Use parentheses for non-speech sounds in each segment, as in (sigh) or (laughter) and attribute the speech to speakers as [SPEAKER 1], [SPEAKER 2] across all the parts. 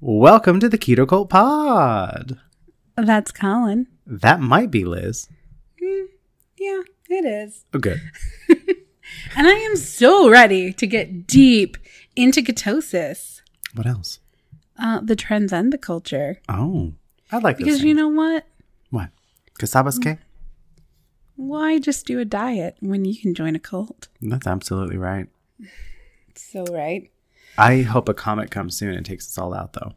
[SPEAKER 1] Welcome to the Keto Cult Pod.
[SPEAKER 2] That's Colin.
[SPEAKER 1] That might be Liz.
[SPEAKER 2] Yeah, it is.
[SPEAKER 1] Okay.
[SPEAKER 2] And I am so ready to get deep into ketosis,
[SPEAKER 1] What else?
[SPEAKER 2] uh, the trends and the culture.
[SPEAKER 1] Oh, I like this.
[SPEAKER 2] Because you know what?
[SPEAKER 1] what? Kasabas K?
[SPEAKER 2] Why just do a diet when you can join a cult?
[SPEAKER 1] That's absolutely right.
[SPEAKER 2] It's so right.
[SPEAKER 1] I hope a comet comes soon and takes us all out, though.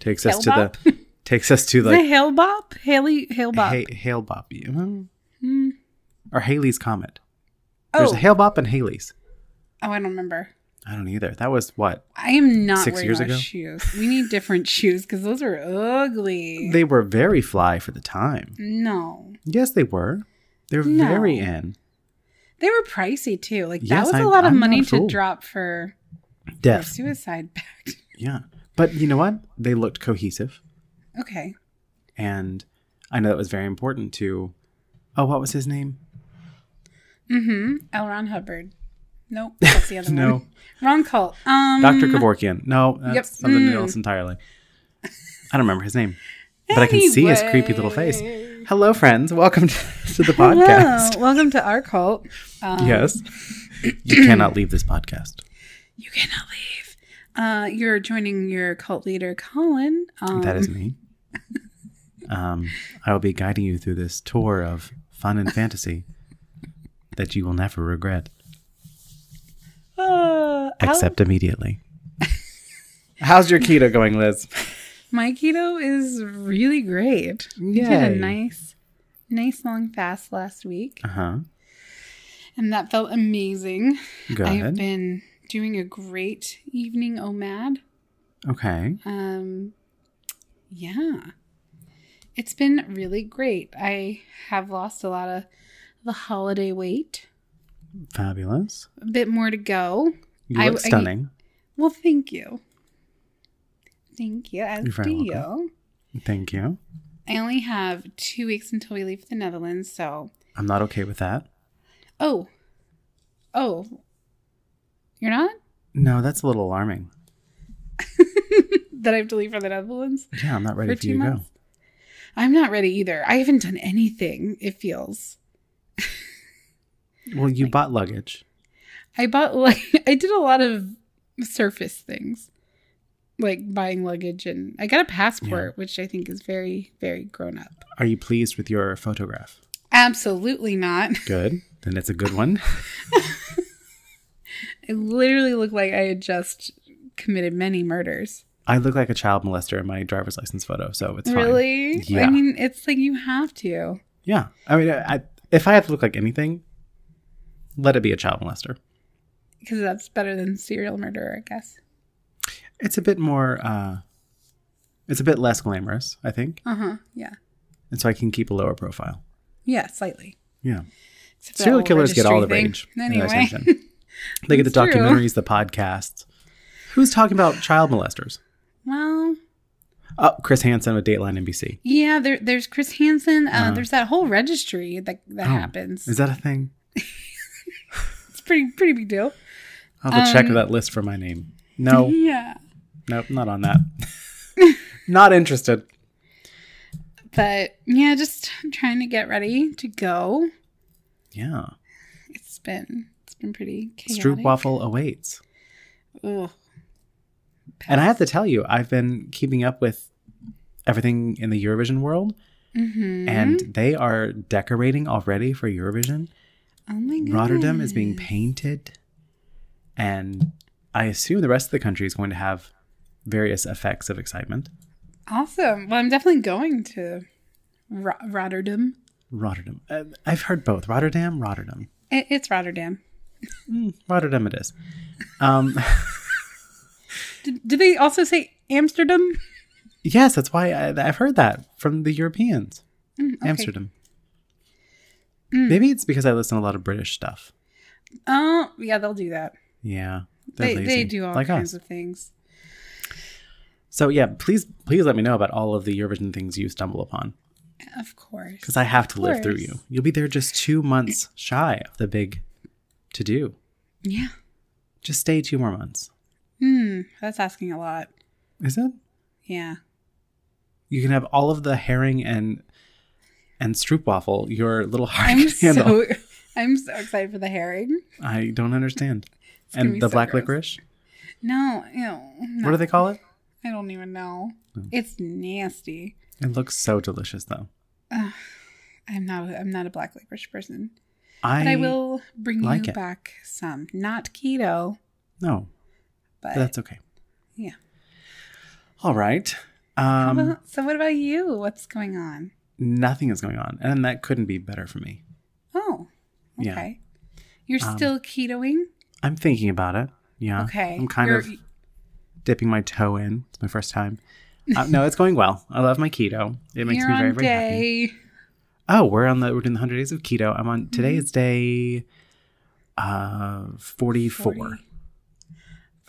[SPEAKER 1] takes us to
[SPEAKER 2] Hale
[SPEAKER 1] the. (laughs) Takes us to
[SPEAKER 2] Is it
[SPEAKER 1] like
[SPEAKER 2] Hail Bop? Haley Hail Bop. Hmm.
[SPEAKER 1] ha- Hale Bop, you know? or Haley's comet. There's
[SPEAKER 2] oh.
[SPEAKER 1] a Hale Bop and Haley's.
[SPEAKER 2] oh, I don't remember.
[SPEAKER 1] I don't either. That was what
[SPEAKER 2] I am not
[SPEAKER 1] Six
[SPEAKER 2] wearing
[SPEAKER 1] years
[SPEAKER 2] years
[SPEAKER 1] ago?
[SPEAKER 2] shoes. We need different (laughs) shoes because those are ugly.
[SPEAKER 1] they were very fly for the time.
[SPEAKER 2] no.
[SPEAKER 1] Yes, they were. They're
[SPEAKER 2] No.
[SPEAKER 1] very in.
[SPEAKER 2] They were pricey too. Like
[SPEAKER 1] Yes,
[SPEAKER 2] that was a
[SPEAKER 1] I-
[SPEAKER 2] lot of
[SPEAKER 1] I'm
[SPEAKER 2] money
[SPEAKER 1] not
[SPEAKER 2] to
[SPEAKER 1] fooled.
[SPEAKER 2] drop for, for
[SPEAKER 1] Deaf.
[SPEAKER 2] suicide pact.
[SPEAKER 1] Yeah. But you know what? They looked cohesive.
[SPEAKER 2] (laughs) Okay.
[SPEAKER 1] And I know that was very important to. Oh, what was his name?
[SPEAKER 2] Mm-hmm. L. Ron Hubbard.
[SPEAKER 1] (laughs)
[SPEAKER 2] Nope. That's the other
[SPEAKER 1] No.
[SPEAKER 2] one. Wrong cult. Um
[SPEAKER 1] Dr. Kevorkian. No, that's
[SPEAKER 2] Yep.
[SPEAKER 1] something
[SPEAKER 2] Mm.
[SPEAKER 1] else entirely. I don't remember his name. But I can see his creepy little face.
[SPEAKER 2] Anyway.
[SPEAKER 1] Hello, friends. Welcome to, to the
[SPEAKER 2] Hello.
[SPEAKER 1] podcast.
[SPEAKER 2] Welcome to our cult. Um,
[SPEAKER 1] Yes. You cannot leave this podcast.
[SPEAKER 2] You cannot leave. Uh, you're joining your cult leader, Colin. Um,
[SPEAKER 1] That is me. Um, I will be guiding you through this tour of fun and fantasy that you will never regret,
[SPEAKER 2] uh, how-
[SPEAKER 1] except
[SPEAKER 2] (laughs)
[SPEAKER 1] immediately. How's your keto going, Liz?
[SPEAKER 2] my keto is really great. We Did a
[SPEAKER 1] Yay.
[SPEAKER 2] nice, nice long fast last week,
[SPEAKER 1] Uh huh.
[SPEAKER 2] and that felt amazing. I've
[SPEAKER 1] Good.
[SPEAKER 2] been doing a great evening OMAD.
[SPEAKER 1] Okay.
[SPEAKER 2] Um, yeah, it's been really great. I have lost a lot of the holiday weight.
[SPEAKER 1] Fabulous.
[SPEAKER 2] A bit more to go.
[SPEAKER 1] You
[SPEAKER 2] I-
[SPEAKER 1] look
[SPEAKER 2] I-
[SPEAKER 1] stunning.
[SPEAKER 2] Well, thank you. Thank you. As
[SPEAKER 1] You're very
[SPEAKER 2] do
[SPEAKER 1] welcome.
[SPEAKER 2] you.
[SPEAKER 1] Thank you.
[SPEAKER 2] I only have two weeks until we leave the Netherlands. So,
[SPEAKER 1] I'm not okay with that.
[SPEAKER 2] oh, oh, you're not
[SPEAKER 1] No, that's a little alarming.
[SPEAKER 2] that I have to leave for the Netherlands
[SPEAKER 1] Yeah, I'm not ready
[SPEAKER 2] for
[SPEAKER 1] for,
[SPEAKER 2] two
[SPEAKER 1] you to
[SPEAKER 2] months. I'm not ready either. I haven't done anything. It feels.
[SPEAKER 1] go. Well, you bought luggage.
[SPEAKER 2] I bought (laughs) like I did a lot of surface things, like buying luggage, and I got a passport, which I think is very, very grown up.
[SPEAKER 1] Are you pleased with your photograph?
[SPEAKER 2] Absolutely not. (laughs)
[SPEAKER 1] Good. Then it's a good one.
[SPEAKER 2] I literally look like I had just committed many murders.
[SPEAKER 1] I look like a child molester in my driver's license photo, so it's fine.
[SPEAKER 2] really?
[SPEAKER 1] Yeah.
[SPEAKER 2] I mean, it's like you have to.
[SPEAKER 1] Yeah. I mean, I, if I have to look like anything, let it be a child molester.
[SPEAKER 2] Because that's better than serial murderer, I guess.
[SPEAKER 1] It's a bit more, uh, it's a bit less glamorous, I think.
[SPEAKER 2] Uh huh. Yeah.
[SPEAKER 1] And so I can keep a lower profile.
[SPEAKER 2] Yeah, slightly.
[SPEAKER 1] Yeah.
[SPEAKER 2] Except for that
[SPEAKER 1] Serial
[SPEAKER 2] whole
[SPEAKER 1] killers get all the
[SPEAKER 2] registry
[SPEAKER 1] rage.
[SPEAKER 2] thing.
[SPEAKER 1] and the
[SPEAKER 2] Anyway,
[SPEAKER 1] attention. They get the
[SPEAKER 2] It's true.
[SPEAKER 1] documentaries, the podcasts. Who's talking about child molesters?
[SPEAKER 2] (laughs) well,
[SPEAKER 1] Oh, Chris Hansen with Dateline NBC.
[SPEAKER 2] yeah. There, there's Chris Hansen. Uh,
[SPEAKER 1] Uh-huh.
[SPEAKER 2] There's that whole registry that that
[SPEAKER 1] Oh,
[SPEAKER 2] happens.
[SPEAKER 1] Is that a thing?
[SPEAKER 2] It's pretty pretty big deal.
[SPEAKER 1] I'll have to check
[SPEAKER 2] Um,
[SPEAKER 1] that list for my name. No,
[SPEAKER 2] (laughs) Yeah.
[SPEAKER 1] nope, not on that. (laughs) not interested.
[SPEAKER 2] But yeah, just trying to get ready to go.
[SPEAKER 1] Yeah.
[SPEAKER 2] It's been it's been pretty chaotic.
[SPEAKER 1] Stroopwafel awaits.
[SPEAKER 2] Ugh.
[SPEAKER 1] And I have to tell you, I've been keeping up with everything in the Eurovision world,
[SPEAKER 2] Mhm.
[SPEAKER 1] and they are decorating already for Eurovision.
[SPEAKER 2] oh my god.
[SPEAKER 1] Rotterdam is being painted, and I assume the rest of the country is going to have various effects of excitement.
[SPEAKER 2] awesome. Well, I'm definitely going to Ro- Rotterdam.
[SPEAKER 1] Rotterdam. Uh, I've heard both Rotterdam, Rotterdam.
[SPEAKER 2] It, it's Rotterdam.
[SPEAKER 1] Mm, Rotterdam it is. Um, (laughs)
[SPEAKER 2] Did, did they also say Amsterdam?
[SPEAKER 1] yes, that's why I, I've heard that from the Europeans.
[SPEAKER 2] Mm, okay. Mm.
[SPEAKER 1] Amsterdam. Maybe it's because I listen to a lot of British stuff.
[SPEAKER 2] Oh yeah, they'll do that.
[SPEAKER 1] Yeah. they're
[SPEAKER 2] They
[SPEAKER 1] lazy,
[SPEAKER 2] they do all
[SPEAKER 1] like
[SPEAKER 2] kinds
[SPEAKER 1] us.
[SPEAKER 2] of things.
[SPEAKER 1] So yeah, please please let me know about all of the Eurovision things you stumble upon
[SPEAKER 2] Of course.
[SPEAKER 1] because I have to live through
[SPEAKER 2] course.
[SPEAKER 1] you. You'll be there just two months shy of the big to do.
[SPEAKER 2] Yeah.
[SPEAKER 1] Just stay two more months.
[SPEAKER 2] Hmm, that's asking a lot.
[SPEAKER 1] Is it?
[SPEAKER 2] Yeah.
[SPEAKER 1] You can have all of the herring and and stroopwafel, your little heart (laughs)
[SPEAKER 2] I'm
[SPEAKER 1] candle.
[SPEAKER 2] so (laughs) I'm so excited for the herring.
[SPEAKER 1] I don't understand.
[SPEAKER 2] It's gonna be
[SPEAKER 1] and the
[SPEAKER 2] so
[SPEAKER 1] black
[SPEAKER 2] gross.
[SPEAKER 1] licorice?
[SPEAKER 2] No, ew, no.
[SPEAKER 1] What do they call it?
[SPEAKER 2] I don't even know.
[SPEAKER 1] Oh.
[SPEAKER 2] It's nasty.
[SPEAKER 1] It looks so delicious though.
[SPEAKER 2] Ugh. I'm not. I'm not a black licorice person.
[SPEAKER 1] I,
[SPEAKER 2] But I, will bring
[SPEAKER 1] like
[SPEAKER 2] you
[SPEAKER 1] it.
[SPEAKER 2] back some. Not keto,
[SPEAKER 1] No,
[SPEAKER 2] but
[SPEAKER 1] that's okay.
[SPEAKER 2] Yeah.
[SPEAKER 1] All right.
[SPEAKER 2] How
[SPEAKER 1] Um
[SPEAKER 2] about- so. What about you? What's going on?
[SPEAKER 1] nothing is going on. And that couldn't be better for me.
[SPEAKER 2] Oh,
[SPEAKER 1] Yeah.
[SPEAKER 2] okay. You're
[SPEAKER 1] Um,
[SPEAKER 2] still ketoing.
[SPEAKER 1] I'm thinking about it. Yeah.
[SPEAKER 2] okay.
[SPEAKER 1] I'm kind
[SPEAKER 2] You're-
[SPEAKER 1] of dipping my toe in. It's my first time. Uh, no, it's going well. I love my keto. It makes
[SPEAKER 2] you're
[SPEAKER 1] me very,
[SPEAKER 2] on
[SPEAKER 1] very happy.
[SPEAKER 2] day.
[SPEAKER 1] Oh, we're on the we're doing the hundred days of keto. I'm on
[SPEAKER 2] Mm-hmm.
[SPEAKER 1] today is day uh forty four.
[SPEAKER 2] 40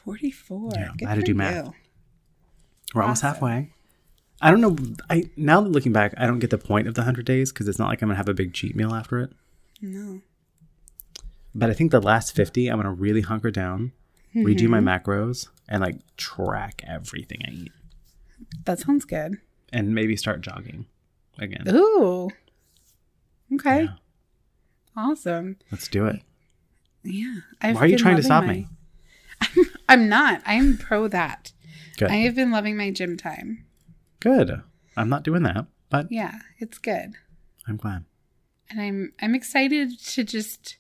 [SPEAKER 2] 44.
[SPEAKER 1] Yeah,
[SPEAKER 2] Good
[SPEAKER 1] I had to
[SPEAKER 2] for
[SPEAKER 1] do math.
[SPEAKER 2] you.
[SPEAKER 1] We're almost
[SPEAKER 2] Awesome.
[SPEAKER 1] halfway. I don't know. I now that looking back, I don't get the point of the hundred days because it's not like I'm gonna have a big cheat meal after it.
[SPEAKER 2] No.
[SPEAKER 1] But I think the last fifty, I'm gonna really hunker down, redo
[SPEAKER 2] Mm-hmm.
[SPEAKER 1] my macros, and like track everything I eat,
[SPEAKER 2] That sounds good.
[SPEAKER 1] and maybe start jogging again.
[SPEAKER 2] Ooh. Okay.
[SPEAKER 1] Yeah.
[SPEAKER 2] Awesome.
[SPEAKER 1] Let's do it.
[SPEAKER 2] Yeah. I've
[SPEAKER 1] Why are you
[SPEAKER 2] been
[SPEAKER 1] trying to stop
[SPEAKER 2] loving
[SPEAKER 1] me?
[SPEAKER 2] my- I'm not. I'm pro that.
[SPEAKER 1] Good.
[SPEAKER 2] I have been loving my gym time.
[SPEAKER 1] Good. I'm not doing that, but
[SPEAKER 2] Yeah, it's good.
[SPEAKER 1] I'm glad.
[SPEAKER 2] And I'm I'm excited to just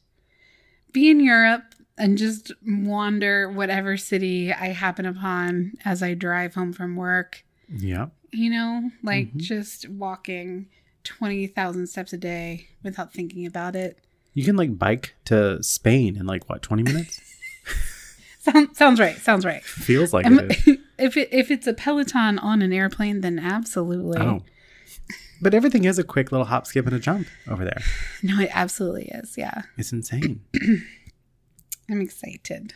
[SPEAKER 2] be in Europe and just wander whatever city I happen upon as I drive home from work.
[SPEAKER 1] Yeah.
[SPEAKER 2] You know, like
[SPEAKER 1] Mhm.
[SPEAKER 2] just walking 20,000 steps a day without thinking about it.
[SPEAKER 1] You can like bike to Spain in like what, 20 minutes?
[SPEAKER 2] Sound, sounds right. Sounds right.
[SPEAKER 1] Feels like
[SPEAKER 2] Am-
[SPEAKER 1] it is.
[SPEAKER 2] (laughs) if it if it's a Peloton on an airplane, then absolutely.
[SPEAKER 1] Oh. But everything is a quick little hop, skip, and a jump over there.
[SPEAKER 2] No, it absolutely is. Yeah.
[SPEAKER 1] It's insane.
[SPEAKER 2] I'm excited.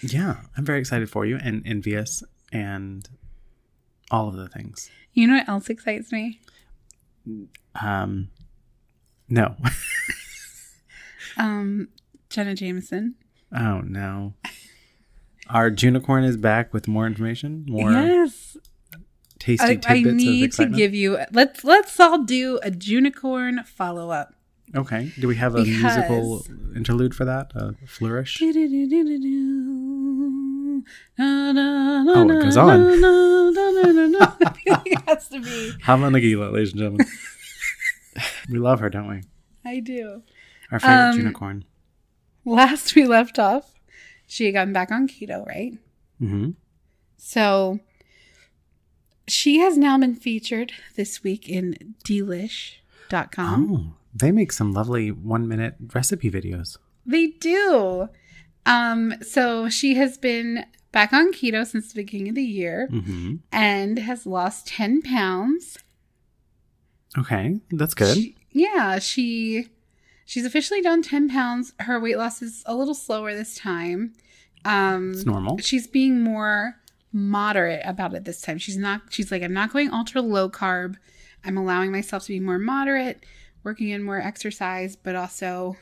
[SPEAKER 1] Yeah. I'm very excited for you and envious and all of the things.
[SPEAKER 2] You know what else excites me?
[SPEAKER 1] Um, no. (laughs)
[SPEAKER 2] Um, Jenna Jameson.
[SPEAKER 1] oh, no. Our unicorn is back with more information, more
[SPEAKER 2] yes.
[SPEAKER 1] tasty
[SPEAKER 2] I,
[SPEAKER 1] tidbits
[SPEAKER 2] I
[SPEAKER 1] of
[SPEAKER 2] need to
[SPEAKER 1] excitement.
[SPEAKER 2] give you let's let's all do a unicorn follow up.
[SPEAKER 1] okay. Do we have a musical interlude for that? A flourish?
[SPEAKER 2] Oh,
[SPEAKER 1] it goes on. (laughs)
[SPEAKER 2] (laughs) it has to be.
[SPEAKER 1] Hava Nagila, ladies and
[SPEAKER 2] (laughs)
[SPEAKER 1] gentlemen. we love her, don't we?
[SPEAKER 2] I do.
[SPEAKER 1] Our favorite
[SPEAKER 2] Um,
[SPEAKER 1] unicorn.
[SPEAKER 2] Last we left off, she had gotten back on keto, right?
[SPEAKER 1] hmm
[SPEAKER 2] So she has now been featured this week in delish.com.
[SPEAKER 1] Oh, they make some lovely one minute recipe videos.
[SPEAKER 2] They do. Um, so she has been back on keto since the beginning of the year
[SPEAKER 1] hmm
[SPEAKER 2] and has lost 10 pounds.
[SPEAKER 1] Okay, that's good.
[SPEAKER 2] She- yeah, she she's officially down 10 pounds. Her weight loss is a little slower this time. Um
[SPEAKER 1] it's normal.
[SPEAKER 2] she's being more moderate about it this time. She's not she's like I'm not going ultra low carb. I'm allowing myself to be more moderate, working in more exercise, but also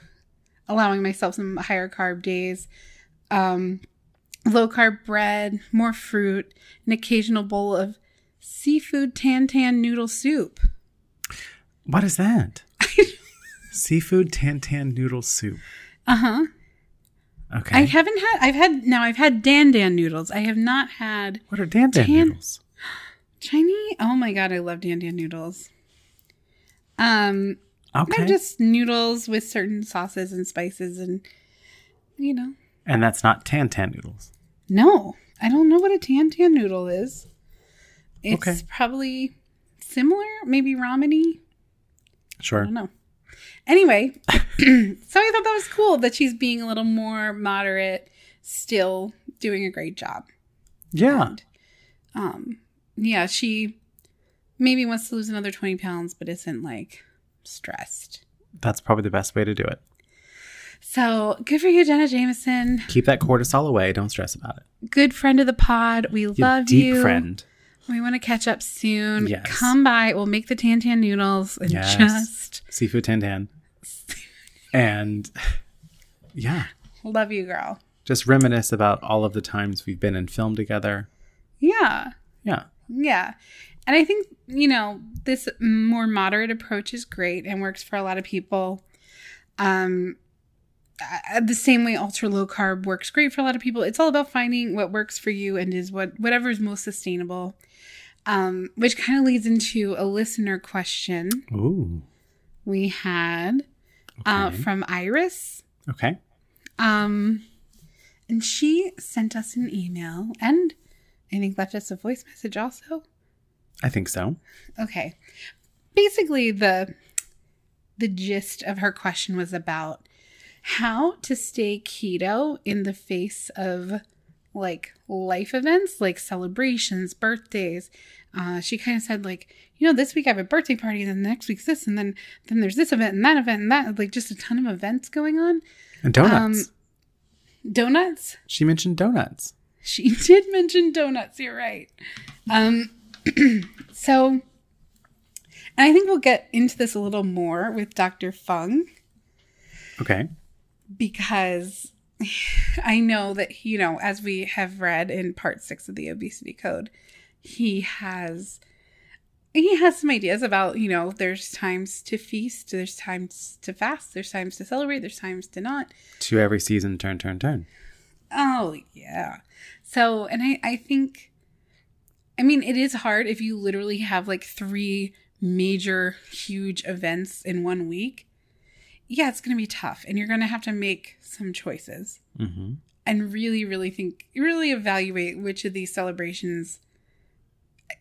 [SPEAKER 2] allowing myself some higher carb days. Um low carb bread, more fruit, an occasional bowl of seafood tan tan noodle soup.
[SPEAKER 1] What is that?
[SPEAKER 2] (laughs)
[SPEAKER 1] Seafood tan tan noodle soup.
[SPEAKER 2] Uh-huh.
[SPEAKER 1] Okay.
[SPEAKER 2] I haven't had I've had now I've had dan dan noodles. I have not had
[SPEAKER 1] what are dan tan
[SPEAKER 2] Tan-
[SPEAKER 1] noodles?
[SPEAKER 2] Chinese. Oh my god, I love dan dan noodles. Um,
[SPEAKER 1] Okay.
[SPEAKER 2] they're just noodles with certain sauces and spices, and you know,
[SPEAKER 1] and that's not tan tan noodles.
[SPEAKER 2] no, I don't know what a tan tan noodle is. It's
[SPEAKER 1] Okay.
[SPEAKER 2] probably similar, maybe rameny. I
[SPEAKER 1] Sure.
[SPEAKER 2] don't know. Anyway, (laughs) (clears throat) so I thought that was cool that she's being a little more moderate, still doing a great job.
[SPEAKER 1] Yeah.
[SPEAKER 2] um yeah she maybe wants to lose another 20 pounds but isn't like stressed
[SPEAKER 1] That's probably the best way to do it.
[SPEAKER 2] so good for you jenna jameson
[SPEAKER 1] Keep that cortisol away. Don't stress about it.
[SPEAKER 2] good friend of the pod we
[SPEAKER 1] You
[SPEAKER 2] love
[SPEAKER 1] deep
[SPEAKER 2] you
[SPEAKER 1] friend.
[SPEAKER 2] we want to catch up soon
[SPEAKER 1] Yes.
[SPEAKER 2] come by we'll make the tan tan noodles and
[SPEAKER 1] Yes.
[SPEAKER 2] just
[SPEAKER 1] Seafood tan tan. and yeah.
[SPEAKER 2] love you girl
[SPEAKER 1] just reminisce about all of the times we've been in film together.
[SPEAKER 2] Yeah.
[SPEAKER 1] Yeah.
[SPEAKER 2] Yeah. And I think, you know, this more moderate approach is great and works for a lot of people. Um, uh, the same way ultra low carb works great for a lot of people. It's all about finding what works for you and is what whatever is most sustainable. Um, which kind of leads into a listener question
[SPEAKER 1] Ooh.
[SPEAKER 2] we had uh,
[SPEAKER 1] Okay.
[SPEAKER 2] from Iris.
[SPEAKER 1] Okay.
[SPEAKER 2] Um, and she sent us an email and I think left us a voice message also.
[SPEAKER 1] I think so.
[SPEAKER 2] Okay. Basically, the the gist of her question was about how to stay keto in the face of like life events, like celebrations, birthdays. Uh, she kind of said like, you know, this week I have a birthday party, and then the next week's this, and then then there's this event and that event and that, like just a ton of events going on.
[SPEAKER 1] And donuts.
[SPEAKER 2] Donuts.
[SPEAKER 1] she mentioned donuts.
[SPEAKER 2] She (laughs) did mention donuts, you're right. Um (clears throat) so and I think we'll get into this a little more with Dr. Fung
[SPEAKER 1] Okay.
[SPEAKER 2] because (sighs) I know that you know, as we have read in part 6 of the obesity code, he has he has some ideas about, you know, there's times to feast, there's times to fast, there's times to celebrate, there's times to not.
[SPEAKER 1] To every season, turn, turn, turn.
[SPEAKER 2] Oh yeah. So and I I think I mean it is hard if you literally have like three major huge events in one week. Yeah, it's going to be tough and you're going to have to make some choices
[SPEAKER 1] Mm-hmm.
[SPEAKER 2] and really really think really evaluate which of these celebrations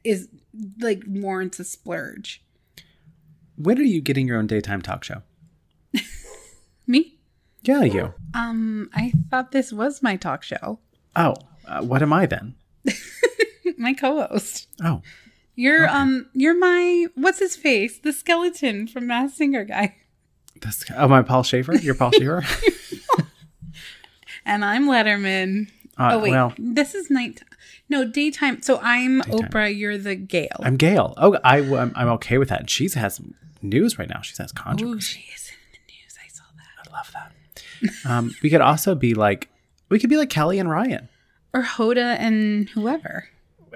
[SPEAKER 2] is like warrants a splurge.
[SPEAKER 1] When are you getting your own daytime talk show?
[SPEAKER 2] Me?
[SPEAKER 1] Yeah, you.
[SPEAKER 2] Um I thought this was my talk show. (laughs)
[SPEAKER 1] Oh, uh, what am I then?
[SPEAKER 2] my co-host.
[SPEAKER 1] Oh,
[SPEAKER 2] You're
[SPEAKER 1] Okay.
[SPEAKER 2] um you're my what's his face? The skeleton from Mass Singer guy. (laughs)
[SPEAKER 1] that's oh my Paul Schaefer. You're Paul Schaefer.
[SPEAKER 2] And I'm Letterman.
[SPEAKER 1] Uh,
[SPEAKER 2] oh wait.
[SPEAKER 1] Well,
[SPEAKER 2] this is night No, daytime. So I'm
[SPEAKER 1] Daytime.
[SPEAKER 2] Oprah, you're the Gale.
[SPEAKER 1] I'm Gail. Oh, I am I'm okay with that. And she's has some news right now. She has
[SPEAKER 2] Ooh,
[SPEAKER 1] controversy.
[SPEAKER 2] she is in the news. I saw that.
[SPEAKER 1] I love that. Um, we could also be like we could be like Kelly and Ryan.
[SPEAKER 2] Or Hoda and whoever.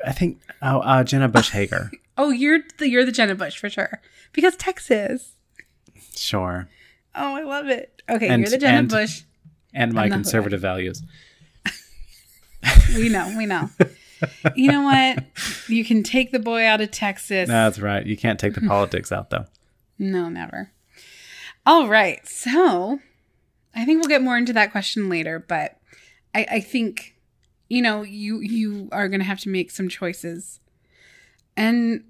[SPEAKER 1] I think oh, uh, Jenna Bush Hager.
[SPEAKER 2] Oh, you're the you're the Jenna Bush for sure. Because Texas.
[SPEAKER 1] (laughs) sure.
[SPEAKER 2] Oh, I love it. Okay,
[SPEAKER 1] And-
[SPEAKER 2] you're the Jenna
[SPEAKER 1] and-
[SPEAKER 2] Bush.
[SPEAKER 1] And my
[SPEAKER 2] not who I-
[SPEAKER 1] conservative values.
[SPEAKER 2] We know,
[SPEAKER 1] (laughs)
[SPEAKER 2] we know. you know what? You can take the boy out of Texas.
[SPEAKER 1] That's right. You can't
[SPEAKER 2] (laughs)
[SPEAKER 1] take the politics out though.
[SPEAKER 2] No, never. All right. So I think we'll get more into that question later, but I, I think, you know, you you are gonna have to make some choices. And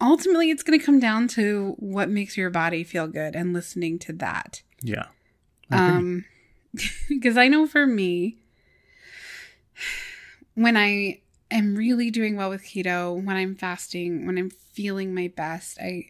[SPEAKER 2] ultimately it's gonna come down to what makes your body feel good and listening to that.
[SPEAKER 1] Yeah. I agree.
[SPEAKER 2] Um, (laughs) because I know for me, when I am really doing well with keto, when I'm fasting, when I'm feeling my best, I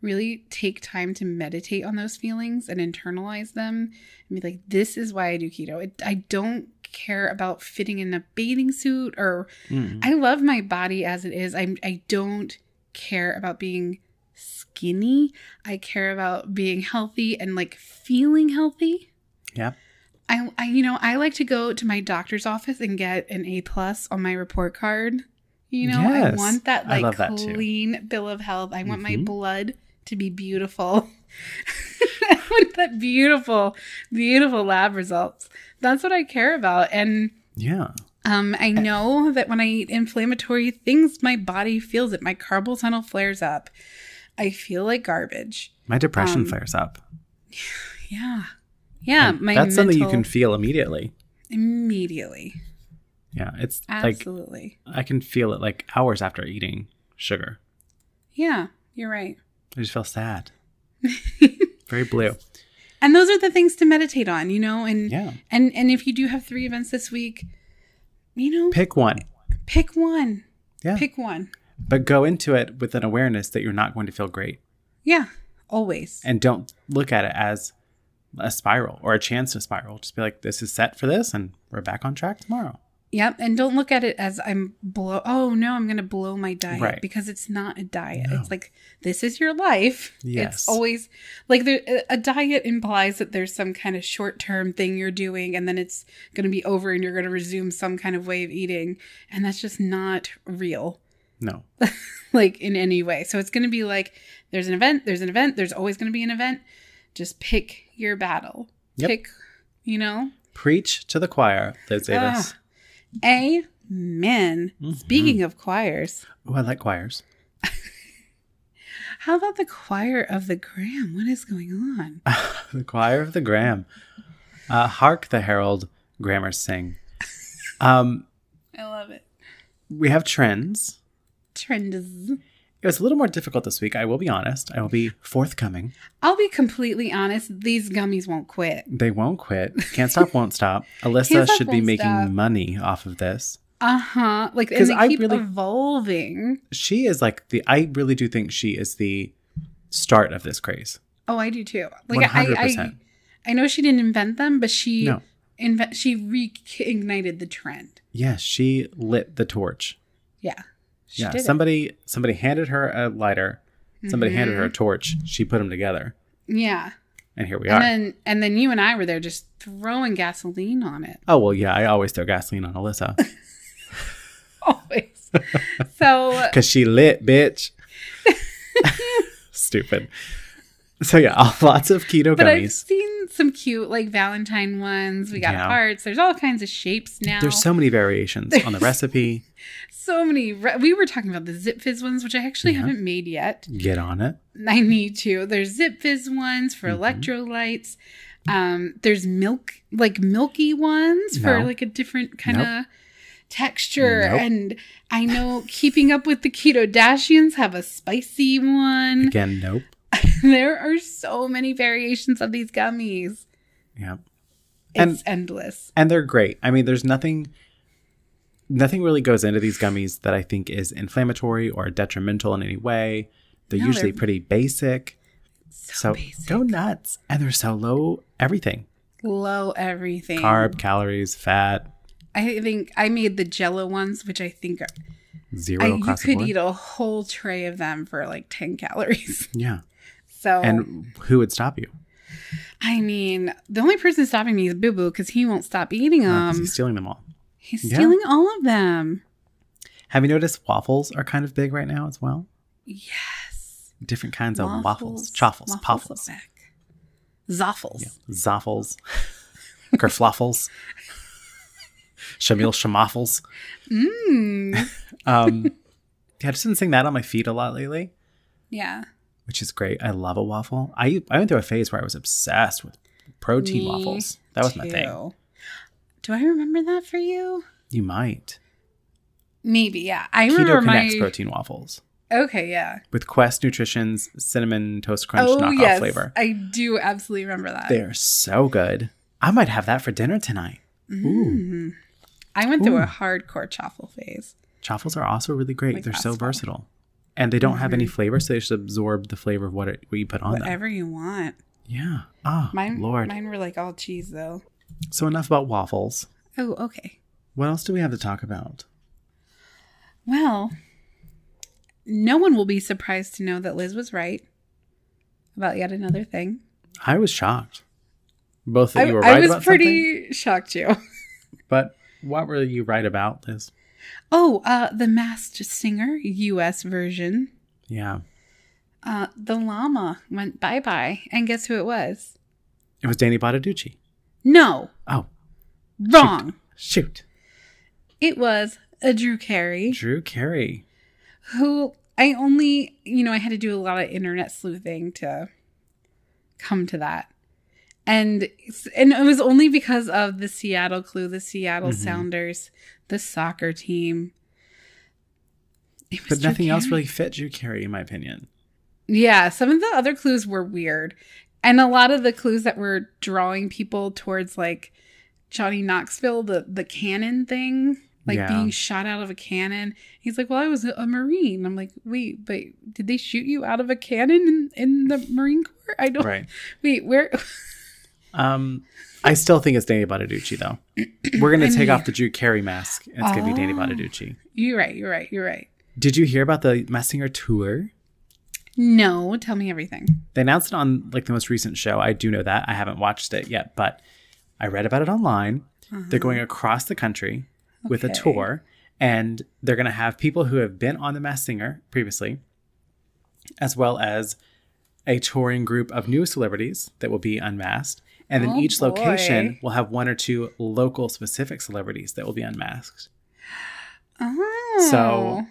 [SPEAKER 2] really take time to meditate on those feelings and internalize them and be like, this is why I do keto. It, I don't care about fitting in a bathing suit or
[SPEAKER 1] Mm.
[SPEAKER 2] I love my body as it is. I'm I don't care about being skinny. I care about being healthy and like feeling healthy.
[SPEAKER 1] Yeah.
[SPEAKER 2] I, I you know, I like to go to my doctor's office and get an A plus on my report card. You know, I
[SPEAKER 1] Yes.
[SPEAKER 2] want that
[SPEAKER 1] I
[SPEAKER 2] like
[SPEAKER 1] love that too.
[SPEAKER 2] clean bill of health. I want my
[SPEAKER 1] Mhm.
[SPEAKER 2] blood to be beautiful. (laughs) I want that beautiful, beautiful lab results. That's what I care about. And
[SPEAKER 1] Yeah.
[SPEAKER 2] um, I know that when I eat inflammatory things, my body feels it. My carpal tunnel flares up. I feel like garbage.
[SPEAKER 1] My depression
[SPEAKER 2] Um,
[SPEAKER 1] flares up.
[SPEAKER 2] Yeah. Yeah.
[SPEAKER 1] And
[SPEAKER 2] my
[SPEAKER 1] that's something you
[SPEAKER 2] mental-
[SPEAKER 1] can feel immediately.
[SPEAKER 2] immediately.
[SPEAKER 1] Yeah. It's like
[SPEAKER 2] Absolutely.
[SPEAKER 1] I can feel it like hours after eating sugar.
[SPEAKER 2] yeah, you're right.
[SPEAKER 1] I just feel
[SPEAKER 2] (laughs)
[SPEAKER 1] sad. Very blue.
[SPEAKER 2] And those are the things to meditate on, you know, and
[SPEAKER 1] Yeah.
[SPEAKER 2] and and if you do have three events this week, you know, pick,
[SPEAKER 1] Pick one,
[SPEAKER 2] one.
[SPEAKER 1] Yeah.
[SPEAKER 2] Pick one.
[SPEAKER 1] but go into it with an awareness that you're not going to feel great.
[SPEAKER 2] Yeah. Always.
[SPEAKER 1] And don't look at it as a spiral or a chance to spiral. Just be like, this is set for this and we're back on track tomorrow.
[SPEAKER 2] Yep, and don't look at it as I'm blow. Oh no, I'm going to blow my diet
[SPEAKER 1] Right.
[SPEAKER 2] because it's not a diet.
[SPEAKER 1] No.
[SPEAKER 2] It's like this is your life.
[SPEAKER 1] Yes.
[SPEAKER 2] It's always like there, a- a diet implies that there's some kind of short term thing you're doing, and then it's going to be over, and you're going to resume some kind of way of eating, and that's just not real,
[SPEAKER 1] No.
[SPEAKER 2] like in any way. So it's going to be like there's an event, there's an event, there's always going to be an event. Just pick your battle.
[SPEAKER 1] Yep.
[SPEAKER 2] Pick, you know,
[SPEAKER 1] Preach to the choir, Liz Davis.
[SPEAKER 2] amen.
[SPEAKER 1] Mm-hmm.
[SPEAKER 2] Speaking of choirs.
[SPEAKER 1] Oh, I like choirs.
[SPEAKER 2] How about the choir of the Gram? What is going on?
[SPEAKER 1] the choir of the Gram. Uh, hark the herald grammars sing. Um,
[SPEAKER 2] I love it.
[SPEAKER 1] we have trends.
[SPEAKER 2] Trends.
[SPEAKER 1] It was a little more difficult this week. I will be honest. I will be forthcoming.
[SPEAKER 2] I'll be completely honest. These gummies won't quit.
[SPEAKER 1] They won't quit. Can't stop, won't
[SPEAKER 2] (laughs)
[SPEAKER 1] stop. Alyssa
[SPEAKER 2] Can't Stop,
[SPEAKER 1] should be
[SPEAKER 2] Won't
[SPEAKER 1] making
[SPEAKER 2] Stop.
[SPEAKER 1] money off of this.
[SPEAKER 2] Uh huh. Like,
[SPEAKER 1] 'Cause
[SPEAKER 2] and they
[SPEAKER 1] I
[SPEAKER 2] keep
[SPEAKER 1] really-
[SPEAKER 2] evolving.
[SPEAKER 1] She is like the. I really do think she is the start of this craze.
[SPEAKER 2] Oh, I do too. Like,
[SPEAKER 1] One hundred
[SPEAKER 2] I, I,
[SPEAKER 1] percent.
[SPEAKER 2] I know she didn't invent them, but she
[SPEAKER 1] No.
[SPEAKER 2] invent she reignited the trend.
[SPEAKER 1] Yes, she lit the torch.
[SPEAKER 2] Yeah. She
[SPEAKER 1] yeah,
[SPEAKER 2] did it. Mm-hmm.
[SPEAKER 1] somebody somebody handed her a lighter. Somebody handed her a torch. She put them together,
[SPEAKER 2] Yeah.
[SPEAKER 1] and here we are.
[SPEAKER 2] And then and then you and I were there just throwing gasoline on it. (laughs)
[SPEAKER 1] oh well, yeah. I always throw gasoline on Alyssa
[SPEAKER 2] Always. so
[SPEAKER 1] because she lit,
[SPEAKER 2] (laughs)
[SPEAKER 1] bitch. Stupid. So yeah, (laughs) lots of keto
[SPEAKER 2] But I've
[SPEAKER 1] gummies.
[SPEAKER 2] seen some cute like Valentine ones. We got
[SPEAKER 1] Yeah.
[SPEAKER 2] hearts. There's all kinds of shapes now.
[SPEAKER 1] There's so many variations on the recipe.
[SPEAKER 2] (laughs) so many. Re- we were talking about the Zip Fizz ones, which I actually
[SPEAKER 1] Yeah.
[SPEAKER 2] haven't made yet. (laughs)
[SPEAKER 1] Get on it.
[SPEAKER 2] I need to. There's Zip Fizz ones for
[SPEAKER 1] Mhm.
[SPEAKER 2] electrolytes. Um, there's milk like milky ones for
[SPEAKER 1] No.
[SPEAKER 2] like a different kind of texture.
[SPEAKER 1] Nope.
[SPEAKER 2] And I know keeping up with the keto dashians have a spicy one. (laughs)
[SPEAKER 1] Again, nope.
[SPEAKER 2] there are so many variations of these gummies.
[SPEAKER 1] Yeah. And-
[SPEAKER 2] It's endless.
[SPEAKER 1] and they're great. I mean, there's nothing nothing really goes into these gummies that I think is inflammatory or detrimental in any way. They're
[SPEAKER 2] No,
[SPEAKER 1] usually
[SPEAKER 2] they're
[SPEAKER 1] pretty basic. So,
[SPEAKER 2] basic.
[SPEAKER 1] go nuts. And they're so low everything.
[SPEAKER 2] low everything.
[SPEAKER 1] Carb, calories, fat,
[SPEAKER 2] I think I made the Jello ones, which I think are,
[SPEAKER 1] zero
[SPEAKER 2] I, you
[SPEAKER 1] across the
[SPEAKER 2] could
[SPEAKER 1] board.
[SPEAKER 2] eat a whole tray of them for like ten calories. (laughs)
[SPEAKER 1] yeah.
[SPEAKER 2] So
[SPEAKER 1] And who would stop you?
[SPEAKER 2] I mean, the only person stopping me is Boo Boo because he won't stop eating
[SPEAKER 1] Uh, 'cause
[SPEAKER 2] them.
[SPEAKER 1] he's stealing them all.
[SPEAKER 2] he's
[SPEAKER 1] yeah.
[SPEAKER 2] stealing all of them.
[SPEAKER 1] Have you noticed waffles are kind of big right now as well?
[SPEAKER 2] Yes,
[SPEAKER 1] Different kinds of waffles, chaffles, poffles,
[SPEAKER 2] waffles are back. Zoffles.
[SPEAKER 1] zoffles,
[SPEAKER 2] (laughs)
[SPEAKER 1] kerfluffles, shamil shamaffles.
[SPEAKER 2] Mm,
[SPEAKER 1] (laughs) Um, yeah, I've just been seeing that on my feed a lot lately,
[SPEAKER 2] yeah.
[SPEAKER 1] which is great. I love a waffle. I I went through a phase where I was obsessed with protein
[SPEAKER 2] Me
[SPEAKER 1] waffles. That was my thing.
[SPEAKER 2] too. Do I remember that for you?
[SPEAKER 1] You might
[SPEAKER 2] Maybe. Yeah. I
[SPEAKER 1] keto
[SPEAKER 2] remember
[SPEAKER 1] connects
[SPEAKER 2] my.
[SPEAKER 1] protein waffles
[SPEAKER 2] Okay. Yeah.
[SPEAKER 1] with Quest Nutrition's cinnamon toast crunch knockoff flavor.
[SPEAKER 2] Oh, I do absolutely remember that.
[SPEAKER 1] They're so good. I might have that for dinner tonight.
[SPEAKER 2] Mm. I went through
[SPEAKER 1] Ooh.
[SPEAKER 2] a hardcore chaffle phase.
[SPEAKER 1] Chaffles are also really great.
[SPEAKER 2] Like
[SPEAKER 1] They're so
[SPEAKER 2] pasta. Mm-hmm.
[SPEAKER 1] versatile. And they don't have any flavor, so they just absorb the flavor of what, it, what you put on them.
[SPEAKER 2] Whatever you want.
[SPEAKER 1] Yeah. Ah,
[SPEAKER 2] Mine,
[SPEAKER 1] Lord.
[SPEAKER 2] mine were like all cheese though.
[SPEAKER 1] So enough about waffles.
[SPEAKER 2] Oh, okay.
[SPEAKER 1] What else do we have to talk about?
[SPEAKER 2] Well, no one will be surprised to know that Liz was right about yet another thing.
[SPEAKER 1] I was shocked. Both that
[SPEAKER 2] I,
[SPEAKER 1] you were
[SPEAKER 2] I
[SPEAKER 1] right
[SPEAKER 2] was
[SPEAKER 1] about something,
[SPEAKER 2] pretty shocked too. (laughs)
[SPEAKER 1] but what were you right about, Liz?
[SPEAKER 2] Oh, uh, the Masked Singer U.S. version.
[SPEAKER 1] Yeah,
[SPEAKER 2] Uh, the llama went bye bye, and guess who it was?
[SPEAKER 1] it was Danny Bottaducci.
[SPEAKER 2] No,
[SPEAKER 1] Oh,
[SPEAKER 2] wrong.
[SPEAKER 1] shoot,
[SPEAKER 2] It was a Drew Carey.
[SPEAKER 1] Drew Carey.
[SPEAKER 2] who I only, you know, I had to do a lot of internet sleuthing to come to that. And and it was only because of the Seattle clue, the Seattle
[SPEAKER 1] Mhm.
[SPEAKER 2] Sounders, the soccer team. It was
[SPEAKER 1] But
[SPEAKER 2] Drew
[SPEAKER 1] nothing else
[SPEAKER 2] Carey.
[SPEAKER 1] really fit Drew Carey, in my opinion.
[SPEAKER 2] Yeah, some of the other clues were weird. And a lot of the clues that were drawing people towards like Johnny Knoxville, the the cannon thing, like
[SPEAKER 1] Yeah.
[SPEAKER 2] being shot out of a cannon. He's like, "Well, I was a- a marine." I'm like, "Wait, but did Oh. (laughs) they shoot you out of a cannon in, in the Marine Corps?" I don't.
[SPEAKER 1] Right.
[SPEAKER 2] Wait, where?
[SPEAKER 1] Um, I still think it's Danny Bonaducci
[SPEAKER 2] (clears throat)
[SPEAKER 1] though. We're gonna
[SPEAKER 2] I
[SPEAKER 1] take
[SPEAKER 2] mean-
[SPEAKER 1] off the Drew Carey mask, and it's gonna be Danny
[SPEAKER 2] Oh.
[SPEAKER 1] Bonaducci.
[SPEAKER 2] You're right. You're right. You're right.
[SPEAKER 1] Did you hear about the Messinger tour?
[SPEAKER 2] No, tell me everything.
[SPEAKER 1] They announced it on like the most recent show. I do know that. I haven't watched it yet, but I read about it online. They're going across the country with a
[SPEAKER 2] Uh-huh. Okay.
[SPEAKER 1] tour, and they're going to have people who have been on the Mass Singer previously, as well as a touring group of new celebrities that will be unmasked. And then
[SPEAKER 2] Oh,
[SPEAKER 1] each location
[SPEAKER 2] boy.
[SPEAKER 1] will have one or two local specific celebrities that will be unmasked.
[SPEAKER 2] Oh.
[SPEAKER 1] So-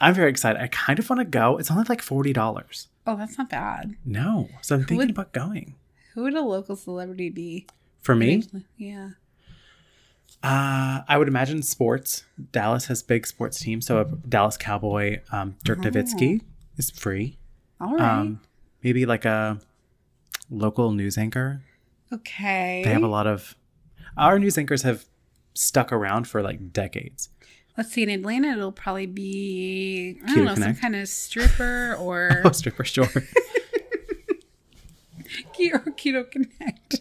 [SPEAKER 1] I'm very excited. I kind of want to go. It's only like $40.
[SPEAKER 2] Oh, that's not bad.
[SPEAKER 1] No. So I'm thinking
[SPEAKER 2] would-
[SPEAKER 1] about going.
[SPEAKER 2] Who would a local celebrity be?
[SPEAKER 1] For me,
[SPEAKER 2] Yeah.
[SPEAKER 1] Uh, I would imagine sports. Dallas has big sports teams, so a Dallas Cowboy, um, Dirk
[SPEAKER 2] Oh.
[SPEAKER 1] Nowitzki is free.
[SPEAKER 2] All right.
[SPEAKER 1] Um, maybe like a local news anchor.
[SPEAKER 2] okay.
[SPEAKER 1] They have a lot of. Our news anchors have stuck around for like decades.
[SPEAKER 2] Let's see. In Atlanta, it'll probably be I
[SPEAKER 1] Cutie
[SPEAKER 2] don't know some
[SPEAKER 1] Connect. Oh.
[SPEAKER 2] kind
[SPEAKER 1] (laughs)
[SPEAKER 2] of stripper or
[SPEAKER 1] Poster for sure.
[SPEAKER 2] (laughs) Ki- or Keto Connect.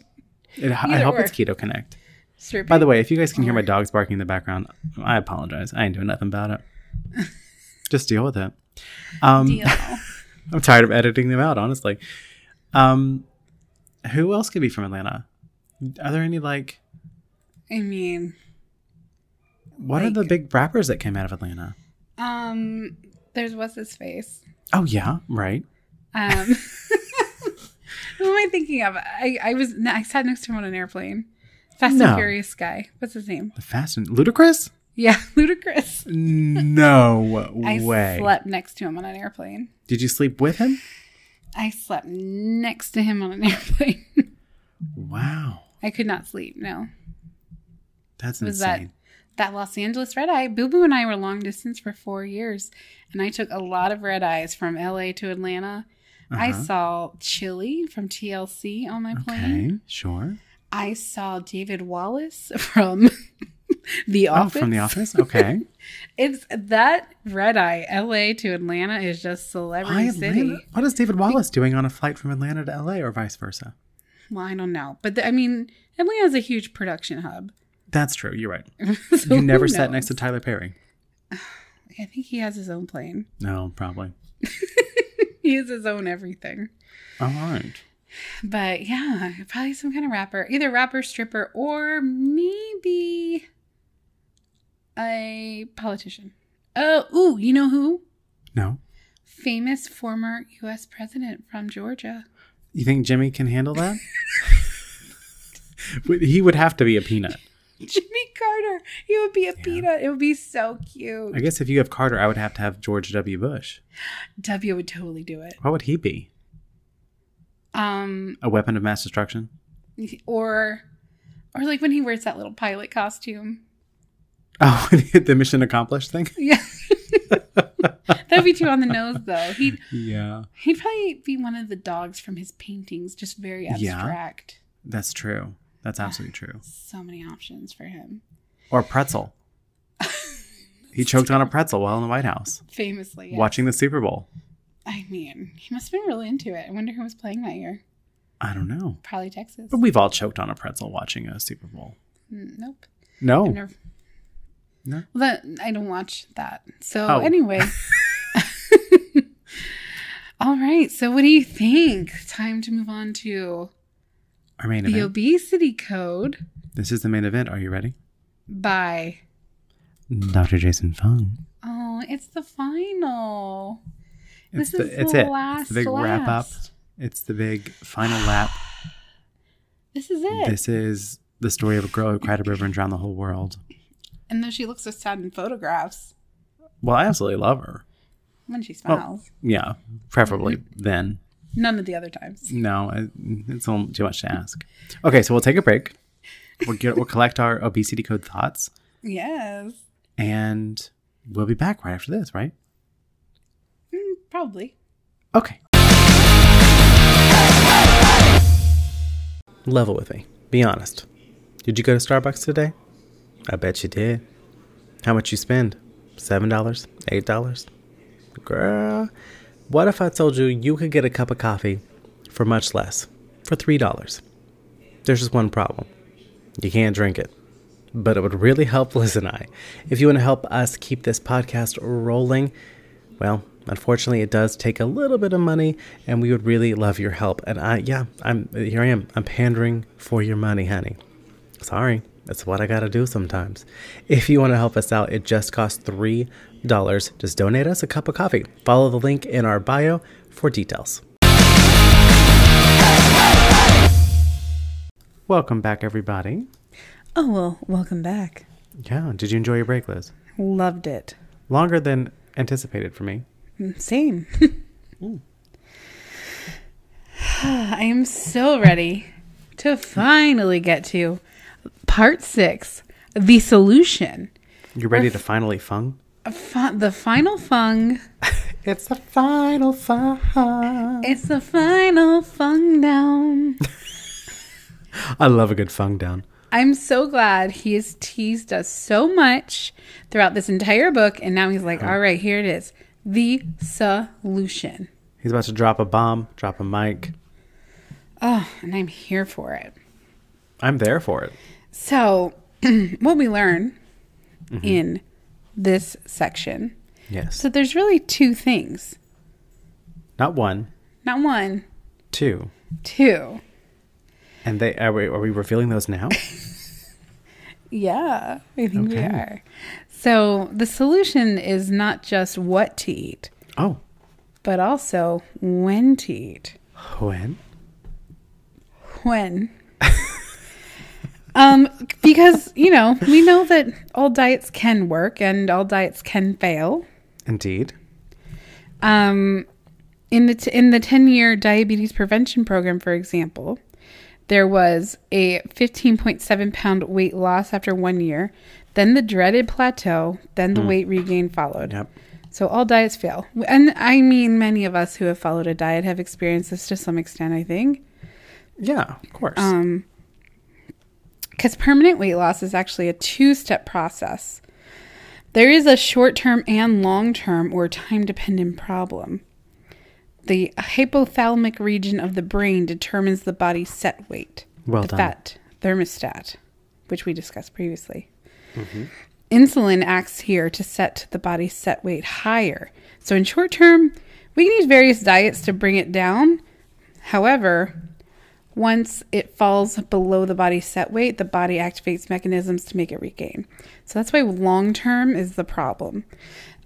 [SPEAKER 1] It, I
[SPEAKER 2] Either
[SPEAKER 1] hope
[SPEAKER 2] or.
[SPEAKER 1] it's Keto Connect.
[SPEAKER 2] Stripper.
[SPEAKER 1] By the way, if you guys can hear my dogs barking in the background, I apologize. I ain't doing nothing about it.
[SPEAKER 2] (laughs)
[SPEAKER 1] Just deal with it. Um,
[SPEAKER 2] deal.
[SPEAKER 1] I'm tired of editing them out, honestly. Um, who else could be from Atlanta? Are there any like
[SPEAKER 2] I mean,
[SPEAKER 1] what are the
[SPEAKER 2] Like-
[SPEAKER 1] big rappers that came out of Atlanta?
[SPEAKER 2] um, there's what's his face.
[SPEAKER 1] Oh yeah, right.
[SPEAKER 2] Um, (laughs) who am I thinking of? I I was I sat next to him on an airplane. Fast
[SPEAKER 1] No.
[SPEAKER 2] and Furious guy. What's his name?
[SPEAKER 1] The Fast and Ludacris?
[SPEAKER 2] Yeah, (laughs) Ludacris.
[SPEAKER 1] No
[SPEAKER 2] (laughs) I
[SPEAKER 1] way.
[SPEAKER 2] slept next to him on an airplane.
[SPEAKER 1] Did you sleep with him?
[SPEAKER 2] I slept next to him on an (laughs) airplane.
[SPEAKER 1] Wow,
[SPEAKER 2] I could not sleep. No.
[SPEAKER 1] that's
[SPEAKER 2] Was that-
[SPEAKER 1] insane.
[SPEAKER 2] That Los Angeles red eye, Boo Boo and I were long distance for four years, and I took a lot of red eyes from LA to Atlanta. I
[SPEAKER 1] Uh-huh.
[SPEAKER 2] saw Chili from TLC on my plane.
[SPEAKER 1] Okay, sure.
[SPEAKER 2] I saw David Wallace (laughs) from The Office.
[SPEAKER 1] Oh, from the
[SPEAKER 2] (laughs)
[SPEAKER 1] office. Okay.
[SPEAKER 2] It's that red eye, LA to Atlanta, is just celebrity
[SPEAKER 1] Why Atlanta?
[SPEAKER 2] city.
[SPEAKER 1] What is David Wallace doing on a flight from Atlanta to LA or vice versa?
[SPEAKER 2] Well, I don't know, but the, I mean, Atlanta's a huge production hub. (laughs)
[SPEAKER 1] That's true. You're right.
[SPEAKER 2] So
[SPEAKER 1] You never
[SPEAKER 2] who
[SPEAKER 1] sat
[SPEAKER 2] knows?
[SPEAKER 1] next to Tyler Perry.
[SPEAKER 2] I think he has his own plane.
[SPEAKER 1] No, probably.
[SPEAKER 2] He has his own everything.
[SPEAKER 1] All right.
[SPEAKER 2] But yeah, probably some kind of rapper, either rapper, stripper, or maybe a politician. Oh, ooh, you know who?
[SPEAKER 1] No.
[SPEAKER 2] Famous former U.S. president from Georgia. (laughs)
[SPEAKER 1] You think Jimmy can handle that? (laughs) Would- he would have to be a peanut.
[SPEAKER 2] Jimmy Carter. He would be a peanut. It would be so cute.
[SPEAKER 1] I guess if you have Carter, I would have to have George W. Bush.
[SPEAKER 2] W would totally do it.
[SPEAKER 1] What would he be?
[SPEAKER 2] Um,
[SPEAKER 1] A weapon of mass destruction? (laughs)
[SPEAKER 2] or, or like when he wears that little pilot costume. (laughs)
[SPEAKER 1] Oh, (laughs) the mission accomplished thing?
[SPEAKER 2] Yeah, that'd be too on the nose though. He
[SPEAKER 1] Yeah.
[SPEAKER 2] He'd probably be one of the dogs from his paintings, just very
[SPEAKER 1] Yeah.
[SPEAKER 2] abstract.
[SPEAKER 1] That's true. That's absolutely true.
[SPEAKER 2] So many options for him,
[SPEAKER 1] Or pretzel. He choked on a pretzel while in the White House
[SPEAKER 2] famously. yes.
[SPEAKER 1] watching the Super Bowl.
[SPEAKER 2] I mean, he must have been really into it. I wonder who was playing that year.
[SPEAKER 1] I don't know.
[SPEAKER 2] Probably Texas.
[SPEAKER 1] But we've all choked on a pretzel watching a Super Bowl.
[SPEAKER 2] Mm, nope.
[SPEAKER 1] No.
[SPEAKER 2] I've never-
[SPEAKER 1] Oh. No?
[SPEAKER 2] Well, that, I don't watch that. So
[SPEAKER 1] Oh. (laughs)
[SPEAKER 2] anyway. (laughs) All right. So what do you think? Time to move on to
[SPEAKER 1] Our main
[SPEAKER 2] the
[SPEAKER 1] event.
[SPEAKER 2] obesity code
[SPEAKER 1] This is the main event. Are you ready?
[SPEAKER 2] by
[SPEAKER 1] Dr. Jason Fung.
[SPEAKER 2] Oh, it's the final.
[SPEAKER 1] It's
[SPEAKER 2] this
[SPEAKER 1] the- it's
[SPEAKER 2] is the
[SPEAKER 1] it. It's the
[SPEAKER 2] last
[SPEAKER 1] big wrap up.
[SPEAKER 2] last.
[SPEAKER 1] It's the big final
[SPEAKER 2] (sighs)
[SPEAKER 1] lap.
[SPEAKER 2] This is it.
[SPEAKER 1] This is the story of a girl who cried a river and drowned the whole world.
[SPEAKER 2] And though she looks so sad in photographs,
[SPEAKER 1] Well, I absolutely love her.
[SPEAKER 2] when she smiles,
[SPEAKER 1] Yeah, preferably
[SPEAKER 2] Mm-hmm.
[SPEAKER 1] then.
[SPEAKER 2] none of the other times.
[SPEAKER 1] No, I- it's a little too much to ask. Okay, so we'll take a break. We'll get we'll collect our obesity code thoughts,
[SPEAKER 2] Yes,
[SPEAKER 1] and we'll be back right after this, right?
[SPEAKER 2] Mm, probably.
[SPEAKER 1] Okay. Level with me. Be honest. Did you go to Starbucks today? I bet you did. How much you spend? Seven dollars? Eight dollars? Girl, what if I told you you could get a cup of coffee for much less, for three dollars? There's just one problem you can't drink it. But it would really help (laughs) Liz and I. If you want to help us keep this podcast rolling, well, unfortunately, it does take a little bit of money, and we would really love your help. And I, yeah, I'm here. I am. I'm pandering for your money, honey. Sorry, that's what I gotta do sometimes. If you want to help us out, it just costs three dollars. Just donate us a cup of coffee. Follow the link in our bio for details. Welcome back, everybody.
[SPEAKER 3] Oh, well, welcome back.
[SPEAKER 1] Yeah, did you enjoy your break, Liz?
[SPEAKER 3] Loved it.
[SPEAKER 1] Longer than anticipated for me.
[SPEAKER 2] Mm,
[SPEAKER 3] Same.
[SPEAKER 2] (sighs) I am so ready to finally get to part six the solution.
[SPEAKER 1] You ready to finally fung?
[SPEAKER 2] Fu- the final fung.
[SPEAKER 1] (laughs) It's the final fung.
[SPEAKER 2] It's the final fung down.
[SPEAKER 1] I love a good fung down.
[SPEAKER 2] I'm so glad he has teased us so much throughout this entire book, and now he's like, all right, here it is the solution.
[SPEAKER 1] He's about to drop a bomb, drop a mic.
[SPEAKER 2] Oh, and I'm here for it.
[SPEAKER 1] I'm there for it.
[SPEAKER 2] So, (clears throat) what we learn in this section
[SPEAKER 1] Yes.
[SPEAKER 2] so there's really two things,
[SPEAKER 1] Not one,
[SPEAKER 2] not one,
[SPEAKER 1] two.
[SPEAKER 2] two.
[SPEAKER 1] And they are we, are we revealing those now?
[SPEAKER 2] (laughs) Yeah, I think we
[SPEAKER 1] Okay.
[SPEAKER 2] are. So, the solution is not just what to eat,
[SPEAKER 1] oh,
[SPEAKER 2] but also when to eat.
[SPEAKER 1] when?
[SPEAKER 2] when um because you know we know that all diets can work and all diets can fail
[SPEAKER 1] Indeed.
[SPEAKER 2] um in the t- in the 10 year diabetes prevention program for example there was a 15.7 pound weight loss after 1 year then the dreaded plateau then the weight regain followed
[SPEAKER 1] Yep.
[SPEAKER 2] so all diets fail and i mean many of us who have followed a diet have experienced this to some extent i think
[SPEAKER 1] Yeah, of course.
[SPEAKER 2] Um, because permanent weight loss is actually a two step process. There is a short term and long term or time dependent problem. The hypothalamic region of the brain determines the body's set weight,
[SPEAKER 1] Well
[SPEAKER 2] the
[SPEAKER 1] done.
[SPEAKER 2] fat thermostat, which we discussed previously. Insulin acts here to set the body's set weight higher. So, in short term, we can use various diets to bring it down. However, once it falls below the body's set weight, the body activates mechanisms to make it regain. So that's why long term is the problem.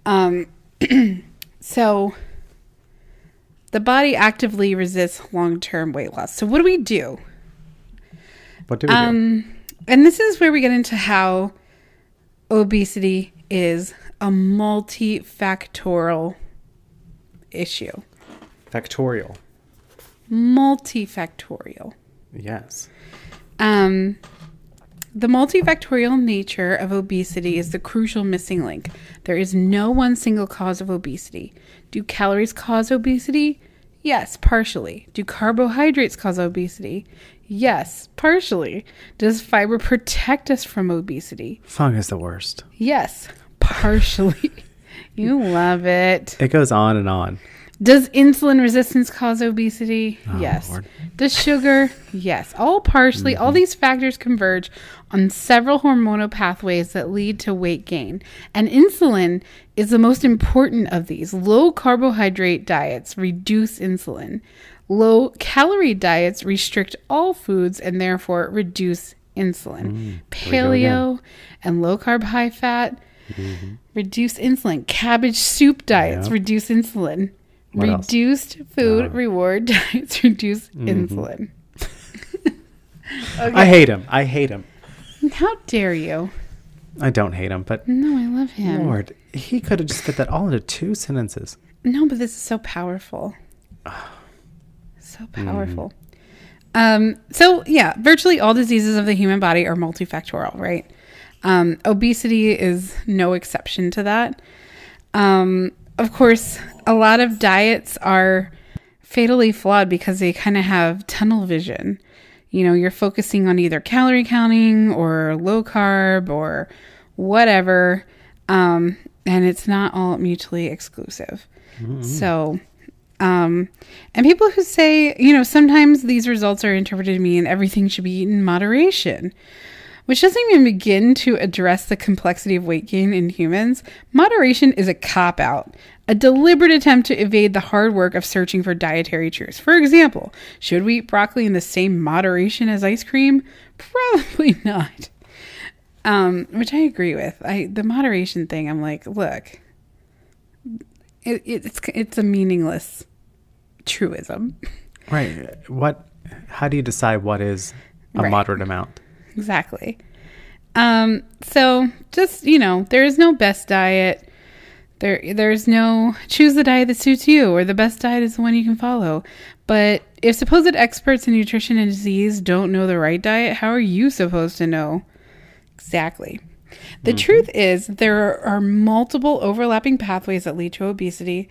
[SPEAKER 2] Um, (clears throat) so the body actively resists long term weight loss. So, what do we do?
[SPEAKER 1] what do we
[SPEAKER 2] um,
[SPEAKER 1] do?
[SPEAKER 2] And this is where we get into how obesity is a multifactorial issue.
[SPEAKER 1] Factorial.
[SPEAKER 2] Multifactorial.
[SPEAKER 1] Yes.
[SPEAKER 2] Um, the multifactorial nature of obesity is the crucial missing link. There is no one single cause of obesity. Do calories cause obesity? Yes, partially. Do carbohydrates cause obesity? Yes, partially. Does fiber protect us from obesity?
[SPEAKER 1] Fung is the worst.
[SPEAKER 2] Yes, partially. (laughs) you love it.
[SPEAKER 1] It goes on and on.
[SPEAKER 2] Does insulin resistance cause obesity? yes.
[SPEAKER 1] Lord.
[SPEAKER 2] Does sugar? Yes. All partially, all these factors converge on several hormonal pathways that lead to weight gain. And insulin is the most important of these. Low carbohydrate diets reduce insulin, low calorie diets restrict all foods and therefore reduce insulin. Paleo and low carb, high fat. Reduce insulin. Cabbage soup diets
[SPEAKER 1] Yep.
[SPEAKER 2] reduce insulin.
[SPEAKER 1] What else? Mm-hmm.
[SPEAKER 2] Reduced food reward (laughs) diets reduce insulin.
[SPEAKER 1] I hate him. I hate him.
[SPEAKER 2] How dare you?
[SPEAKER 1] I don't hate him, but
[SPEAKER 2] No, I love him.
[SPEAKER 1] Lord, he could have just fit that all into two sentences.
[SPEAKER 2] No, but this is
[SPEAKER 1] (sighs)
[SPEAKER 2] so powerful. so
[SPEAKER 1] Mm.
[SPEAKER 2] powerful. Um, so yeah, virtually all diseases of the human body are multifactorial, right? Um, obesity is no exception to that. Um, of course, a lot of diets are fatally flawed because they kind of have tunnel vision. You know, you're focusing on either calorie counting or low carb or whatever. Um, and it's not all mutually exclusive. So Um, and people who say, you know, sometimes these results are interpreted to mean everything should be eaten in moderation, which doesn't even begin to address the complexity of weight gain in humans. Moderation is a cop out, a deliberate attempt to evade the hard work of searching for dietary truths. For example, should we eat broccoli in the same moderation as ice cream? Probably (laughs) not. Um, which I agree with. I the moderation thing. I'm like, look, it, it's it's a meaningless truism.
[SPEAKER 1] Right. What? How do you decide what is a
[SPEAKER 2] Right.
[SPEAKER 1] moderate amount?
[SPEAKER 2] Exactly. Um, so just you know, there is no best diet. There there's no choose the diet that suits you or the best diet is the one you can follow. But if supposed experts in nutrition and disease don't know the right diet, how are you supposed to know? Exactly. The truth is, there are multiple overlapping pathways that lead to obesity.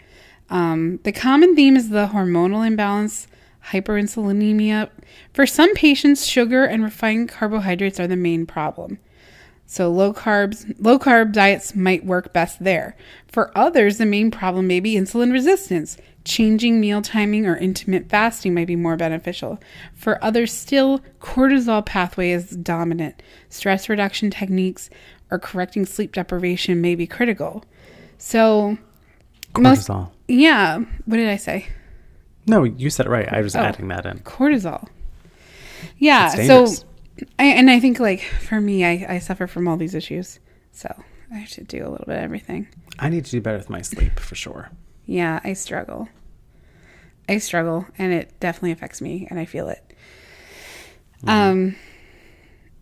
[SPEAKER 2] Um, the common theme is the hormonal imbalance, hyperinsulinemia. For some patients, sugar and refined carbohydrates are the main problem. So low carbs, low carb diets might work best there. For others, the main problem may be insulin resistance. Changing meal timing or intermittent fasting might be more beneficial. For others, still cortisol pathway is dominant. Stress reduction techniques or correcting sleep deprivation may be critical. So, most
[SPEAKER 1] Cortisol.
[SPEAKER 2] yeah, what did I say?
[SPEAKER 1] No, you said it right. I was
[SPEAKER 2] Oh.
[SPEAKER 1] adding that in.
[SPEAKER 2] cortisol. Yeah.
[SPEAKER 1] It's
[SPEAKER 2] So,
[SPEAKER 1] dangerous.
[SPEAKER 2] I, and I think like for me, I, I suffer from all these issues. So I have to do a little bit of everything.
[SPEAKER 1] I need to do better with my sleep for sure.
[SPEAKER 2] Yeah, I struggle. I struggle, and it definitely affects me, and I feel it. Um.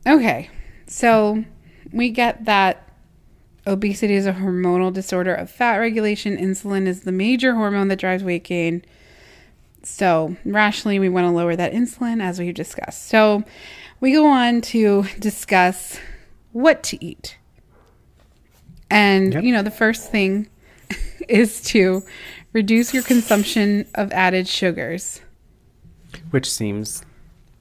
[SPEAKER 2] Okay, so we get that obesity is a hormonal disorder of fat regulation. Insulin is the major hormone that drives weight gain. So rationally, we want to lower that insulin, as we've discussed. So we go on to discuss what to eat. And,
[SPEAKER 1] Yep.
[SPEAKER 2] you know, the first thing (laughs) is to reduce your consumption of added sugars.
[SPEAKER 1] Which seems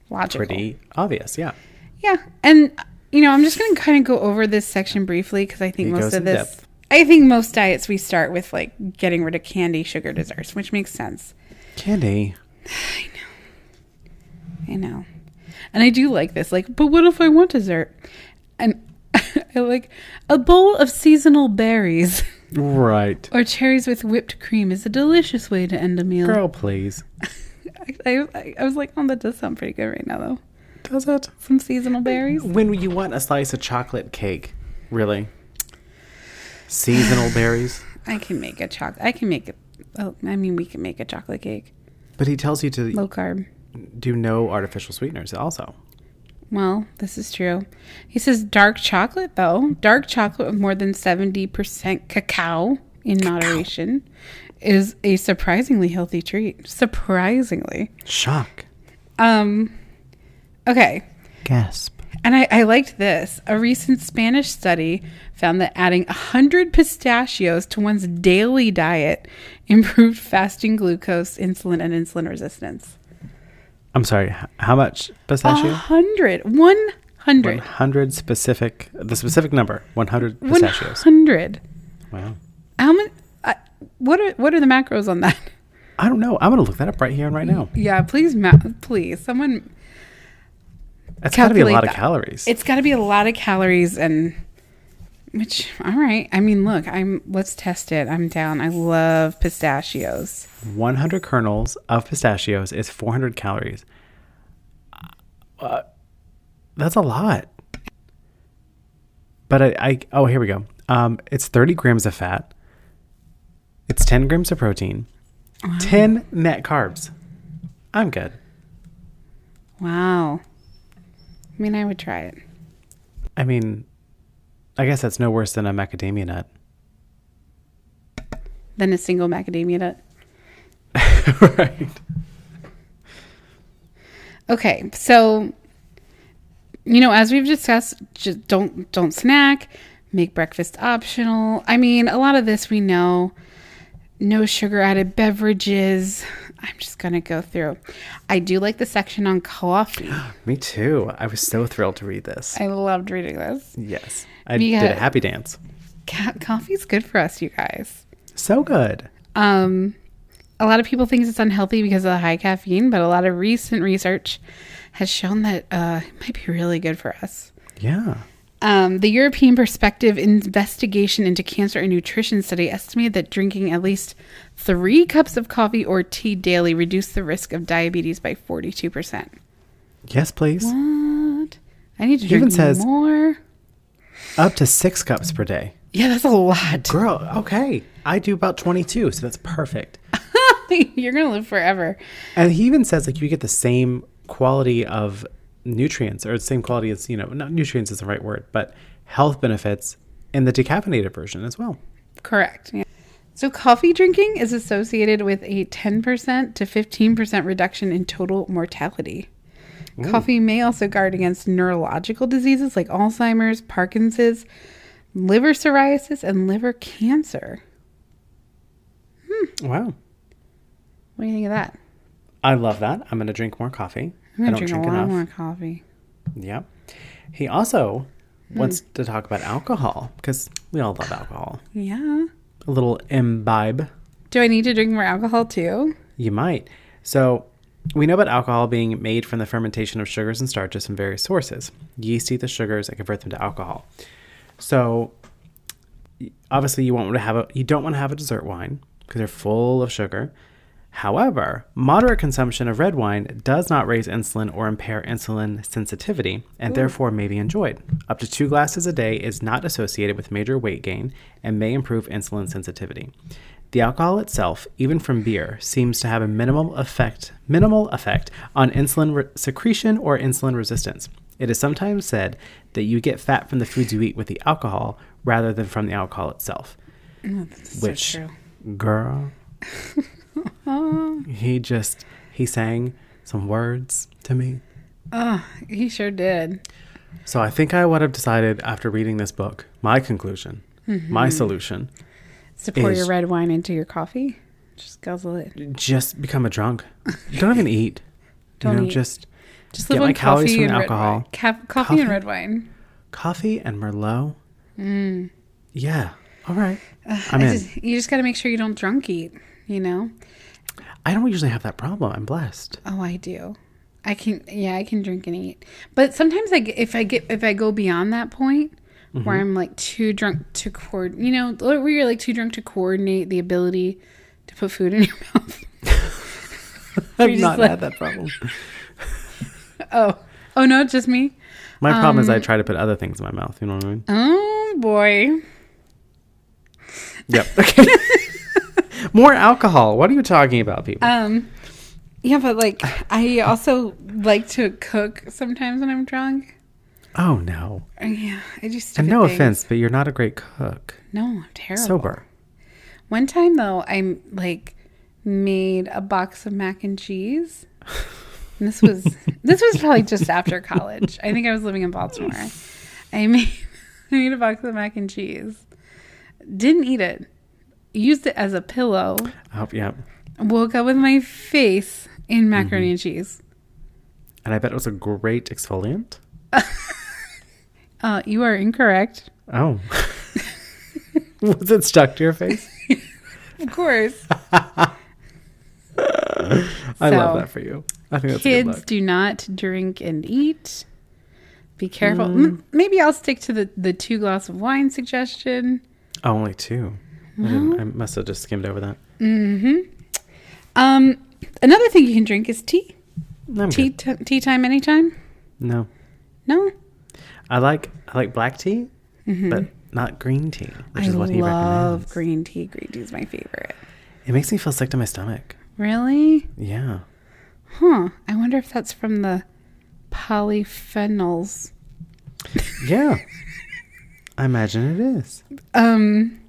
[SPEAKER 2] Logical.
[SPEAKER 1] pretty obvious. Yeah.
[SPEAKER 2] Yeah. And, you know, I'm just going to kind of go over this section briefly because I think
[SPEAKER 1] It
[SPEAKER 2] most
[SPEAKER 1] goes
[SPEAKER 2] of
[SPEAKER 1] in
[SPEAKER 2] this.
[SPEAKER 1] depth.
[SPEAKER 2] I think most diets we start with like getting rid of candy, sugar, desserts, which makes sense.
[SPEAKER 1] Candy.
[SPEAKER 2] I know. And I do like this. Like, but what if I want dessert? And (laughs) I like a bowl of seasonal berries (laughs)
[SPEAKER 1] Right.
[SPEAKER 2] or cherries with whipped cream is a delicious way to end a meal.
[SPEAKER 1] Girl, please.
[SPEAKER 2] I, I, I was like, oh, that does sound pretty good right now, though.
[SPEAKER 1] Does it?
[SPEAKER 2] Some seasonal berries.
[SPEAKER 1] When you want a slice of chocolate cake, really? Seasonal berries.
[SPEAKER 2] I can make a chocolate. I can make a. Oh, I mean, we can make a chocolate cake,
[SPEAKER 1] But he tells you to
[SPEAKER 2] low carb.
[SPEAKER 1] do no artificial sweeteners also.
[SPEAKER 2] Well, this is true. He says dark chocolate, though. Dark chocolate with more than 70% cacao in moderation is a surprisingly healthy treat. Surprisingly.
[SPEAKER 1] Shock.
[SPEAKER 2] Um, okay.
[SPEAKER 1] Gasp.
[SPEAKER 2] And I, I liked this. A recent Spanish study found that adding 100 pistachios to one's daily diet (laughs) improved fasting glucose, insulin, and insulin resistance.
[SPEAKER 1] I'm sorry. h- How much
[SPEAKER 2] A
[SPEAKER 1] pistachio?
[SPEAKER 2] hundred. One hundred.
[SPEAKER 1] 100 specific, the specific number 100
[SPEAKER 2] One
[SPEAKER 1] pistachios.
[SPEAKER 2] hundred.
[SPEAKER 1] Wow.
[SPEAKER 2] How many? I what are what are the macros on that?
[SPEAKER 1] I don't know. I'm going to look that up right here and right now.
[SPEAKER 2] (laughs) Yeah, please, ma- please, someone.
[SPEAKER 1] That's got to be a
[SPEAKER 2] Calculate
[SPEAKER 1] lot of
[SPEAKER 2] that.
[SPEAKER 1] calories.
[SPEAKER 2] It's got to be a lot of calories and. Which, all right. I mean, look, I'm. Let's test it. I'm down. I love pistachios.
[SPEAKER 1] 100 kernels of pistachios is 400 calories. Uh, that's a lot. But I, I oh here we go. Um, it's 30 grams of fat. It's 10 grams of protein. 10 net carbs. I'm good.
[SPEAKER 2] Wow. I mean, I would try it.
[SPEAKER 1] I mean, I guess that's no worse than a macadamia nut. (laughs)
[SPEAKER 2] Then a single macadamia nut.
[SPEAKER 1] right.
[SPEAKER 2] Okay, so you know, as we've discussed, just don't don't snack, make breakfast optional. I mean, a lot of this we know. No sugar added beverages. I'm just gonna go through. I do like the section on coffee.
[SPEAKER 1] Me too. I was so thrilled to read this.
[SPEAKER 2] I loved reading this.
[SPEAKER 1] Yes. I
[SPEAKER 2] We
[SPEAKER 1] did a
[SPEAKER 2] got-
[SPEAKER 1] happy dance.
[SPEAKER 2] Ca- Coffee's good for us, you guys.
[SPEAKER 1] So good.
[SPEAKER 2] Um, A lot of people think it's unhealthy because of the high caffeine, but a lot of recent research has shown that uh, it might be really good for us.
[SPEAKER 1] Yeah.
[SPEAKER 2] Um, the European Perspective Investigation into Cancer and Nutrition study estimated that drinking at least three cups of coffee or tea daily reduced the risk of diabetes by 42%.
[SPEAKER 1] Yes, please.
[SPEAKER 2] What? I need to
[SPEAKER 1] even
[SPEAKER 2] drink
[SPEAKER 1] says-
[SPEAKER 2] more.
[SPEAKER 1] Up to six cups per day.
[SPEAKER 2] Yeah, that's a lot.
[SPEAKER 1] Girl, okay. I do about 22, so that's perfect.
[SPEAKER 2] (laughs) You're going to live forever.
[SPEAKER 1] And he even says like you get the same quality of nutrients or the same quality as, you know, not nutrients is the right word, but health benefits in the decaffeinated version as well.
[SPEAKER 2] Correct. Yeah. So, coffee drinking is associated with a 10% to 15% reduction in total mortality. Coffee may also guard against neurological diseases like Alzheimer's, Parkinson's, liver psoriasis, and liver cancer.
[SPEAKER 1] Wow.
[SPEAKER 2] What do you think of that?
[SPEAKER 1] I love that. I'm going to drink more coffee.
[SPEAKER 2] I'm
[SPEAKER 1] I
[SPEAKER 2] going
[SPEAKER 1] don't
[SPEAKER 2] to drink,
[SPEAKER 1] drink
[SPEAKER 2] a
[SPEAKER 1] enough.
[SPEAKER 2] lot more coffee.
[SPEAKER 1] Yep. He also wants
[SPEAKER 2] Hmm.
[SPEAKER 1] to talk about alcohol because we all love alcohol.
[SPEAKER 2] Yeah.
[SPEAKER 1] A little imbibe.
[SPEAKER 2] Do I need to drink more alcohol too?
[SPEAKER 1] You might. So, we know about alcohol being made from the fermentation of sugars and starches from various sources. Yeast eat the sugars and convert them to alcohol. So, y- obviously, you won't have a you don't want to have a dessert wine because they're full of sugar. However, moderate consumption of red wine does not raise insulin or impair insulin sensitivity and therefore may be enjoyed. Up to two glasses a day is not associated with major weight gain and may improve insulin sensitivity. The alcohol itself, even from beer, seems to have a minimal effect, minimal effect on insulin re- secretion or insulin resistance. It is sometimes said that you get fat from the foods you eat with the alcohol rather than from the alcohol itself. Which,
[SPEAKER 2] true. (laughs)
[SPEAKER 1] girl, he just he sang some words to me.
[SPEAKER 2] He sure did.
[SPEAKER 1] So I think I would have decided after reading this book, my conclusion,
[SPEAKER 2] Mm-hmm.
[SPEAKER 1] my solution,
[SPEAKER 2] To pour
[SPEAKER 1] Is-
[SPEAKER 2] your red wine into your coffee, just guzzle it.
[SPEAKER 1] just become a
[SPEAKER 2] (laughs)
[SPEAKER 1] drunk. Don't even eat.
[SPEAKER 2] Don't
[SPEAKER 1] you know,
[SPEAKER 2] eat.
[SPEAKER 1] just
[SPEAKER 2] Just
[SPEAKER 1] Get
[SPEAKER 2] live
[SPEAKER 1] my
[SPEAKER 2] on
[SPEAKER 1] calories
[SPEAKER 2] coffee
[SPEAKER 1] from
[SPEAKER 2] and
[SPEAKER 1] the
[SPEAKER 2] red wine.
[SPEAKER 1] alcohol.
[SPEAKER 2] Ca- coffee, and
[SPEAKER 1] Coffee?
[SPEAKER 2] red wine.
[SPEAKER 1] coffee and merlot. Yeah. All right. I'm
[SPEAKER 2] Mm. (sighs) I
[SPEAKER 1] in.
[SPEAKER 2] just, you just got to make sure you don't drunk eat, you know?
[SPEAKER 1] I don't usually have that problem. I'm
[SPEAKER 2] (laughs)
[SPEAKER 1] blessed.
[SPEAKER 2] Oh, I do. I can, yeah, I can drink and eat. But sometimes I get, if I get, if I go beyond that point
[SPEAKER 1] Mm-hmm.
[SPEAKER 2] where I'm like too drunk to coord, you know, or where you're like too drunk to coordinate the ability to put food in your (laughs) mouth.
[SPEAKER 1] I've
[SPEAKER 2] just
[SPEAKER 1] not
[SPEAKER 2] like-
[SPEAKER 1] had that
[SPEAKER 2] (laughs)
[SPEAKER 1] problem.
[SPEAKER 2] Oh, oh no, it's just me.
[SPEAKER 1] My problem
[SPEAKER 2] Um,
[SPEAKER 1] is I try to put other things in my mouth. You know what I
[SPEAKER 2] (laughs)
[SPEAKER 1] mean?
[SPEAKER 2] Oh boy.
[SPEAKER 1] Yep. Okay. (laughs) More alcohol. What are you talking about, people?
[SPEAKER 2] Um, yeah, but like I also like to cook sometimes when I'm drunk.
[SPEAKER 1] oh no.
[SPEAKER 2] Yeah, I just
[SPEAKER 1] And no offense, but you're not a great cook.
[SPEAKER 2] No, I'm terrible.
[SPEAKER 1] Sober.
[SPEAKER 2] One time though, I like made a box of mac and cheese. And
[SPEAKER 1] (laughs)
[SPEAKER 2] this was this was probably just after college. I think I was living in Baltimore. I made (laughs) I made a box of mac and cheese. Didn't eat it. Used it as a pillow.
[SPEAKER 1] Oh, yep.
[SPEAKER 2] Woke up with my face
[SPEAKER 1] Mm-hmm.
[SPEAKER 2] in macaroni and cheese.
[SPEAKER 1] And I bet it was a great exfoliant.
[SPEAKER 2] Uh, you are incorrect.
[SPEAKER 1] Oh. (laughs) was it stuck to your face?
[SPEAKER 2] (laughs) Of course.
[SPEAKER 1] I love
[SPEAKER 2] So,
[SPEAKER 1] that for you. I think (laughs) that's good
[SPEAKER 2] Kids
[SPEAKER 1] luck.
[SPEAKER 2] do not drink and eat. Be careful.
[SPEAKER 1] Mm.
[SPEAKER 2] M- maybe I'll stick to the, the two glass of wine suggestion.
[SPEAKER 1] Oh, only two. I, didn't, I must have just skimmed over that.
[SPEAKER 2] Um, another thing you can drink is tea.
[SPEAKER 1] I'm
[SPEAKER 2] Tea,
[SPEAKER 1] good.
[SPEAKER 2] t- tea time anytime.
[SPEAKER 1] No.
[SPEAKER 2] No,
[SPEAKER 1] I like I like black tea, but not green tea, which
[SPEAKER 2] Mm-hmm. I
[SPEAKER 1] is what he
[SPEAKER 2] love
[SPEAKER 1] recommends.
[SPEAKER 2] green tea. Green tea is my favorite.
[SPEAKER 1] It makes me feel sick to my stomach.
[SPEAKER 2] Really?
[SPEAKER 1] Yeah.
[SPEAKER 2] Huh. I wonder if that's from the polyphenols.
[SPEAKER 1] Yeah. I imagine it is.
[SPEAKER 2] Um,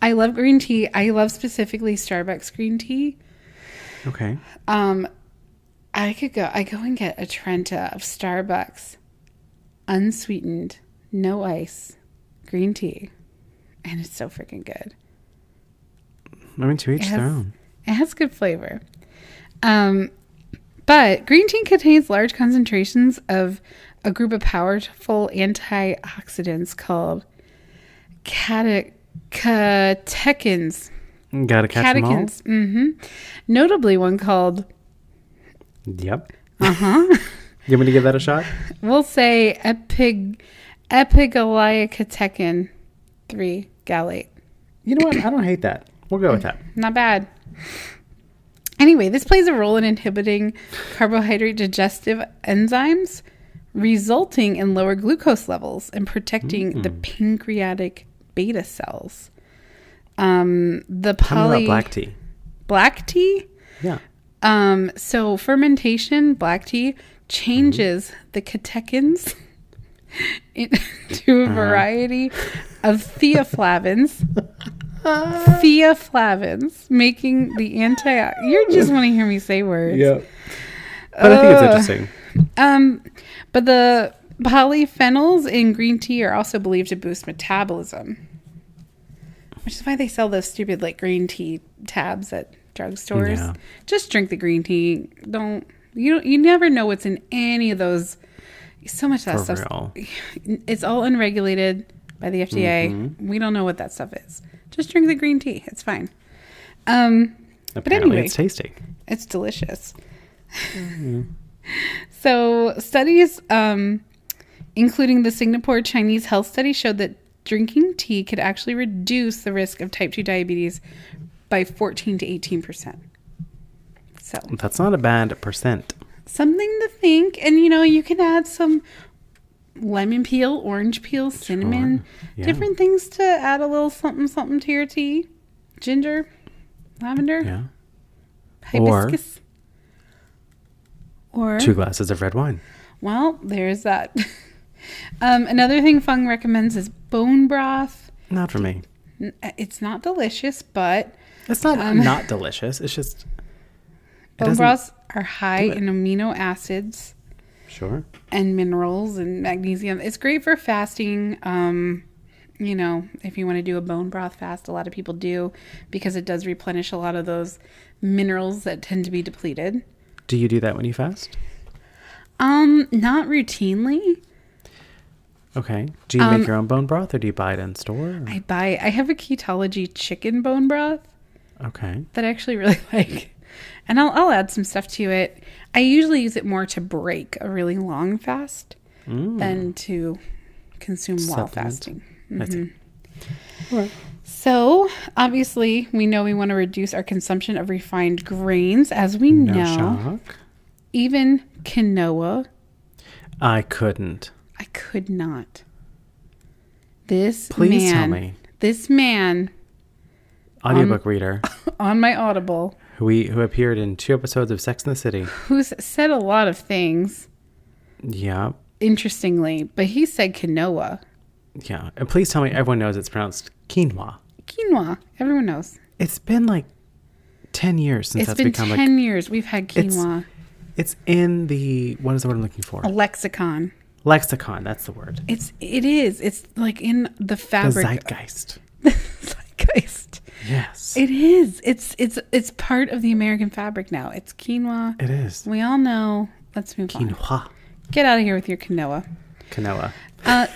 [SPEAKER 2] I love green tea. I love specifically Starbucks green tea.
[SPEAKER 1] Okay.
[SPEAKER 2] Um, I could go. I go and get a Trenta of Starbucks, unsweetened, no ice, green tea, and it's so freaking good.
[SPEAKER 1] I mean, to each
[SPEAKER 2] It
[SPEAKER 1] their
[SPEAKER 2] has-
[SPEAKER 1] own.
[SPEAKER 2] It has good flavor. Um, but green tea contains large concentrations of a group of powerful antioxidants called cate- catechins.
[SPEAKER 1] Gotta catch
[SPEAKER 2] catechins. hmm Notably, one called,
[SPEAKER 1] them all. Yep. Uh huh.
[SPEAKER 2] Uh-huh.
[SPEAKER 1] (laughs) you want me to give that a shot?
[SPEAKER 2] we'll say, Epig, Epigaliacatechin 3 Galate.
[SPEAKER 1] You know what? I don't hate that. We'll go with that.
[SPEAKER 2] Not bad. Anyway, this plays a role in inhibiting carbohydrate digestive enzymes, resulting in lower glucose levels and protecting the
[SPEAKER 1] Mm.
[SPEAKER 2] pancreatic beta cells. Um, the
[SPEAKER 1] Tell me
[SPEAKER 2] poly
[SPEAKER 1] about black tea.
[SPEAKER 2] black tea.
[SPEAKER 1] Yeah.
[SPEAKER 2] Um, so fermentation, black tea changes the catechins (laughs) into a variety of theoflavins. theoflavins, making the anti. You just want to hear me say words.
[SPEAKER 1] But I think
[SPEAKER 2] Uh,
[SPEAKER 1] it's interesting.
[SPEAKER 2] Um, but the polyphenols in green tea are also believed to boost metabolism, which is why they sell those stupid like green tea tabs at drugstores.
[SPEAKER 1] Yeah.
[SPEAKER 2] Just drink the green tea. Don't you? don't- You never know what's in any of those. So much of that
[SPEAKER 1] For
[SPEAKER 2] stuff.
[SPEAKER 1] real.
[SPEAKER 2] (sighs) It's all unregulated by the FDA.
[SPEAKER 1] Mm-hmm.
[SPEAKER 2] We don't know what that stuff is. Just drink the green tea. It's fine. Um,
[SPEAKER 1] Apparently
[SPEAKER 2] anyway.
[SPEAKER 1] it's tasty.
[SPEAKER 2] it's delicious.
[SPEAKER 1] Mm-hmm.
[SPEAKER 2] (laughs) so studies, um, including the Singapore Chinese Health Study, showed that drinking tea could actually reduce the risk of type two diabetes by fourteen to eighteen percent. So
[SPEAKER 1] That's not a bad percent.
[SPEAKER 2] something to think, and you know you can add some lemon peel, orange peel, cinnamon,
[SPEAKER 1] yeah.
[SPEAKER 2] different things to add a little something something to your tea, ginger, lavender,
[SPEAKER 1] Yeah. Or-
[SPEAKER 2] hibiscus. Or,
[SPEAKER 1] Two glasses of red wine.
[SPEAKER 2] well, there's that. (laughs) um, another thing Fung recommends is bone broth.
[SPEAKER 1] Not for me.
[SPEAKER 2] N- It's not delicious, but
[SPEAKER 1] It's not (laughs) not delicious. It's just
[SPEAKER 2] Um, bone
[SPEAKER 1] doesn't
[SPEAKER 2] broths are high
[SPEAKER 1] it.
[SPEAKER 2] in amino acids
[SPEAKER 1] sure.
[SPEAKER 2] and minerals and magnesium. It's great for fasting. Um, you know, if you want to do a bone broth fast, a lot of people do because it does replenish a lot of those minerals that tend to be depleted.
[SPEAKER 1] Do you do that when you fast?
[SPEAKER 2] Um, not routinely.
[SPEAKER 1] Okay. Do you make your own bone broth or do you buy it in store?
[SPEAKER 2] Um, I buy I have a ketology chicken bone broth
[SPEAKER 1] Okay.
[SPEAKER 2] that I actually really (laughs) like. And I'll I'll add some stuff to it. I usually use it more to break a really long fast than to consume
[SPEAKER 1] Mm.
[SPEAKER 2] while
[SPEAKER 1] Supplement.
[SPEAKER 2] fasting.
[SPEAKER 1] I
[SPEAKER 2] Mm-hmm.
[SPEAKER 1] see.
[SPEAKER 2] So, obviously, we know we want to reduce our consumption of refined grains as we
[SPEAKER 1] No,
[SPEAKER 2] know.
[SPEAKER 1] shock.
[SPEAKER 2] Even quinoa,
[SPEAKER 1] I couldn't.
[SPEAKER 2] I could not. This
[SPEAKER 1] Please tell
[SPEAKER 2] man,
[SPEAKER 1] me.
[SPEAKER 2] this man Um,
[SPEAKER 1] Audiobook reader
[SPEAKER 2] on my Audible
[SPEAKER 1] who we who appeared in two episodes of Sex and the City.
[SPEAKER 2] who's said a lot of things
[SPEAKER 1] Yeah.
[SPEAKER 2] interestingly, but he said quinoa.
[SPEAKER 1] Yeah. And please tell me everyone knows it's pronounced quinoa.
[SPEAKER 2] Quinoa. Everyone knows.
[SPEAKER 1] It's been like ten years since
[SPEAKER 2] it's
[SPEAKER 1] that's
[SPEAKER 2] been
[SPEAKER 1] become
[SPEAKER 2] 10
[SPEAKER 1] like
[SPEAKER 2] years we've had quinoa.
[SPEAKER 1] it's in the what is the word I'm looking for?
[SPEAKER 2] A lexicon.
[SPEAKER 1] Lexicon, that's the word.
[SPEAKER 2] It's it is. It's like in the
[SPEAKER 1] The
[SPEAKER 2] fabric.
[SPEAKER 1] zeitgeist.
[SPEAKER 2] (laughs) zeitgeist.
[SPEAKER 1] Yes.
[SPEAKER 2] It is. It's it's it's part of the American fabric now. It's quinoa.
[SPEAKER 1] it is.
[SPEAKER 2] We all know. Let's move on.
[SPEAKER 1] Quinoa.
[SPEAKER 2] Get out of here with your quinoa.
[SPEAKER 1] Quinoa.
[SPEAKER 2] Uh,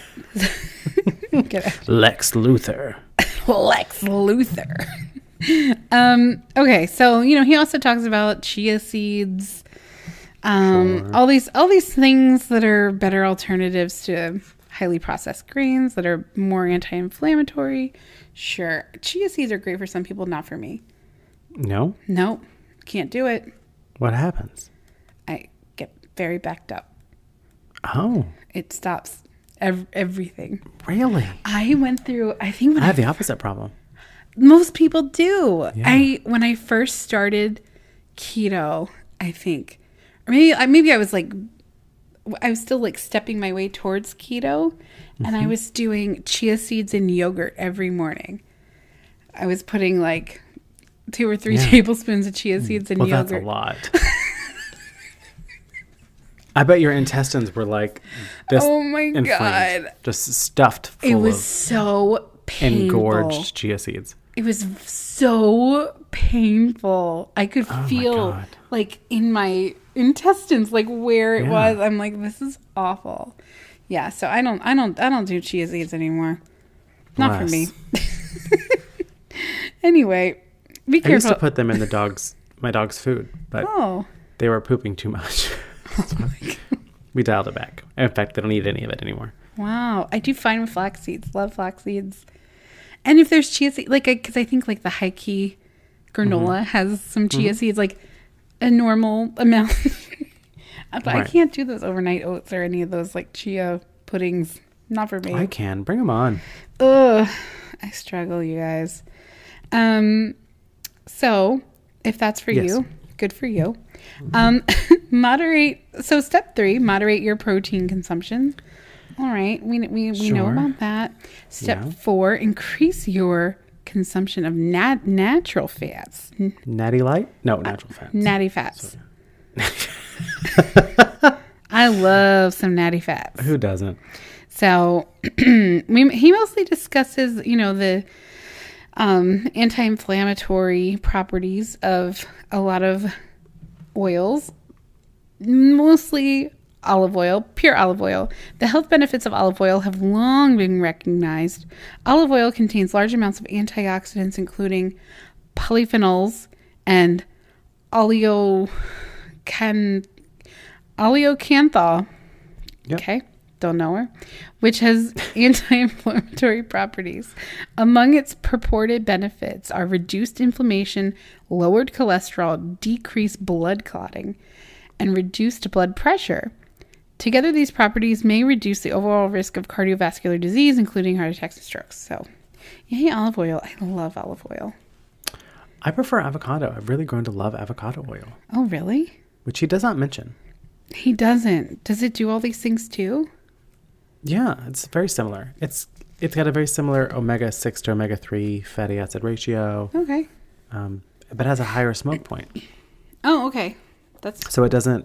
[SPEAKER 2] get out.
[SPEAKER 1] Lex Luthor.
[SPEAKER 2] Lex Luthor. (laughs) um, okay, so you know he also talks about chia seeds, um, all these all these things that are better alternatives to highly processed grains that are more anti-inflammatory. Sure, chia seeds are great for some people, not for me.
[SPEAKER 1] No?
[SPEAKER 2] Nope, can't do it.
[SPEAKER 1] What happens?
[SPEAKER 2] I get very backed up.
[SPEAKER 1] Oh,
[SPEAKER 2] It stops ev- everything.
[SPEAKER 1] really?
[SPEAKER 2] I went through. I think when
[SPEAKER 1] I
[SPEAKER 2] I
[SPEAKER 1] have the opposite problem.
[SPEAKER 2] most people do. I when I first started keto, I think, or maybe I- maybe I was like, I was still like stepping my way towards keto, and
[SPEAKER 1] Mm-hmm.
[SPEAKER 2] I was doing chia seeds and yogurt every morning. I was putting like two or three
[SPEAKER 1] Yeah. Mm.
[SPEAKER 2] tablespoons of chia seeds in
[SPEAKER 1] Well,
[SPEAKER 2] yogurt.
[SPEAKER 1] that's a lot. (laughs) I bet your intestines were like this.
[SPEAKER 2] Oh my
[SPEAKER 1] inflamed,
[SPEAKER 2] God.
[SPEAKER 1] Just stuffed full
[SPEAKER 2] It was
[SPEAKER 1] of
[SPEAKER 2] so painful.
[SPEAKER 1] engorged chia seeds.
[SPEAKER 2] it was so painful. I could feel
[SPEAKER 1] Oh God.
[SPEAKER 2] like in my intestines, like where it
[SPEAKER 1] Yeah.
[SPEAKER 2] was. I'm like, this is awful. Yeah, so I don't, I don't, I don't do chia seeds anymore. Not for me.
[SPEAKER 1] Bless.
[SPEAKER 2] (laughs) anyway, Be
[SPEAKER 1] I used
[SPEAKER 2] careful.
[SPEAKER 1] to put them in the dog's my dog's food, but
[SPEAKER 2] oh,
[SPEAKER 1] they were pooping too
[SPEAKER 2] (laughs)
[SPEAKER 1] much. (laughs) we dialed it back. In fact, they don't eat any of it anymore.
[SPEAKER 2] wow. I do fine with flax seeds. Love flax seeds. And if there's chia seeds, like, because I think, like, the high key granola has some chia seeds, like, a normal amount. (laughs) but I
[SPEAKER 1] Right.
[SPEAKER 2] can't do those overnight oats or any of those, like, chia puddings. Not for me.
[SPEAKER 1] I can bring them on.
[SPEAKER 2] Ugh, I struggle, you guys. Um, so if that's for
[SPEAKER 1] Yes.
[SPEAKER 2] you, good for you. Um, (laughs) moderate. So step three, moderate your protein consumption. All right, we we, we know
[SPEAKER 1] Sure.
[SPEAKER 2] about that. Step
[SPEAKER 1] Yeah.
[SPEAKER 2] four, increase your consumption of nat- natural fats, n-
[SPEAKER 1] Natty light? No, natural fat.
[SPEAKER 2] natty fats.
[SPEAKER 1] (laughs)
[SPEAKER 2] I love some natty fats.
[SPEAKER 1] Who doesn't?
[SPEAKER 2] So (clears throat) we, he mostly discusses, you know, the um, anti-inflammatory properties of a lot of oils, mostly olive oil, pure olive oil. The health benefits of olive oil have long been recognized. Olive oil contains large amounts of antioxidants, including polyphenols and oleocan oleocanthal.
[SPEAKER 1] Yep.
[SPEAKER 2] Okay. Don't know her, which has (laughs) anti inflammatory properties. Among its purported benefits are reduced inflammation, lowered cholesterol, decreased blood clotting, and reduced blood pressure. Together, these properties may reduce the overall risk of cardiovascular disease, including heart attacks and strokes. So, yay, olive oil. I love olive oil.
[SPEAKER 1] I prefer avocado. I've really grown to love avocado oil,
[SPEAKER 2] Oh, really?
[SPEAKER 1] which he does not mention.
[SPEAKER 2] He doesn't. Does it do all these things too?
[SPEAKER 1] Yeah, it's very similar. It's it's got a very similar omega six to omega three fatty acid ratio,
[SPEAKER 2] Okay.
[SPEAKER 1] um, but has a higher smoke point,
[SPEAKER 2] Oh, okay. That's,
[SPEAKER 1] so it doesn't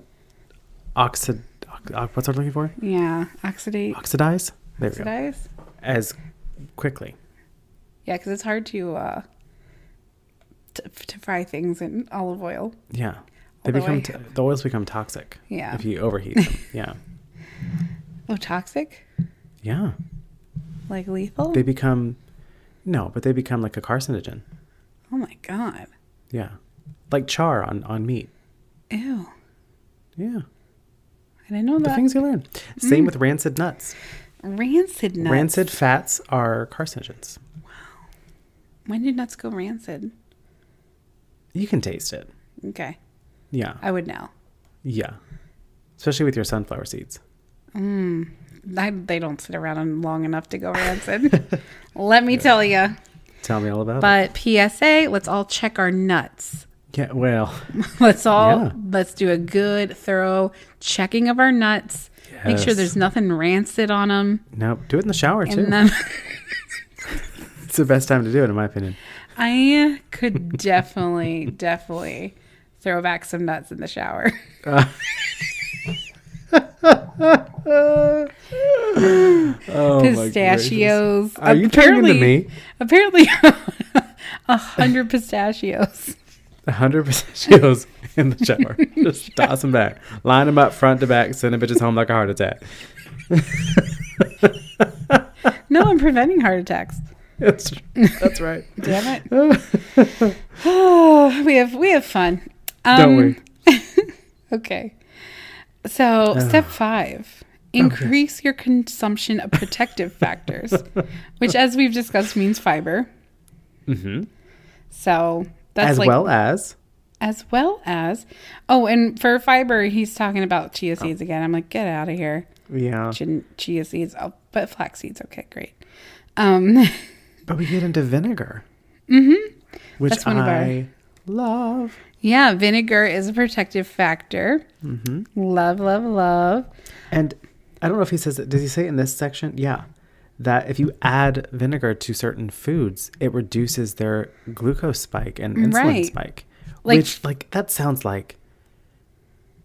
[SPEAKER 1] oxid. ox- ox- what's I looking for?
[SPEAKER 2] yeah, oxidate.
[SPEAKER 1] Oxidize. There we go.
[SPEAKER 2] Oxidize?
[SPEAKER 1] As quickly.
[SPEAKER 2] Yeah, because it's hard to uh, to, to fry things in olive oil.
[SPEAKER 1] Yeah. They
[SPEAKER 2] Although I-
[SPEAKER 1] become t- the oils become toxic.
[SPEAKER 2] Yeah.
[SPEAKER 1] If you overheat them.
[SPEAKER 2] (laughs)
[SPEAKER 1] yeah.
[SPEAKER 2] Oh, toxic?
[SPEAKER 1] Yeah.
[SPEAKER 2] Like lethal?
[SPEAKER 1] They become no, but they become like a carcinogen.
[SPEAKER 2] oh my god!
[SPEAKER 1] Yeah. Like char on on meat.
[SPEAKER 2] Ew!
[SPEAKER 1] Yeah.
[SPEAKER 2] I didn't know
[SPEAKER 1] The
[SPEAKER 2] that.
[SPEAKER 1] things you learn. Same with rancid nuts.
[SPEAKER 2] rancid Mm. nuts.
[SPEAKER 1] Rancid fats are carcinogens.
[SPEAKER 2] When did nuts go rancid?
[SPEAKER 1] You can taste it.
[SPEAKER 2] Okay,
[SPEAKER 1] Yeah.
[SPEAKER 2] I would know.
[SPEAKER 1] Yeah. Especially with your sunflower seeds.
[SPEAKER 2] I, they don't sit around long enough to
[SPEAKER 1] (laughs)
[SPEAKER 2] go rancid. Let me tell you.
[SPEAKER 1] Tell me all about
[SPEAKER 2] But PSA, let's all check our nuts. (laughs)
[SPEAKER 1] it. Yeah, well,
[SPEAKER 2] Let's all
[SPEAKER 1] Yeah.
[SPEAKER 2] let's do a good, thorough checking of our nuts. Make sure
[SPEAKER 1] Yes.
[SPEAKER 2] there's nothing rancid on them.
[SPEAKER 1] no, do it in the shower too.
[SPEAKER 2] And then
[SPEAKER 1] It's the best time to do it in my
[SPEAKER 2] (laughs)
[SPEAKER 1] opinion.
[SPEAKER 2] I
[SPEAKER 1] (laughs)
[SPEAKER 2] could definitely, definitely throw back some nuts in the shower.
[SPEAKER 1] Oh
[SPEAKER 2] pistachios.
[SPEAKER 1] Are you turning to me?
[SPEAKER 2] Apparently, (laughs) a
[SPEAKER 1] (laughs)
[SPEAKER 2] hundred pistachios.
[SPEAKER 1] 100 pistachios in the
[SPEAKER 2] (laughs)
[SPEAKER 1] shower. Just toss them back. Line them up front to back. Send the bitches home like a heart attack.
[SPEAKER 2] No, I'm preventing heart attacks.
[SPEAKER 1] That's, that's right.
[SPEAKER 2] Damn
[SPEAKER 1] (laughs)
[SPEAKER 2] it. (sighs) we have we have fun. Um,
[SPEAKER 1] Don't we?
[SPEAKER 2] (laughs) Okay.
[SPEAKER 1] (sighs)
[SPEAKER 2] So, step five increase your consumption of protective
[SPEAKER 1] (laughs)
[SPEAKER 2] factors, which, as we've discussed, means fiber. Mm-hmm. So, that's
[SPEAKER 1] As
[SPEAKER 2] like,
[SPEAKER 1] well as.
[SPEAKER 2] as well as, oh, and for fiber, he's talking about
[SPEAKER 1] Oh.
[SPEAKER 2] chia seeds again. I'm like, get out of here.
[SPEAKER 1] Yeah.
[SPEAKER 2] Chin- Chia seeds, oh, but flax seeds. Okay, great. Um, (laughs)
[SPEAKER 1] But we get into vinegar. Mm-hmm. Which
[SPEAKER 2] That's one of our-
[SPEAKER 1] I love.
[SPEAKER 2] yeah, vinegar is a protective factor.
[SPEAKER 1] Mm-hmm.
[SPEAKER 2] Love, love, love.
[SPEAKER 1] And I don't know if he says it. Does he say it in this section? Yeah. That if you add vinegar to certain foods, it reduces their glucose spike and insulin
[SPEAKER 2] Right.
[SPEAKER 1] spike.
[SPEAKER 2] Like-
[SPEAKER 1] which, like, that sounds like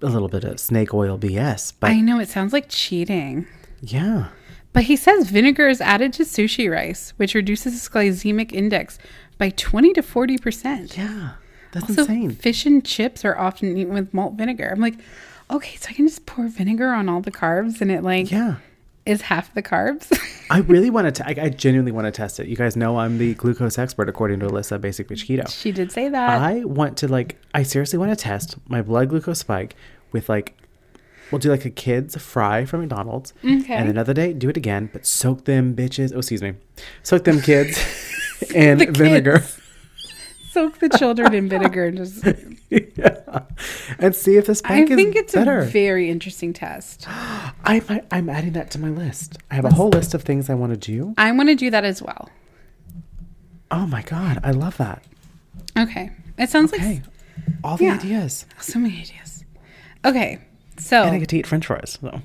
[SPEAKER 1] a little bit of snake oil BS. But
[SPEAKER 2] I know it sounds like cheating.
[SPEAKER 1] yeah.
[SPEAKER 2] But he says vinegar is added to sushi rice, which reduces its glycemic index by 20 to 40%.
[SPEAKER 1] Yeah. That's
[SPEAKER 2] Also,
[SPEAKER 1] insane.
[SPEAKER 2] fish and chips are often eaten with malt vinegar. I'm like, okay, so I can just pour vinegar on all the carbs and it like
[SPEAKER 1] Yeah.
[SPEAKER 2] is half the carbs. (laughs)
[SPEAKER 1] I really want to. I I genuinely want to test it. You guys know I'm the glucose expert, according to Alyssa, Basic Bitch Keto.
[SPEAKER 2] she did say that.
[SPEAKER 1] I want to like. I seriously want to test my blood glucose spike with like. We'll do like a kids fry from McDonald's, and another day do it again, but soak them bitches. Oh, excuse me, soak them
[SPEAKER 2] (laughs)
[SPEAKER 1] kids in
[SPEAKER 2] The
[SPEAKER 1] vinegar.
[SPEAKER 2] kids. Soak the children in vinegar and
[SPEAKER 1] (laughs)
[SPEAKER 2] just.
[SPEAKER 1] yeah. and see if the
[SPEAKER 2] I
[SPEAKER 1] spike is
[SPEAKER 2] think it's
[SPEAKER 1] better.
[SPEAKER 2] a very interesting test.
[SPEAKER 1] I might, I'm adding that to my list. I have a whole list of things I want to do.
[SPEAKER 2] I want to do that as well.
[SPEAKER 1] Oh my god, I love that.
[SPEAKER 2] Okay. It sounds
[SPEAKER 1] Hey,
[SPEAKER 2] like
[SPEAKER 1] all the
[SPEAKER 2] Yeah.
[SPEAKER 1] ideas,
[SPEAKER 2] (laughs) so many ideas. Okay. So,
[SPEAKER 1] and I get to eat French fries. So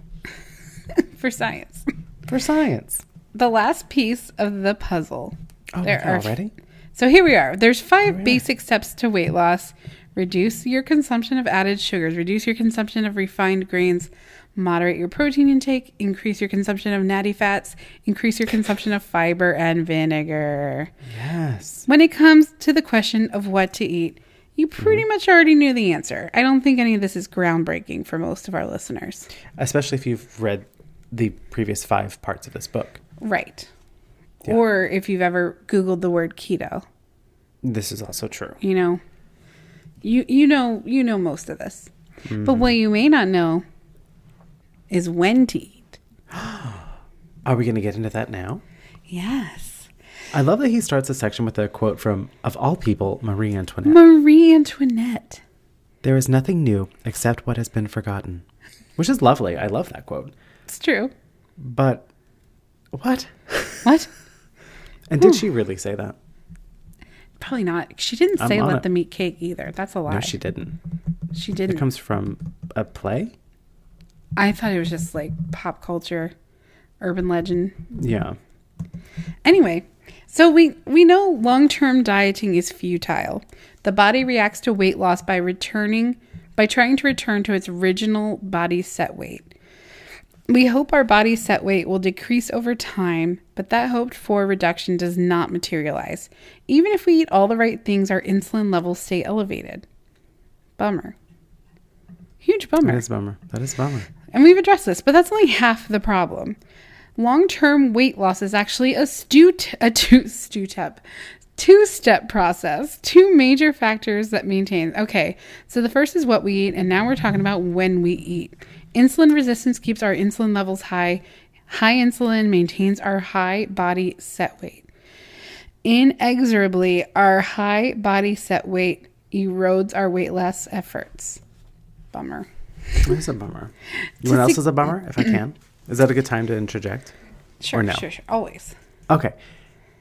[SPEAKER 2] for science,
[SPEAKER 1] for science.
[SPEAKER 2] the last piece of the puzzle.
[SPEAKER 1] Oh,
[SPEAKER 2] There
[SPEAKER 1] there
[SPEAKER 2] are-
[SPEAKER 1] already.
[SPEAKER 2] So here we are. There's five basic steps to weight loss. Reduce your consumption of added sugars, reduce your consumption of refined grains, moderate your protein intake, increase your consumption of natty fats, increase your consumption of fiber and vinegar.
[SPEAKER 1] Yes.
[SPEAKER 2] When it comes to the question of what to eat, you
[SPEAKER 1] Mm-hmm.
[SPEAKER 2] pretty much already knew the answer. I don't think any of this is groundbreaking for most of our listeners.
[SPEAKER 1] Especially if you've read the previous five parts of this book.
[SPEAKER 2] Right.
[SPEAKER 1] Yeah.
[SPEAKER 2] Or if you've ever Googled the word keto,
[SPEAKER 1] This is also true.
[SPEAKER 2] you know, you you know you know most of this. But
[SPEAKER 1] Mm-hmm.
[SPEAKER 2] what you may not know is when to eat.
[SPEAKER 1] Are we going to get into that now?
[SPEAKER 2] Yes.
[SPEAKER 1] I love that he starts this section with a quote from, of all people, Marie Antoinette.
[SPEAKER 2] Marie Antoinette.
[SPEAKER 1] There is nothing new except what has been forgotten, which is lovely. I love that quote.
[SPEAKER 2] It's true.
[SPEAKER 1] But what?
[SPEAKER 2] What?
[SPEAKER 1] And did she really say that?
[SPEAKER 2] Probably not. She didn't
[SPEAKER 1] I'm
[SPEAKER 2] say
[SPEAKER 1] on
[SPEAKER 2] let
[SPEAKER 1] it.
[SPEAKER 2] them eat cake either. That's a lie.
[SPEAKER 1] No,
[SPEAKER 2] she,
[SPEAKER 1] she didn't.
[SPEAKER 2] didn't.
[SPEAKER 1] It comes from a play.
[SPEAKER 2] I thought it was just like pop culture, urban legend.
[SPEAKER 1] Yeah.
[SPEAKER 2] Anyway, so we we know long-term dieting is futile. The body reacts to weight loss by returning by trying to return to its original body set weight. We hope our body set weight will decrease over time, but that hoped for reduction does not materialize. Even if we eat all the right things, our insulin levels stay elevated. Bummer. Huge bummer.
[SPEAKER 1] That is a bummer. That is a bummer.
[SPEAKER 2] And we've addressed this, but that's only half the problem. Long term weight loss is actually a, stu- a two, step, two step process, two major factors that maintain. Okay, so the first is what we eat, and now we're talking about when we eat. Insulin resistance keeps our insulin levels high. High insulin maintains our high body set weight. Inexorably, our high body set weight erodes our weight loss efforts. Bummer.
[SPEAKER 1] That is a bummer. You know what else is a bummer, if I (clears throat) can? Is that a good time to interject?
[SPEAKER 2] Sure,
[SPEAKER 1] Or no.
[SPEAKER 2] sure, sure. Always.
[SPEAKER 1] Okay.